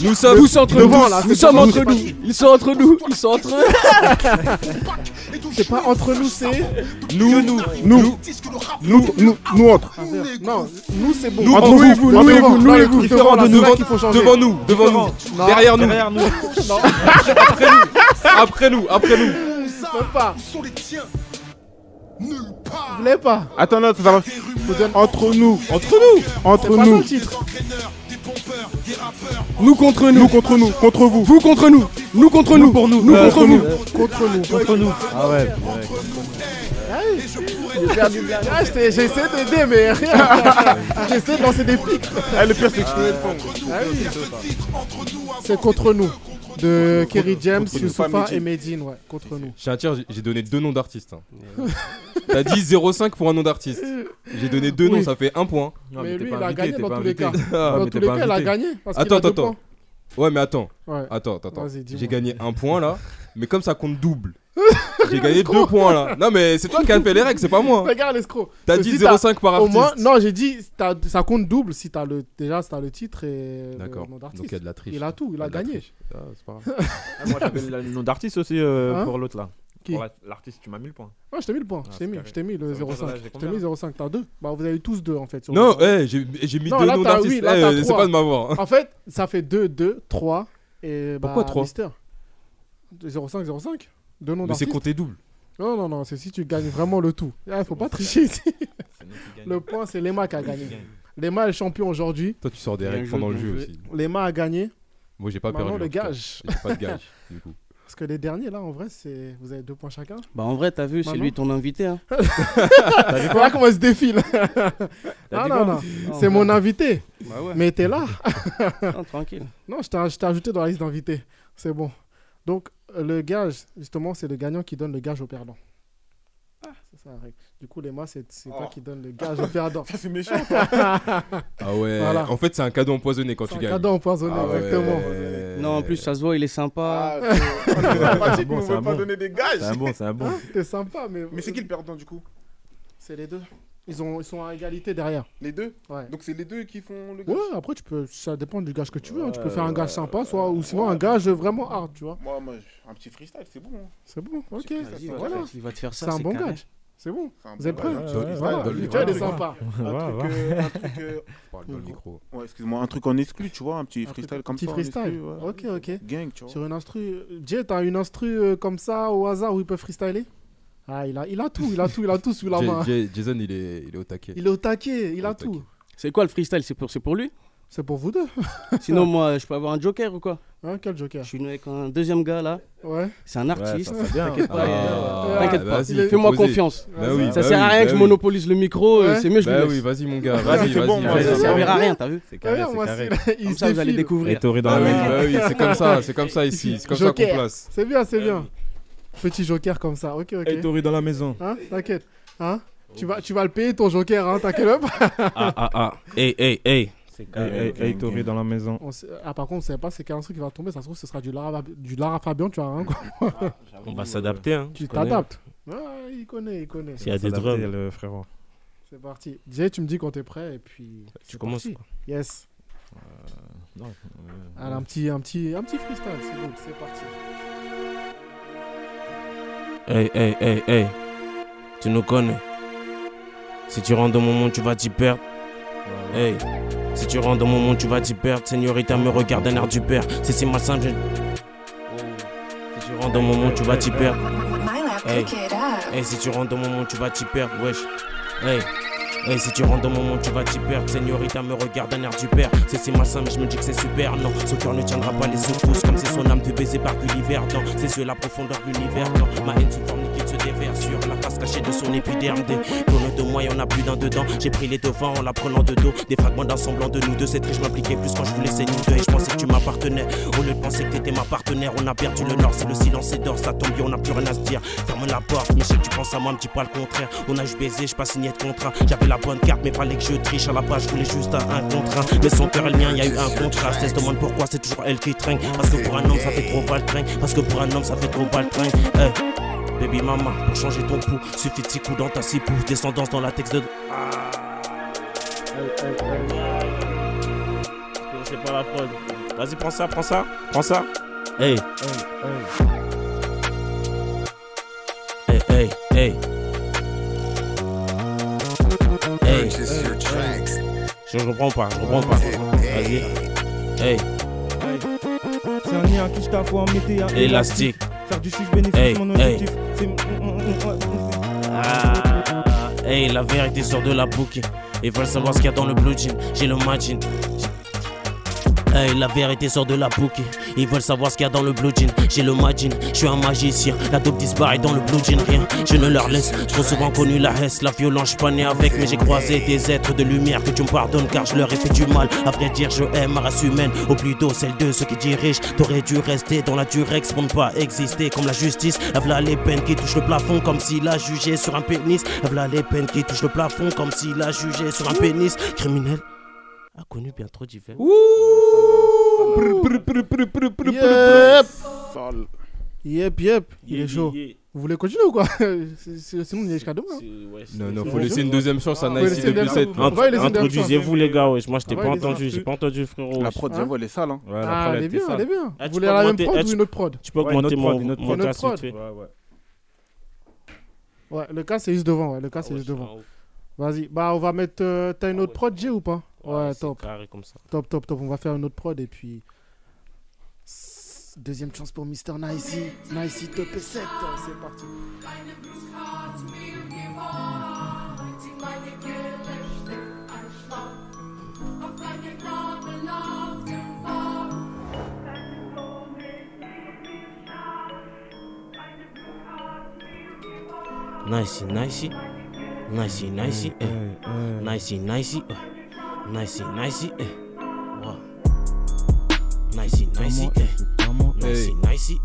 Nous sommes Tous entre devant, nous. là, Nous c'est sommes pour entre nous. Ils sont entre nous, ils sont entre eux. C'est pas entre nous, c'est. Nous, nous, nous, nous, nous, nous autres. Non, nous c'est bon. Nous, Entre entre vous, vous, nous nous et devant, vous, dans nous et les vous. trucs Différents devant, de là, nous. c'est ça qu'il faut changer. Devant nous, devant nous. Non. Derrière nous. Derrière [LAUGHS] nous. Non. Après nous. Après nous. Après nous. Même pas. Vous l'avez pas. Attends, non, ça va. Entre nous. Entre nous. Entre C'est pas ça nous. le titre. Nous contre nous. Nous contre nous. Contre vous. Vous contre nous. Nous contre nous. Pour nous. Nous Euh, contre nous. Contre nous. Contre nous. Ah ouais. Ah, je t'ai- j'ai essayé d'aider, mais rien. j'ai essayé de lancer des pics. le pire, c'est que je tenais le fond. Ah oui. C'est contre nous. De Kerry James, Contre nous. Youssoufa Pas et Medine. Medine, ouais, contre nous. Je tiens à dire, j'ai- j'ai donné deux noms d'artistes. hein. [LAUGHS] T'as dit 0,5 pour un nom d'artiste. J'ai donné deux noms, Oui. ça fait [LAUGHS] un point. Non, mais Mais t'es lui, pas il a invité, gagné t'es dans pas tous les invité. cas. Ah, Dans mais tous t'es les pas cas, il a invité. gagné, parce qu'il Attends, a deux attends, attends. Ouais, mais attends. Ouais. Attends, attends, attends. Vas-y, dis-moi. J'ai gagné un point là, mais comme ça compte [LAUGHS] double, j'ai gagné deux points là. Non, mais c'est toi qui as fait les règles, c'est pas moi. hein. Regarde l'escroc. T'as Euh, dit si t'as- 0,5 par Au moins, artiste. non, j'ai dit t'as- ça compte double si t'as le déjà si t'as le titre et D'accord. le nom Donc, d'artiste. il y a de la triche. Il a tout, il a, Il y a de la gagné. triche. Ah, c'est pas grave. Ah, moi j'avais le nom d'artiste aussi euh, Hein pour l'autre là. Qui Pour la- l'artiste, tu m'as mis le point. Ouais, je t'ai mis le point, Ah, je c'est t'ai mis, carré. je t'ai mis le Ça veut dire, là, 0,5 j'ai Je t'ai combien mis 0,5, t'as deux. Bah vous avez tous deux en fait. sur Non, le- eh, j'ai j'ai mis Non, deux là, noms t'as- d'artistes. oui, là, Eh, t'as c'est trois. pas de m'avoir. hein. En fait, ça fait 2, 2, 3 et bah, Pourquoi trois Mister. 0,5, 0,5 Deux noms Mais c'est d'artistes. compté double. Non, non, non, c'est si tu gagnes vraiment le tout. Il faut pas tricher ici. [LAUGHS] Le point, c'est Lema qui a gagné. Lema est champion aujourd'hui. Toi, tu sors des règles pendant le jeu aussi. Lema a gagné. Moi, j'ai pas Maintenant, perdu. le en tout cas. gage. J'ai pas de gage, du coup. Parce que les derniers, là, en vrai, c'est vous avez deux points chacun. Bah en vrai, t'as vu, c'est Maintenant. lui ton [LAUGHS] invité. Hein. T'as vu quoi Voilà comment il se défile. dit Ah non, quoi non, Ah, c'est on mon verra. invité. Bah ouais. Mais t'es là. [LAUGHS] [LAUGHS] Non, tranquille. Non, je t'ai je t'ai ajouté dans la liste d'invités. C'est bon. Donc, euh, le gage, justement, c'est le gagnant qui donne le gage au perdant. Ah. C'est ça la règle. Du coup, Lema, c'est c'est Oh. toi qui donne le [LAUGHS] gage au perdant. ça, c'est méchant. Ah ouais, Voilà. en fait, c'est un cadeau empoisonné quand C'est tu un gagnes. cadeau empoisonné, Ah exactement. Non, en plus, ça se voit, il est Ah, sympa. sympathique, Bon, mais on c'est veut un pas bon. donner des gages. C'est un bon, c'est un bon. T'es sympa, mais. Mais c'est qui le perdant du coup C'est les deux. Ils, ont, ils sont à égalité derrière. Les deux Ouais. Donc c'est les deux qui font le gage Ouais, après, tu peux, ça dépend du gage que tu veux. hein. Tu peux Ouais, faire un gage ouais, sympa, soit, ou sinon un gage vraiment hard, tu vois. Moi, moi, un petit freestyle, c'est bon. hein. C'est bon, ok. Vas-y, vas-y, Voilà. vas-y, il va te faire ça, C'est un c'est bon carré. gage. C'est bon. C'est un Vous êtes bon prêts gage. hein. Ouais, ouais, Voilà. ouais, Tu vois, il est ouais, sympa. ouais, ouais, Un truc, ouais. euh, un truc, euh, micro. Ouais, excuse-moi, un truc en exclu, tu vois, un petit freestyle comme Petit ça. en freestyle. exclu, ouais. Ok, ok. Gang, tu vois. Sur une instru. euh, Jay, t'as une instru euh, comme ça au hasard où il peut freestyler Ah, il a, il a tout, il a tout, il a tout sous la Jay- main. Jay- Jason, il est, il est au taquet. Il est au taquet, il a tout. C'est quoi le freestyle C'est pour, c'est pour lui C'est pour vous deux. [LAUGHS] Hein, Sinon, moi, je peux avoir un joker ou quoi Quel joker Je suis venu avec un deuxième gars là. Ouais. C'est un artiste. ça, c'est bien. T'inquiète pas. Ah, euh, T'inquiète bah, pas. vas-y, faut Fais-moi poser. confiance. Bah oui, bah ça sert à oui, rien bah que je oui. monopolise le micro. euh, Ouais. C'est mieux, je Bah le oui, laisse. vas-y, mon gars, vas-y, vas-y, vas-y. Ça servira à rien, t'as vu Ah C'est carré, Regarde, c'est moi, carré. c'est- il Comme ça, se vous allez défile. découvrir. Rhétorique dans la Ah oui, maison. bah oui, c'est comme ça, c'est comme ça ici, c'est comme ça qu'on Joker. place. C'est bien, c'est bien. Petit joker comme ça, ok, ok. Ah, Hey, Tori, dans la maison. Hein, t'inquiète. Hein tu vas, tu vas le payer ton joker, hein, t'inquiète pas. Ah, ah, ah. Hey, hey, hey. carré. Hey, hey, hey, Ok, Tori, ok. dans la maison. On sait- Ah, par contre, on sait pas c'est quel instru qui va tomber, ça se trouve, ce sera du Lara, du Lara Fabian, tu vois, rien quoi. On va s'adapter, hein. Ah, euh, Tu Tu connais. t'adaptes. Ouais, il connaît, il connaît. S'il y a des drums. le frérot. C'est parti. Jay, tu me dis quand t'es prêt et puis. c'est commences, parti. quoi. Euh, Yes. non, euh, Allez, un petit, un petit, un petit freestyle, c'est bon, c'est parti. Hey, hey, hey, hey. Tu nous connais. Si tu rentres au moment, tu vas t'y perdre. Hey. Si tu rentres au moment, tu vas t'y perdre. Seigneurita me regarde d'un air du père. C'est si ma simple. Si tu rentres au moment, tu vas t'y perdre. Hey. Hey, si tu rentres au moment, tu vas t'y perdre, wesh. Hey. Hey, si tu rentres dans mon monde, tu vas t'y perdre. Seigneurita me regarde d'un air du père. C'est c'est ma somme, je me dis que c'est super. Non, ce cœur ne tiendra pas les secousses. Comme c'est son âme de baiser par l'hiver. Dans ses yeux, la profondeur de l'univers. Dans ma haine sous forme liquide se déverse sur la face cachée de son épiderme. Des clones de moi, y'en a plus d'un dedans. J'ai pris les devants en la prenant de dos. Des fragments d'un semblant de nous deux. C'est triste, je m'impliquais plus quand je vous laissais nous deux. Et je pensais que tu m'appartenais. Au lieu de penser que t'étais ma partenaire, on a perdu le nord. Si le silence est d'or, ça tombe bien, on n'a plus rien à se dire. Ferme la porte, Michel, tu penses à moi, me dis pas le contraire. On a juste baisé, j'ai pas signé de contrat. J'avais la bonne carte, mais fallait que je triche à la base. Je voulais juste à un contrat. Mais son cœur est le mien, y a eu un contraste. Elle se demande pourquoi c'est toujours elle qui trinque. Parce que pour un homme, ça fait trop pas le train. Parce que pour un homme, ça fait trop pas le train. Eh, Baby mama, pour changer ton pouls, suffit de six coups dans ta six pouces. Descendance dans la texte de. C'est pas la prod. Vas-y, prends ça, prends ça, prends ça. Hey. Hey, hey, hey. Hey. Je je reprends pas, je reprends pas. Vas-y. Hey. C'est un lien qui t'a faut en mété un Élastique. Faire du chiffre bénéfice, Hey, mon hey. objectif. C'est m- m- m- m- Ah, hey, la vérité sort de la bouquine. Ils veulent savoir ce qu'il y a dans le blue jean. J'ai le matching. Hey, la vérité sort de la bouquine. Ils veulent savoir ce qu'il y a dans le blue jean. J'ai le matching. Je suis un magicien. La dope disparaît dans le blue jean. Rien, je ne leur laisse. Trop souvent connu la haisse, la violence. Je suis pas né avec, mais j'ai croisé des êtres de lumière que tu me pardonnes car je leur ai fait du mal. À vrai dire, je aime ma race humaine. Au plus tôt, celle de ceux qui dirigent. T'aurais dû rester dans la durex pour ne pas exister comme la justice. La v'là les peines qui touchent le plafond comme s'il a jugé sur un pénis. La v'là les peines qui touchent le plafond comme s'il a jugé sur un pénis. Criminel a connu bien trop d'hiver. Yep. Sale. Yep, yep. Il Yeah, est chaud. yeah, yeah. Vous voulez continuer ou quoi [LAUGHS] C'est- c'est- Sinon, on y est jusqu'à demain. hein. Non, non, faut laisser une deuxième chance à Ah, ouais, Nice laissez une deuxième 2007. chance. On va y laisser une deuxième chance. Introduisez-vous, les gars. wesh. Moi, je t'ai On va pas y laisser un entendu. peu. J'ai pas entendu, frérot. La prod, Hein j'avoue, elle est sale. Hein. Ouais, la Ah, prod, elle est bien, sale. elle est bien. Ah, tu Vous voulez peux la même augmenter- prod ah, ou tu- une autre prod Tu peux augmenter mon mon Une autre tas, s'il te prod. plaît. Ah, Ouais, le cas c'est juste devant, ouais, le Ah, cas c'est juste devant. Vas-y, bah on va mettre. euh, T'as une autre prod, G ou pas Ah, Ouais, top. carré comme ça. Top, top, top. On va faire une autre prod et puis. S- Deuxième chance pour Mister Nicey. Nicey top 7, c'est parti. Nicey, nicey. Nicey, nicey. eh. Nicey, nicey. eh. Nicey, nicey. eh. Wow. Nicey, nicey. eh. Nicey, nicey.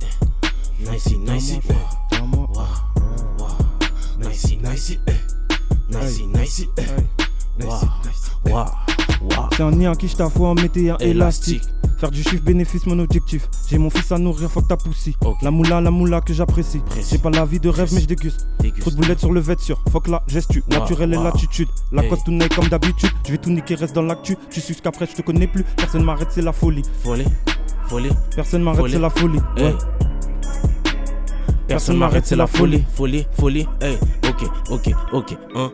eh. Nicey, nicey. eh. Wow. Wow. Nicey, nicey. eh. Nicey, nicey. eh. Wow. Wow. Wow. C'est un lien qui t'a faut en mété un Élastique. élastique. Faire du chiffre bénéfice mon objectif. J'ai mon fils à nourrir, faut que t'as poussé. La moula, la moula que j'apprécie. J'ai pas la vie de rêve mais je déguste. Déguste. Trop de boulettes sur le vêt sûr. Fuck la gestu, Wow, naturel wow. et l'attitude. La Hey. coste tout n'est comme d'habitude. Je vais tout niquer, reste dans l'actu. Tu suces qu'après je te connais plus. Personne m'arrête, c'est la folie. Folie, folie. Personne m'arrête, Folie. c'est la folie. Hey. Ouais. Personne m'arrête, c'est la folie, folie, folie. Hey, ok, ok, ok, hein.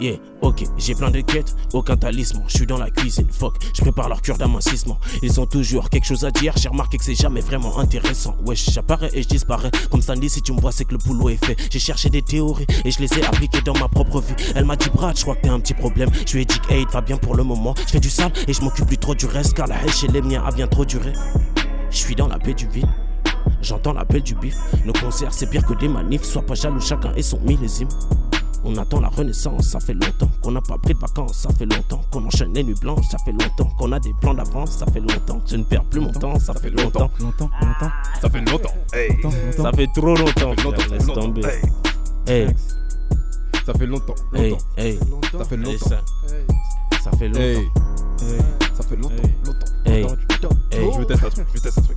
Yeah, ok, j'ai plein de quêtes, aucun talisman. Je suis dans la cuisine, fuck, je prépare leur cure d'amincissement. Ils ont toujours quelque chose à dire, j'ai remarqué que c'est jamais vraiment intéressant. Wesh, j'apparais et je disparais. Comme Sandy, si tu me vois, c'est que le boulot est fait. J'ai cherché des théories et je les ai appliquées dans ma propre vie. Elle m'a dit, Brad, je crois que t'as un petit problème. Je lui ai dit, que, hey, va bien pour le moment. Je fais du sale et je m'occupe plus trop du reste car la haine chez les miens a bien trop duré. Je suis dans la paix du vide. J'entends l'appel du bif. Nos concerts, c'est pire que des manifs. Sois pas jaloux, chacun et son millésime. On attend la renaissance, ça fait longtemps qu'on n'a pas pris de vacances, ça fait longtemps qu'on enchaîne les nuits blanches, ça fait longtemps qu'on a des plans d'avance, ça fait longtemps. Je ne perds plus mon temps, ça fait longtemps. Longtemps, longtemps. Ça fait longtemps. Hey. longtemps. Ça fait trop longtemps. Ça fait frère, longtemps, ça Laisse fait longtemps. tomber. Hey. Hey. Ça fait longtemps. Hey. longtemps. Hey. Ça fait Hey, longtemps. Ça ça fait longtemps. Hey. Ça fait longtemps. longtemps. Hey. Attends, tu- attends. Hey. Je veux tester un truc. Je veux tester un truc.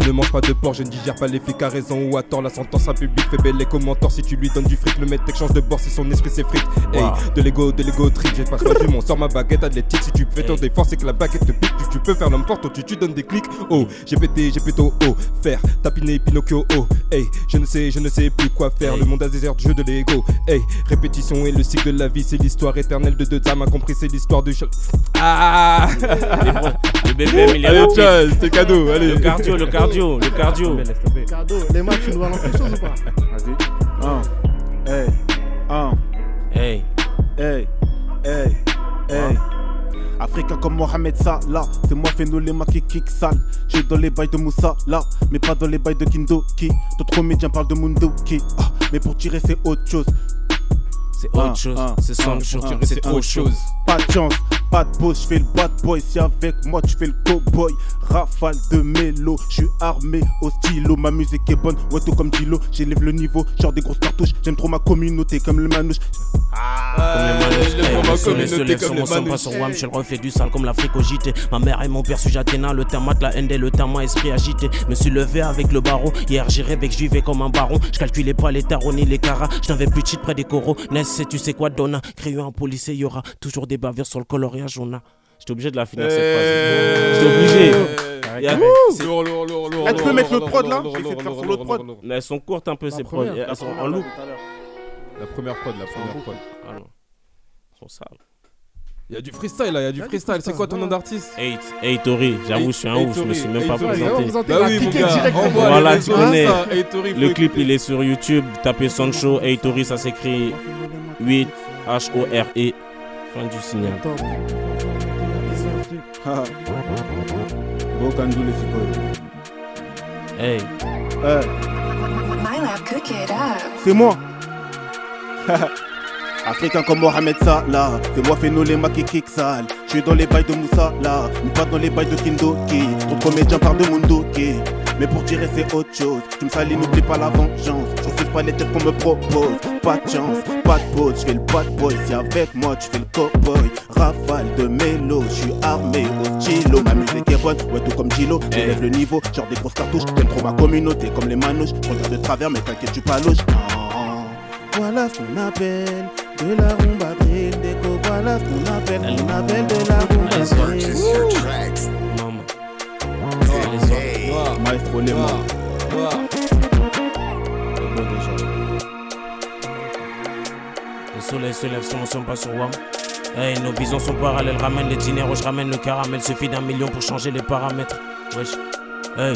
Je ne mange pas de porc, je ne digère pas les flics à raison ou à tort. La sentence à public fait belle les commentaires. Si tu lui donnes du fric, le mec t'échange de bord si son esprit s'effrite. Hey, Wow. de l'ego, de l'ego trip, [LAUGHS] j'ai pas du mon sort ma baguette athlétique. Si tu fais ton Hey. défense et que la baguette te pique, tu, tu peux faire n'importe où, tu, tu donnes des clics. Oh, j'ai pété, j'ai plutôt oh, faire tapiner Pinocchio. Oh, hey, je ne sais, je ne sais plus quoi faire. Le monde a désert, jeu de l'ego. Hey, répétition et le cycle de la vie, c'est l'histoire éternelle de deux âmes. Compris, c'est l'histoire du. Ah! Le BPM, il est Allez, rapide. ciao, c'était cadeau, allez. Le cardio, le cardio, le cardio. Cadeau, Eh. les matchs, tu nous balances quelque chose ou pas Vas-y. 1. Hey. 1. Hey. Hey, hey, hey. Africain comme Mohamed Salah, c'est moi Phénolema qui kick sale. J'ai dans les bails de Moussa là, mais pas dans les bails de Kindo qui. D'autres comédiens parlent de Mundo qui. Ah, mais pour tirer c'est autre chose. C'est autre chose, c'est sans chose, c'est autre chose. Pas de chance, pas de pause, je fais le bad boy. Si avec moi tu fais le cowboy, rafale de mélo, je suis armé au stylo. Ma musique est bonne, ouais, tout comme Dilo. J'élève le niveau, genre des grosses cartouches. J'aime trop ma communauté comme le manouche. Comme les Hey, manouches, hey, ma le soleil se communauté lève comme sur les mon sang, pas manouches. sur WAM, j'ai le reflet du sale comme l'Afrique au JT. Ma mère et mon père suis Athéna, le tamat, la haine et le tamat, esprit agité. Me suis levé avec le barreau, hier j'ai rêvé que je vivais comme un baron. Je calculais pas les tarots ni les caras, je n'avais plus de shit près des coraux. Ness, et tu sais quoi, Donna, créé un policier, y aura toujours des bavures sur le coloriage, on a. J'étais obligé de la finir cette phrase. J'étais obligé. Il y a- c'est- Lourd, lourd, lourd, lourd, Ah, tu peux lourd, mettre lourd, l'autre prod, lourd, là lourd, J'essaie de lourd, faire lourd, sur lourd, l'autre prod. lourd, lourd. Elles sont courtes un peu ces prods, première, la elles sont première, en là, loop. tout à l'heure. La première prod, la première prod. Ah non, elles sont sales. Il y a du freestyle là, il y a du freestyle. C'est quoi ton nom d'artiste Hey, hey Tori, j'avoue, Hey- je suis un Hey ouf, je me Tori, suis même Hey pas Tori, présenté. Bah vraiment, vous en avez cliqué directement. Voilà, Allez, tu les connais. gars, ça, Hey Tori, faut Le écouter. clip, il est sur YouTube. hein. Tapez Sancho, Hey Tori, ça s'écrit 8 H-O-R-E. E. Fin du signal. Bon, Kandou, les citoyens. Hey. Euh, My lab, cook it up. c'est moi. [LAUGHS] Africain comme Mohamed Salah, c'est moi Phénolema qui kick sale. Je suis dans les bails de Moussa là, mais pas dans les bails de Kindo qui. Trop de comédiens par de Mundo qui. Mais pour tirer c'est autre chose. Tu me salis, n'oublie pas la vengeance. Je refuse pas les tirs qu'on me propose. Pas de chance, pas de pause, je fais le bad boy. Si avec moi tu fais le cowboy, rafale de mélo, je suis armé au stylo. Ma musique est bonne, ouais tout comme Gilo. Eh. J'élève le niveau, genre des grosses cartouches. J'aime trop ma communauté comme les manouches. Je regarde de travers, mais t'inquiète, tu pas louche. Non. Voilà ce qu'on appelle de la rumba déco. Voilà ce qu'on appelle, on appelle de la rumba Maman. Maestro les mains. Le soleil se lève, si on somme pas sur WAM. Hey, nos visions sont parallèles, ramène les diners, oh, je ramène le caramel, suffit d'un million pour changer les paramètres. Wesh. Hey.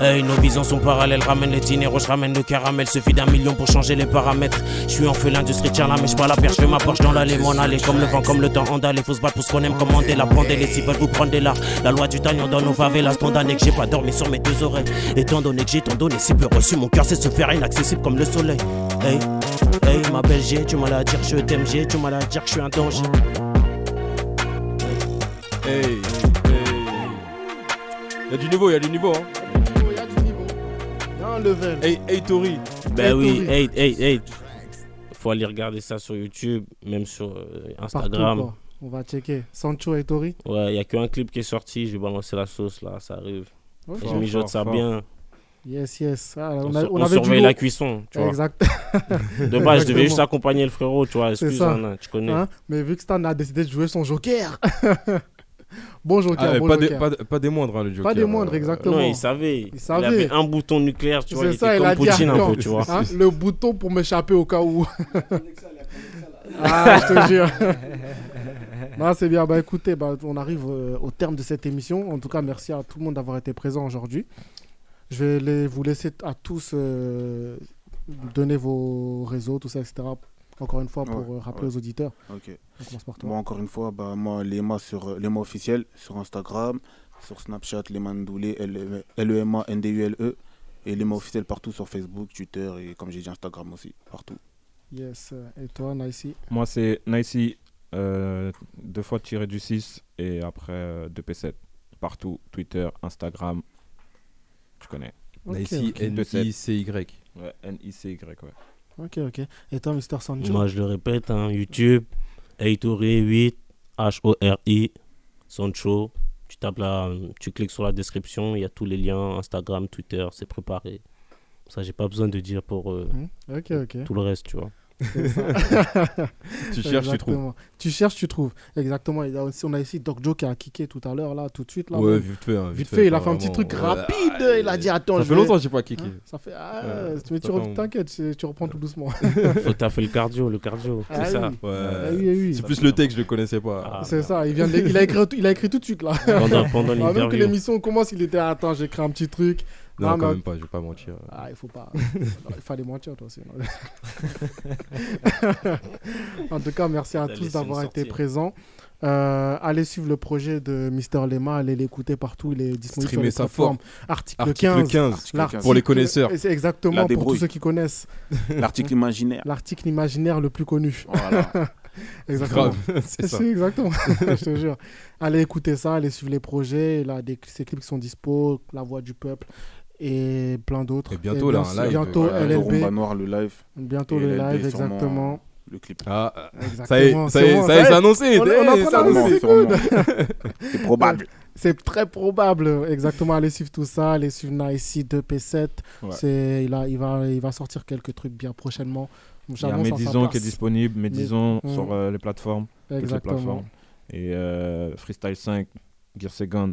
Hey, nos visions sont parallèles, ramène les diners, je ramène le caramel, suffit d'un million pour changer les paramètres. Je suis orphelin du street, tiens là, mais je pas la perche, je fais ma Porsche dans l'allée, mon allée, comme le vent, comme le temps, on allait, faut se battre pour ce qu'on aime, commander la prendre les s'ils veulent vous prendre là. La loi du talion dans nos favelas, tant d'années que j'ai pas dormi sur mes deux oreilles. Étant donné que j'ai tant donné si peu reçu, mon cœur c'est se faire inaccessible comme le soleil. Hey, hey, ma belle G, tu m'as la dire, je t'aime G, tu m'as la dire, que je suis un danger. Hey, hey. Il y a du niveau, il y a du niveau. Hein. Un level. Hey, hey Tori. Ben oui, hey, hey, hey. Faut aller regarder ça sur YouTube, même sur euh, Partout, Instagram. quoi. On va checker. Sancho et Tori. Ouais, il y a qu'un clip qui est sorti, je vais balancer la sauce là, ça arrive. Ouais, Et je fort, mijote fort, ça fort. bien. Yes, yes. Ah, On, on, sur- a, on on avait du surveille lourd. la cuisson, tu vois. Exact. De base, je devais juste Exactement. accompagner le frérot, tu vois. C'est Excuse, ça. hein, hein, tu connais. Hein Mais vu que Stan a décidé de jouer son joker. [LAUGHS] bon joker, Ah, mais bon pas, des, joker. pas, de- pas des moindres, hein, le Joker. Pas des moindres, euh, exactement. Non, il savait. Il Il, savait. avait un bouton nucléaire, tu vois. Il C'est était ça, il comme a dit Poutine un attends, peu, tu [LAUGHS] vois. hein, le bouton pour m'échapper au [LAUGHS] cas où. ah, je te jure. [LAUGHS] Non, c'est bien. Bah écoutez, bah, on arrive euh, au terme de cette émission. En tout cas, merci à tout le monde d'avoir été présent aujourd'hui. Je vais les- vous laisser t- à tous euh, donner vos réseaux, tout ça, etc. Encore une fois, pour Ouais, euh, rappeler ouais. aux auditeurs. Ok. On commence par toi. Bon, encore une fois, bah, moi, Lema sur euh, Lema officiel sur Instagram, sur Snapchat, Lema Ndoulé, E L-E-M-A, N-D-U-L-E. E, Et Lema officiel partout sur Facebook, Twitter et comme j'ai dit Instagram aussi, [LAUGHS] partout. Yes. euh, Et toi, Nicey Moi, c'est Nicey, euh, deux fois tiré du 6 et après euh, 2P7. Partout, Twitter, Instagram. Tu connais. Ok, Nicey, Euh, ok. N-I-C-Y. Ouais, N-I-C-Y, ouais. Ok, ok. Et toi, Mister Sancho Moi, je le répète, hein, YouTube, Heitori 8, H-O-R-I, Sancho. Tu tapes là, tu cliques sur la description, il y a tous les liens, Instagram, Twitter, c'est préparé. Ça, j'ai pas besoin de dire pour euh, Hmm, ok, ok. tout le reste, tu vois. C'est ça. [LAUGHS] Tu cherches, tu trouves. Exactement. Tu cherches, tu trouves. Exactement. Il y a aussi- on a ici Doc Joe qui a kické tout à l'heure, là, tout de suite. Là, Ouais, Bon, vite fait, hein, vite, vite fait, fait, il a pas fait un petit vraiment. truc Ouais. rapide. il a dit Attends, Ça je fait vais- longtemps que j'ai pas kické. Hein, ça fait. Ah, Ouais, mais tu, ça fait un- t'inquiète, c'est- tu reprends tout doucement. Faut taper le cardio, le cardio, Ah c'est ça. oui. Euh, Ouais. Ah oui, ah oui. C'est plus le texte, je le connaissais pas. C'est ça, il, vient de l'é- il, a écrit, il a écrit tout de suite là. [LAUGHS] Pendant- pendant Avant Ah, que l'interview. l'émission commence, il était Attends, j'écris un petit truc. Non, Ah, quand mais- même pas, je vais pas mentir. Ah, il faut pas. Non, il fallait mentir, toi aussi. [LAUGHS] non. en tout cas, merci à T'as tous laissé une d'avoir été sortie. présents. Euh, allez suivre le projet de Mister Lema, allez l'écouter partout, il est disponible sur Streamer les ça plateformes. fort. Article, Article 15, 15, l'article- l'article pour les connaisseurs. C'est Exactement, La pour tous débrouille. Ah. ceux qui connaissent. L'article imaginaire. L'article imaginaire le plus connu. [LAUGHS] Voilà. exactement. Ah. Grave, [LAUGHS] c'est ça. exactement, [LAUGHS] je te jure. Allez écouter ça, allez suivre les projets, là, des, ces clips qui sont dispo, La Voix du Peuple et plein d'autres. Et bientôt, bien là, un sûr- live. Bientôt Voilà, Le LLB. Rumba Noir, le live. Bientôt Et le LLB, live, sûrement, exactement. Le clip. Ah, Exactement, ça y est, ça y est, sûrement, ça y ça y est, c'est est. annoncé. On est- on est en Eh, train ça d'annoncer, annonce. good. C'est [LAUGHS] probable. C'est très probable, exactement. Allez suivre tout ça, allez suivre Nicey 2P7. Ouais. C'est, il, a- il, va, il va sortir quelques trucs bien prochainement. Il y a J'annonce à sa Médison qui est place. disponible, Mais- Médison Mm. sur euh, les plateformes. toutes les Exactement. plateformes. Et euh, Freestyle 5, Gear Second.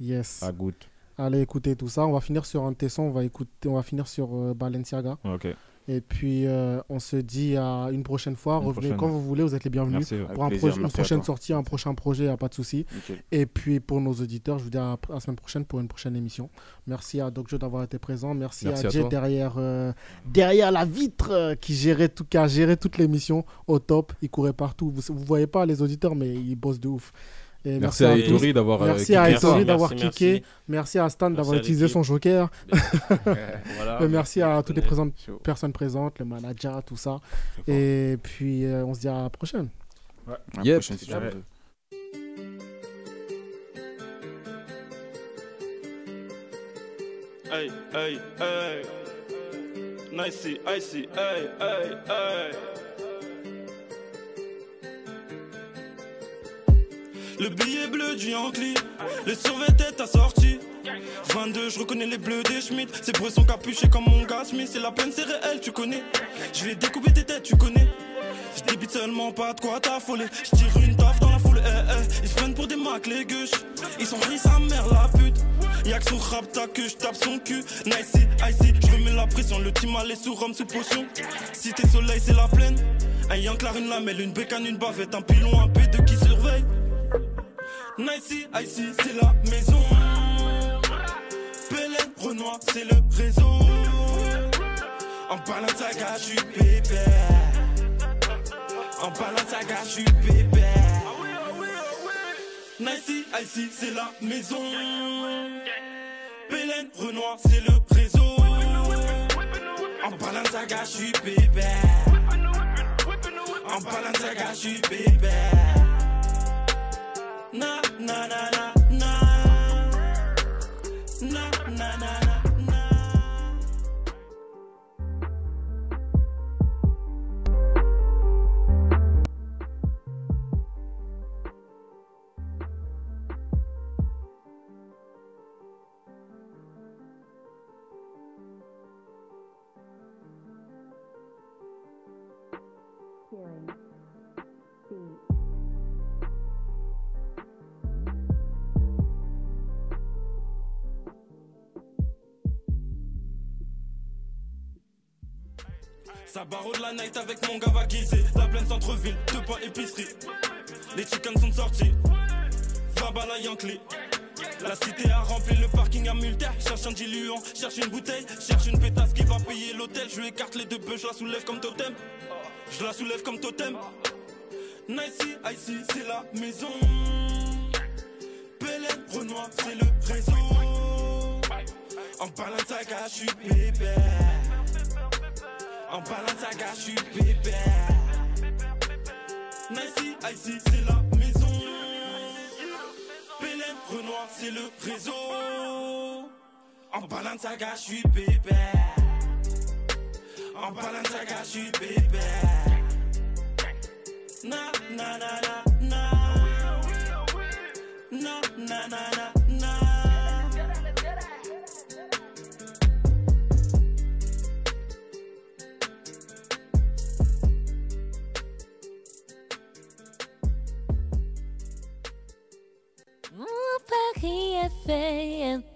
Yes. À goutte. Allez écouter tout ça. On va finir sur un de tes sons. On va, écouter, on va finir sur euh, Balenciaga. Ok. Et puis, euh, on se dit à une prochaine fois. Une Revenez prochaine. quand vous voulez. Vous êtes les bienvenus Merci, ouais. pour Avec un plaisir, proje- une merci à prochaine toi. sortie, un prochain projet. y a pas de souci. Nickel. Et puis, pour nos auditeurs, je vous dis à à la semaine prochaine pour une prochaine émission. Merci à Doc Joe d'avoir été présent. Merci, Merci à à Jay toi. derrière, euh, derrière la vitre euh, qui, gérait tout, qui a géré toute l'émission au top. Il courait partout. Vous ne voyez pas les auditeurs, mais il bosse de ouf. Et Merci à Ettore d'avoir, euh, Merci kické à ça. Ettore Merci, d'avoir merci. kické. Merci. à Stan d'avoir à utilisé l'équipe. son joker. Voilà. Et Euh, merci à toutes les présentes- Chaud. personnes présentes, le manager, tout ça. Et puis, euh, on se dit à la prochaine. La Yep. prochaine, si tu Ouais. veux. Hey, hey, hey. Nicey, icy, hey, hey, hey. Le billet bleu du Yankee, le survêt est assorti. 22, je reconnais les bleus des Schmitt. Ces bruits sont capuchés comme mon gars Smith. C'est la peine, c'est réel, tu connais. Je vais découper tes têtes, tu connais. Je débite seulement pas de quoi t'affoler. Je tire une taf dans la foule, eh, eh. Ils se prennent pour des macs, les gueuches. Ils sont pris sa mère, la pute. Y'a que son rap, t'as que je tape son cul. Nice, icy, je remets la pression. Le team allait sous Rome sous potion. Cité soleil, c'est la plaine. Un yank, la une lamelle, une bécane, une bavette, un pilon, un P2 qui surveille. Nicey, icy, c'est la maison. Pellet, Renoir, c'est le réseau. En parlant de saga, je suis pépère. En parlant de saga, je suis pépère. Nicey, icy, c'est la maison. Pélène, Renoir, c'est le réseau. En parlant de saga, je suis pépère. En parlant de saga, je suis pépère. Na, na, na, na, na. Na, na, na, na. Hearing. Beat. Ça barreau de la night avec mon gars va guiser. La pleine centre-ville, deux points épicerie. Les chickens sont sortis. Va balayer en clé. La cité a rempli le parking à Mulder. Cherche un diluant, cherche une bouteille, cherche une pétasse qui va payer l'hôtel. Je lui écarte les deux bœufs, je la soulève comme totem. Je la soulève comme totem. Nicey, icy, c'est la maison. Pellet, Renoir, c'est le réseau. En parlant de saga, je suis pépère. En parlant de saga, je suis pépère. Nicey, icy, c'est la maison. Pélène, Renoir, c'est le réseau. En parlant de saga, je suis pépère. En parlant de saga, je suis pépère. Na, na, na, na, na. Na, na, na, na, na. Paris FM.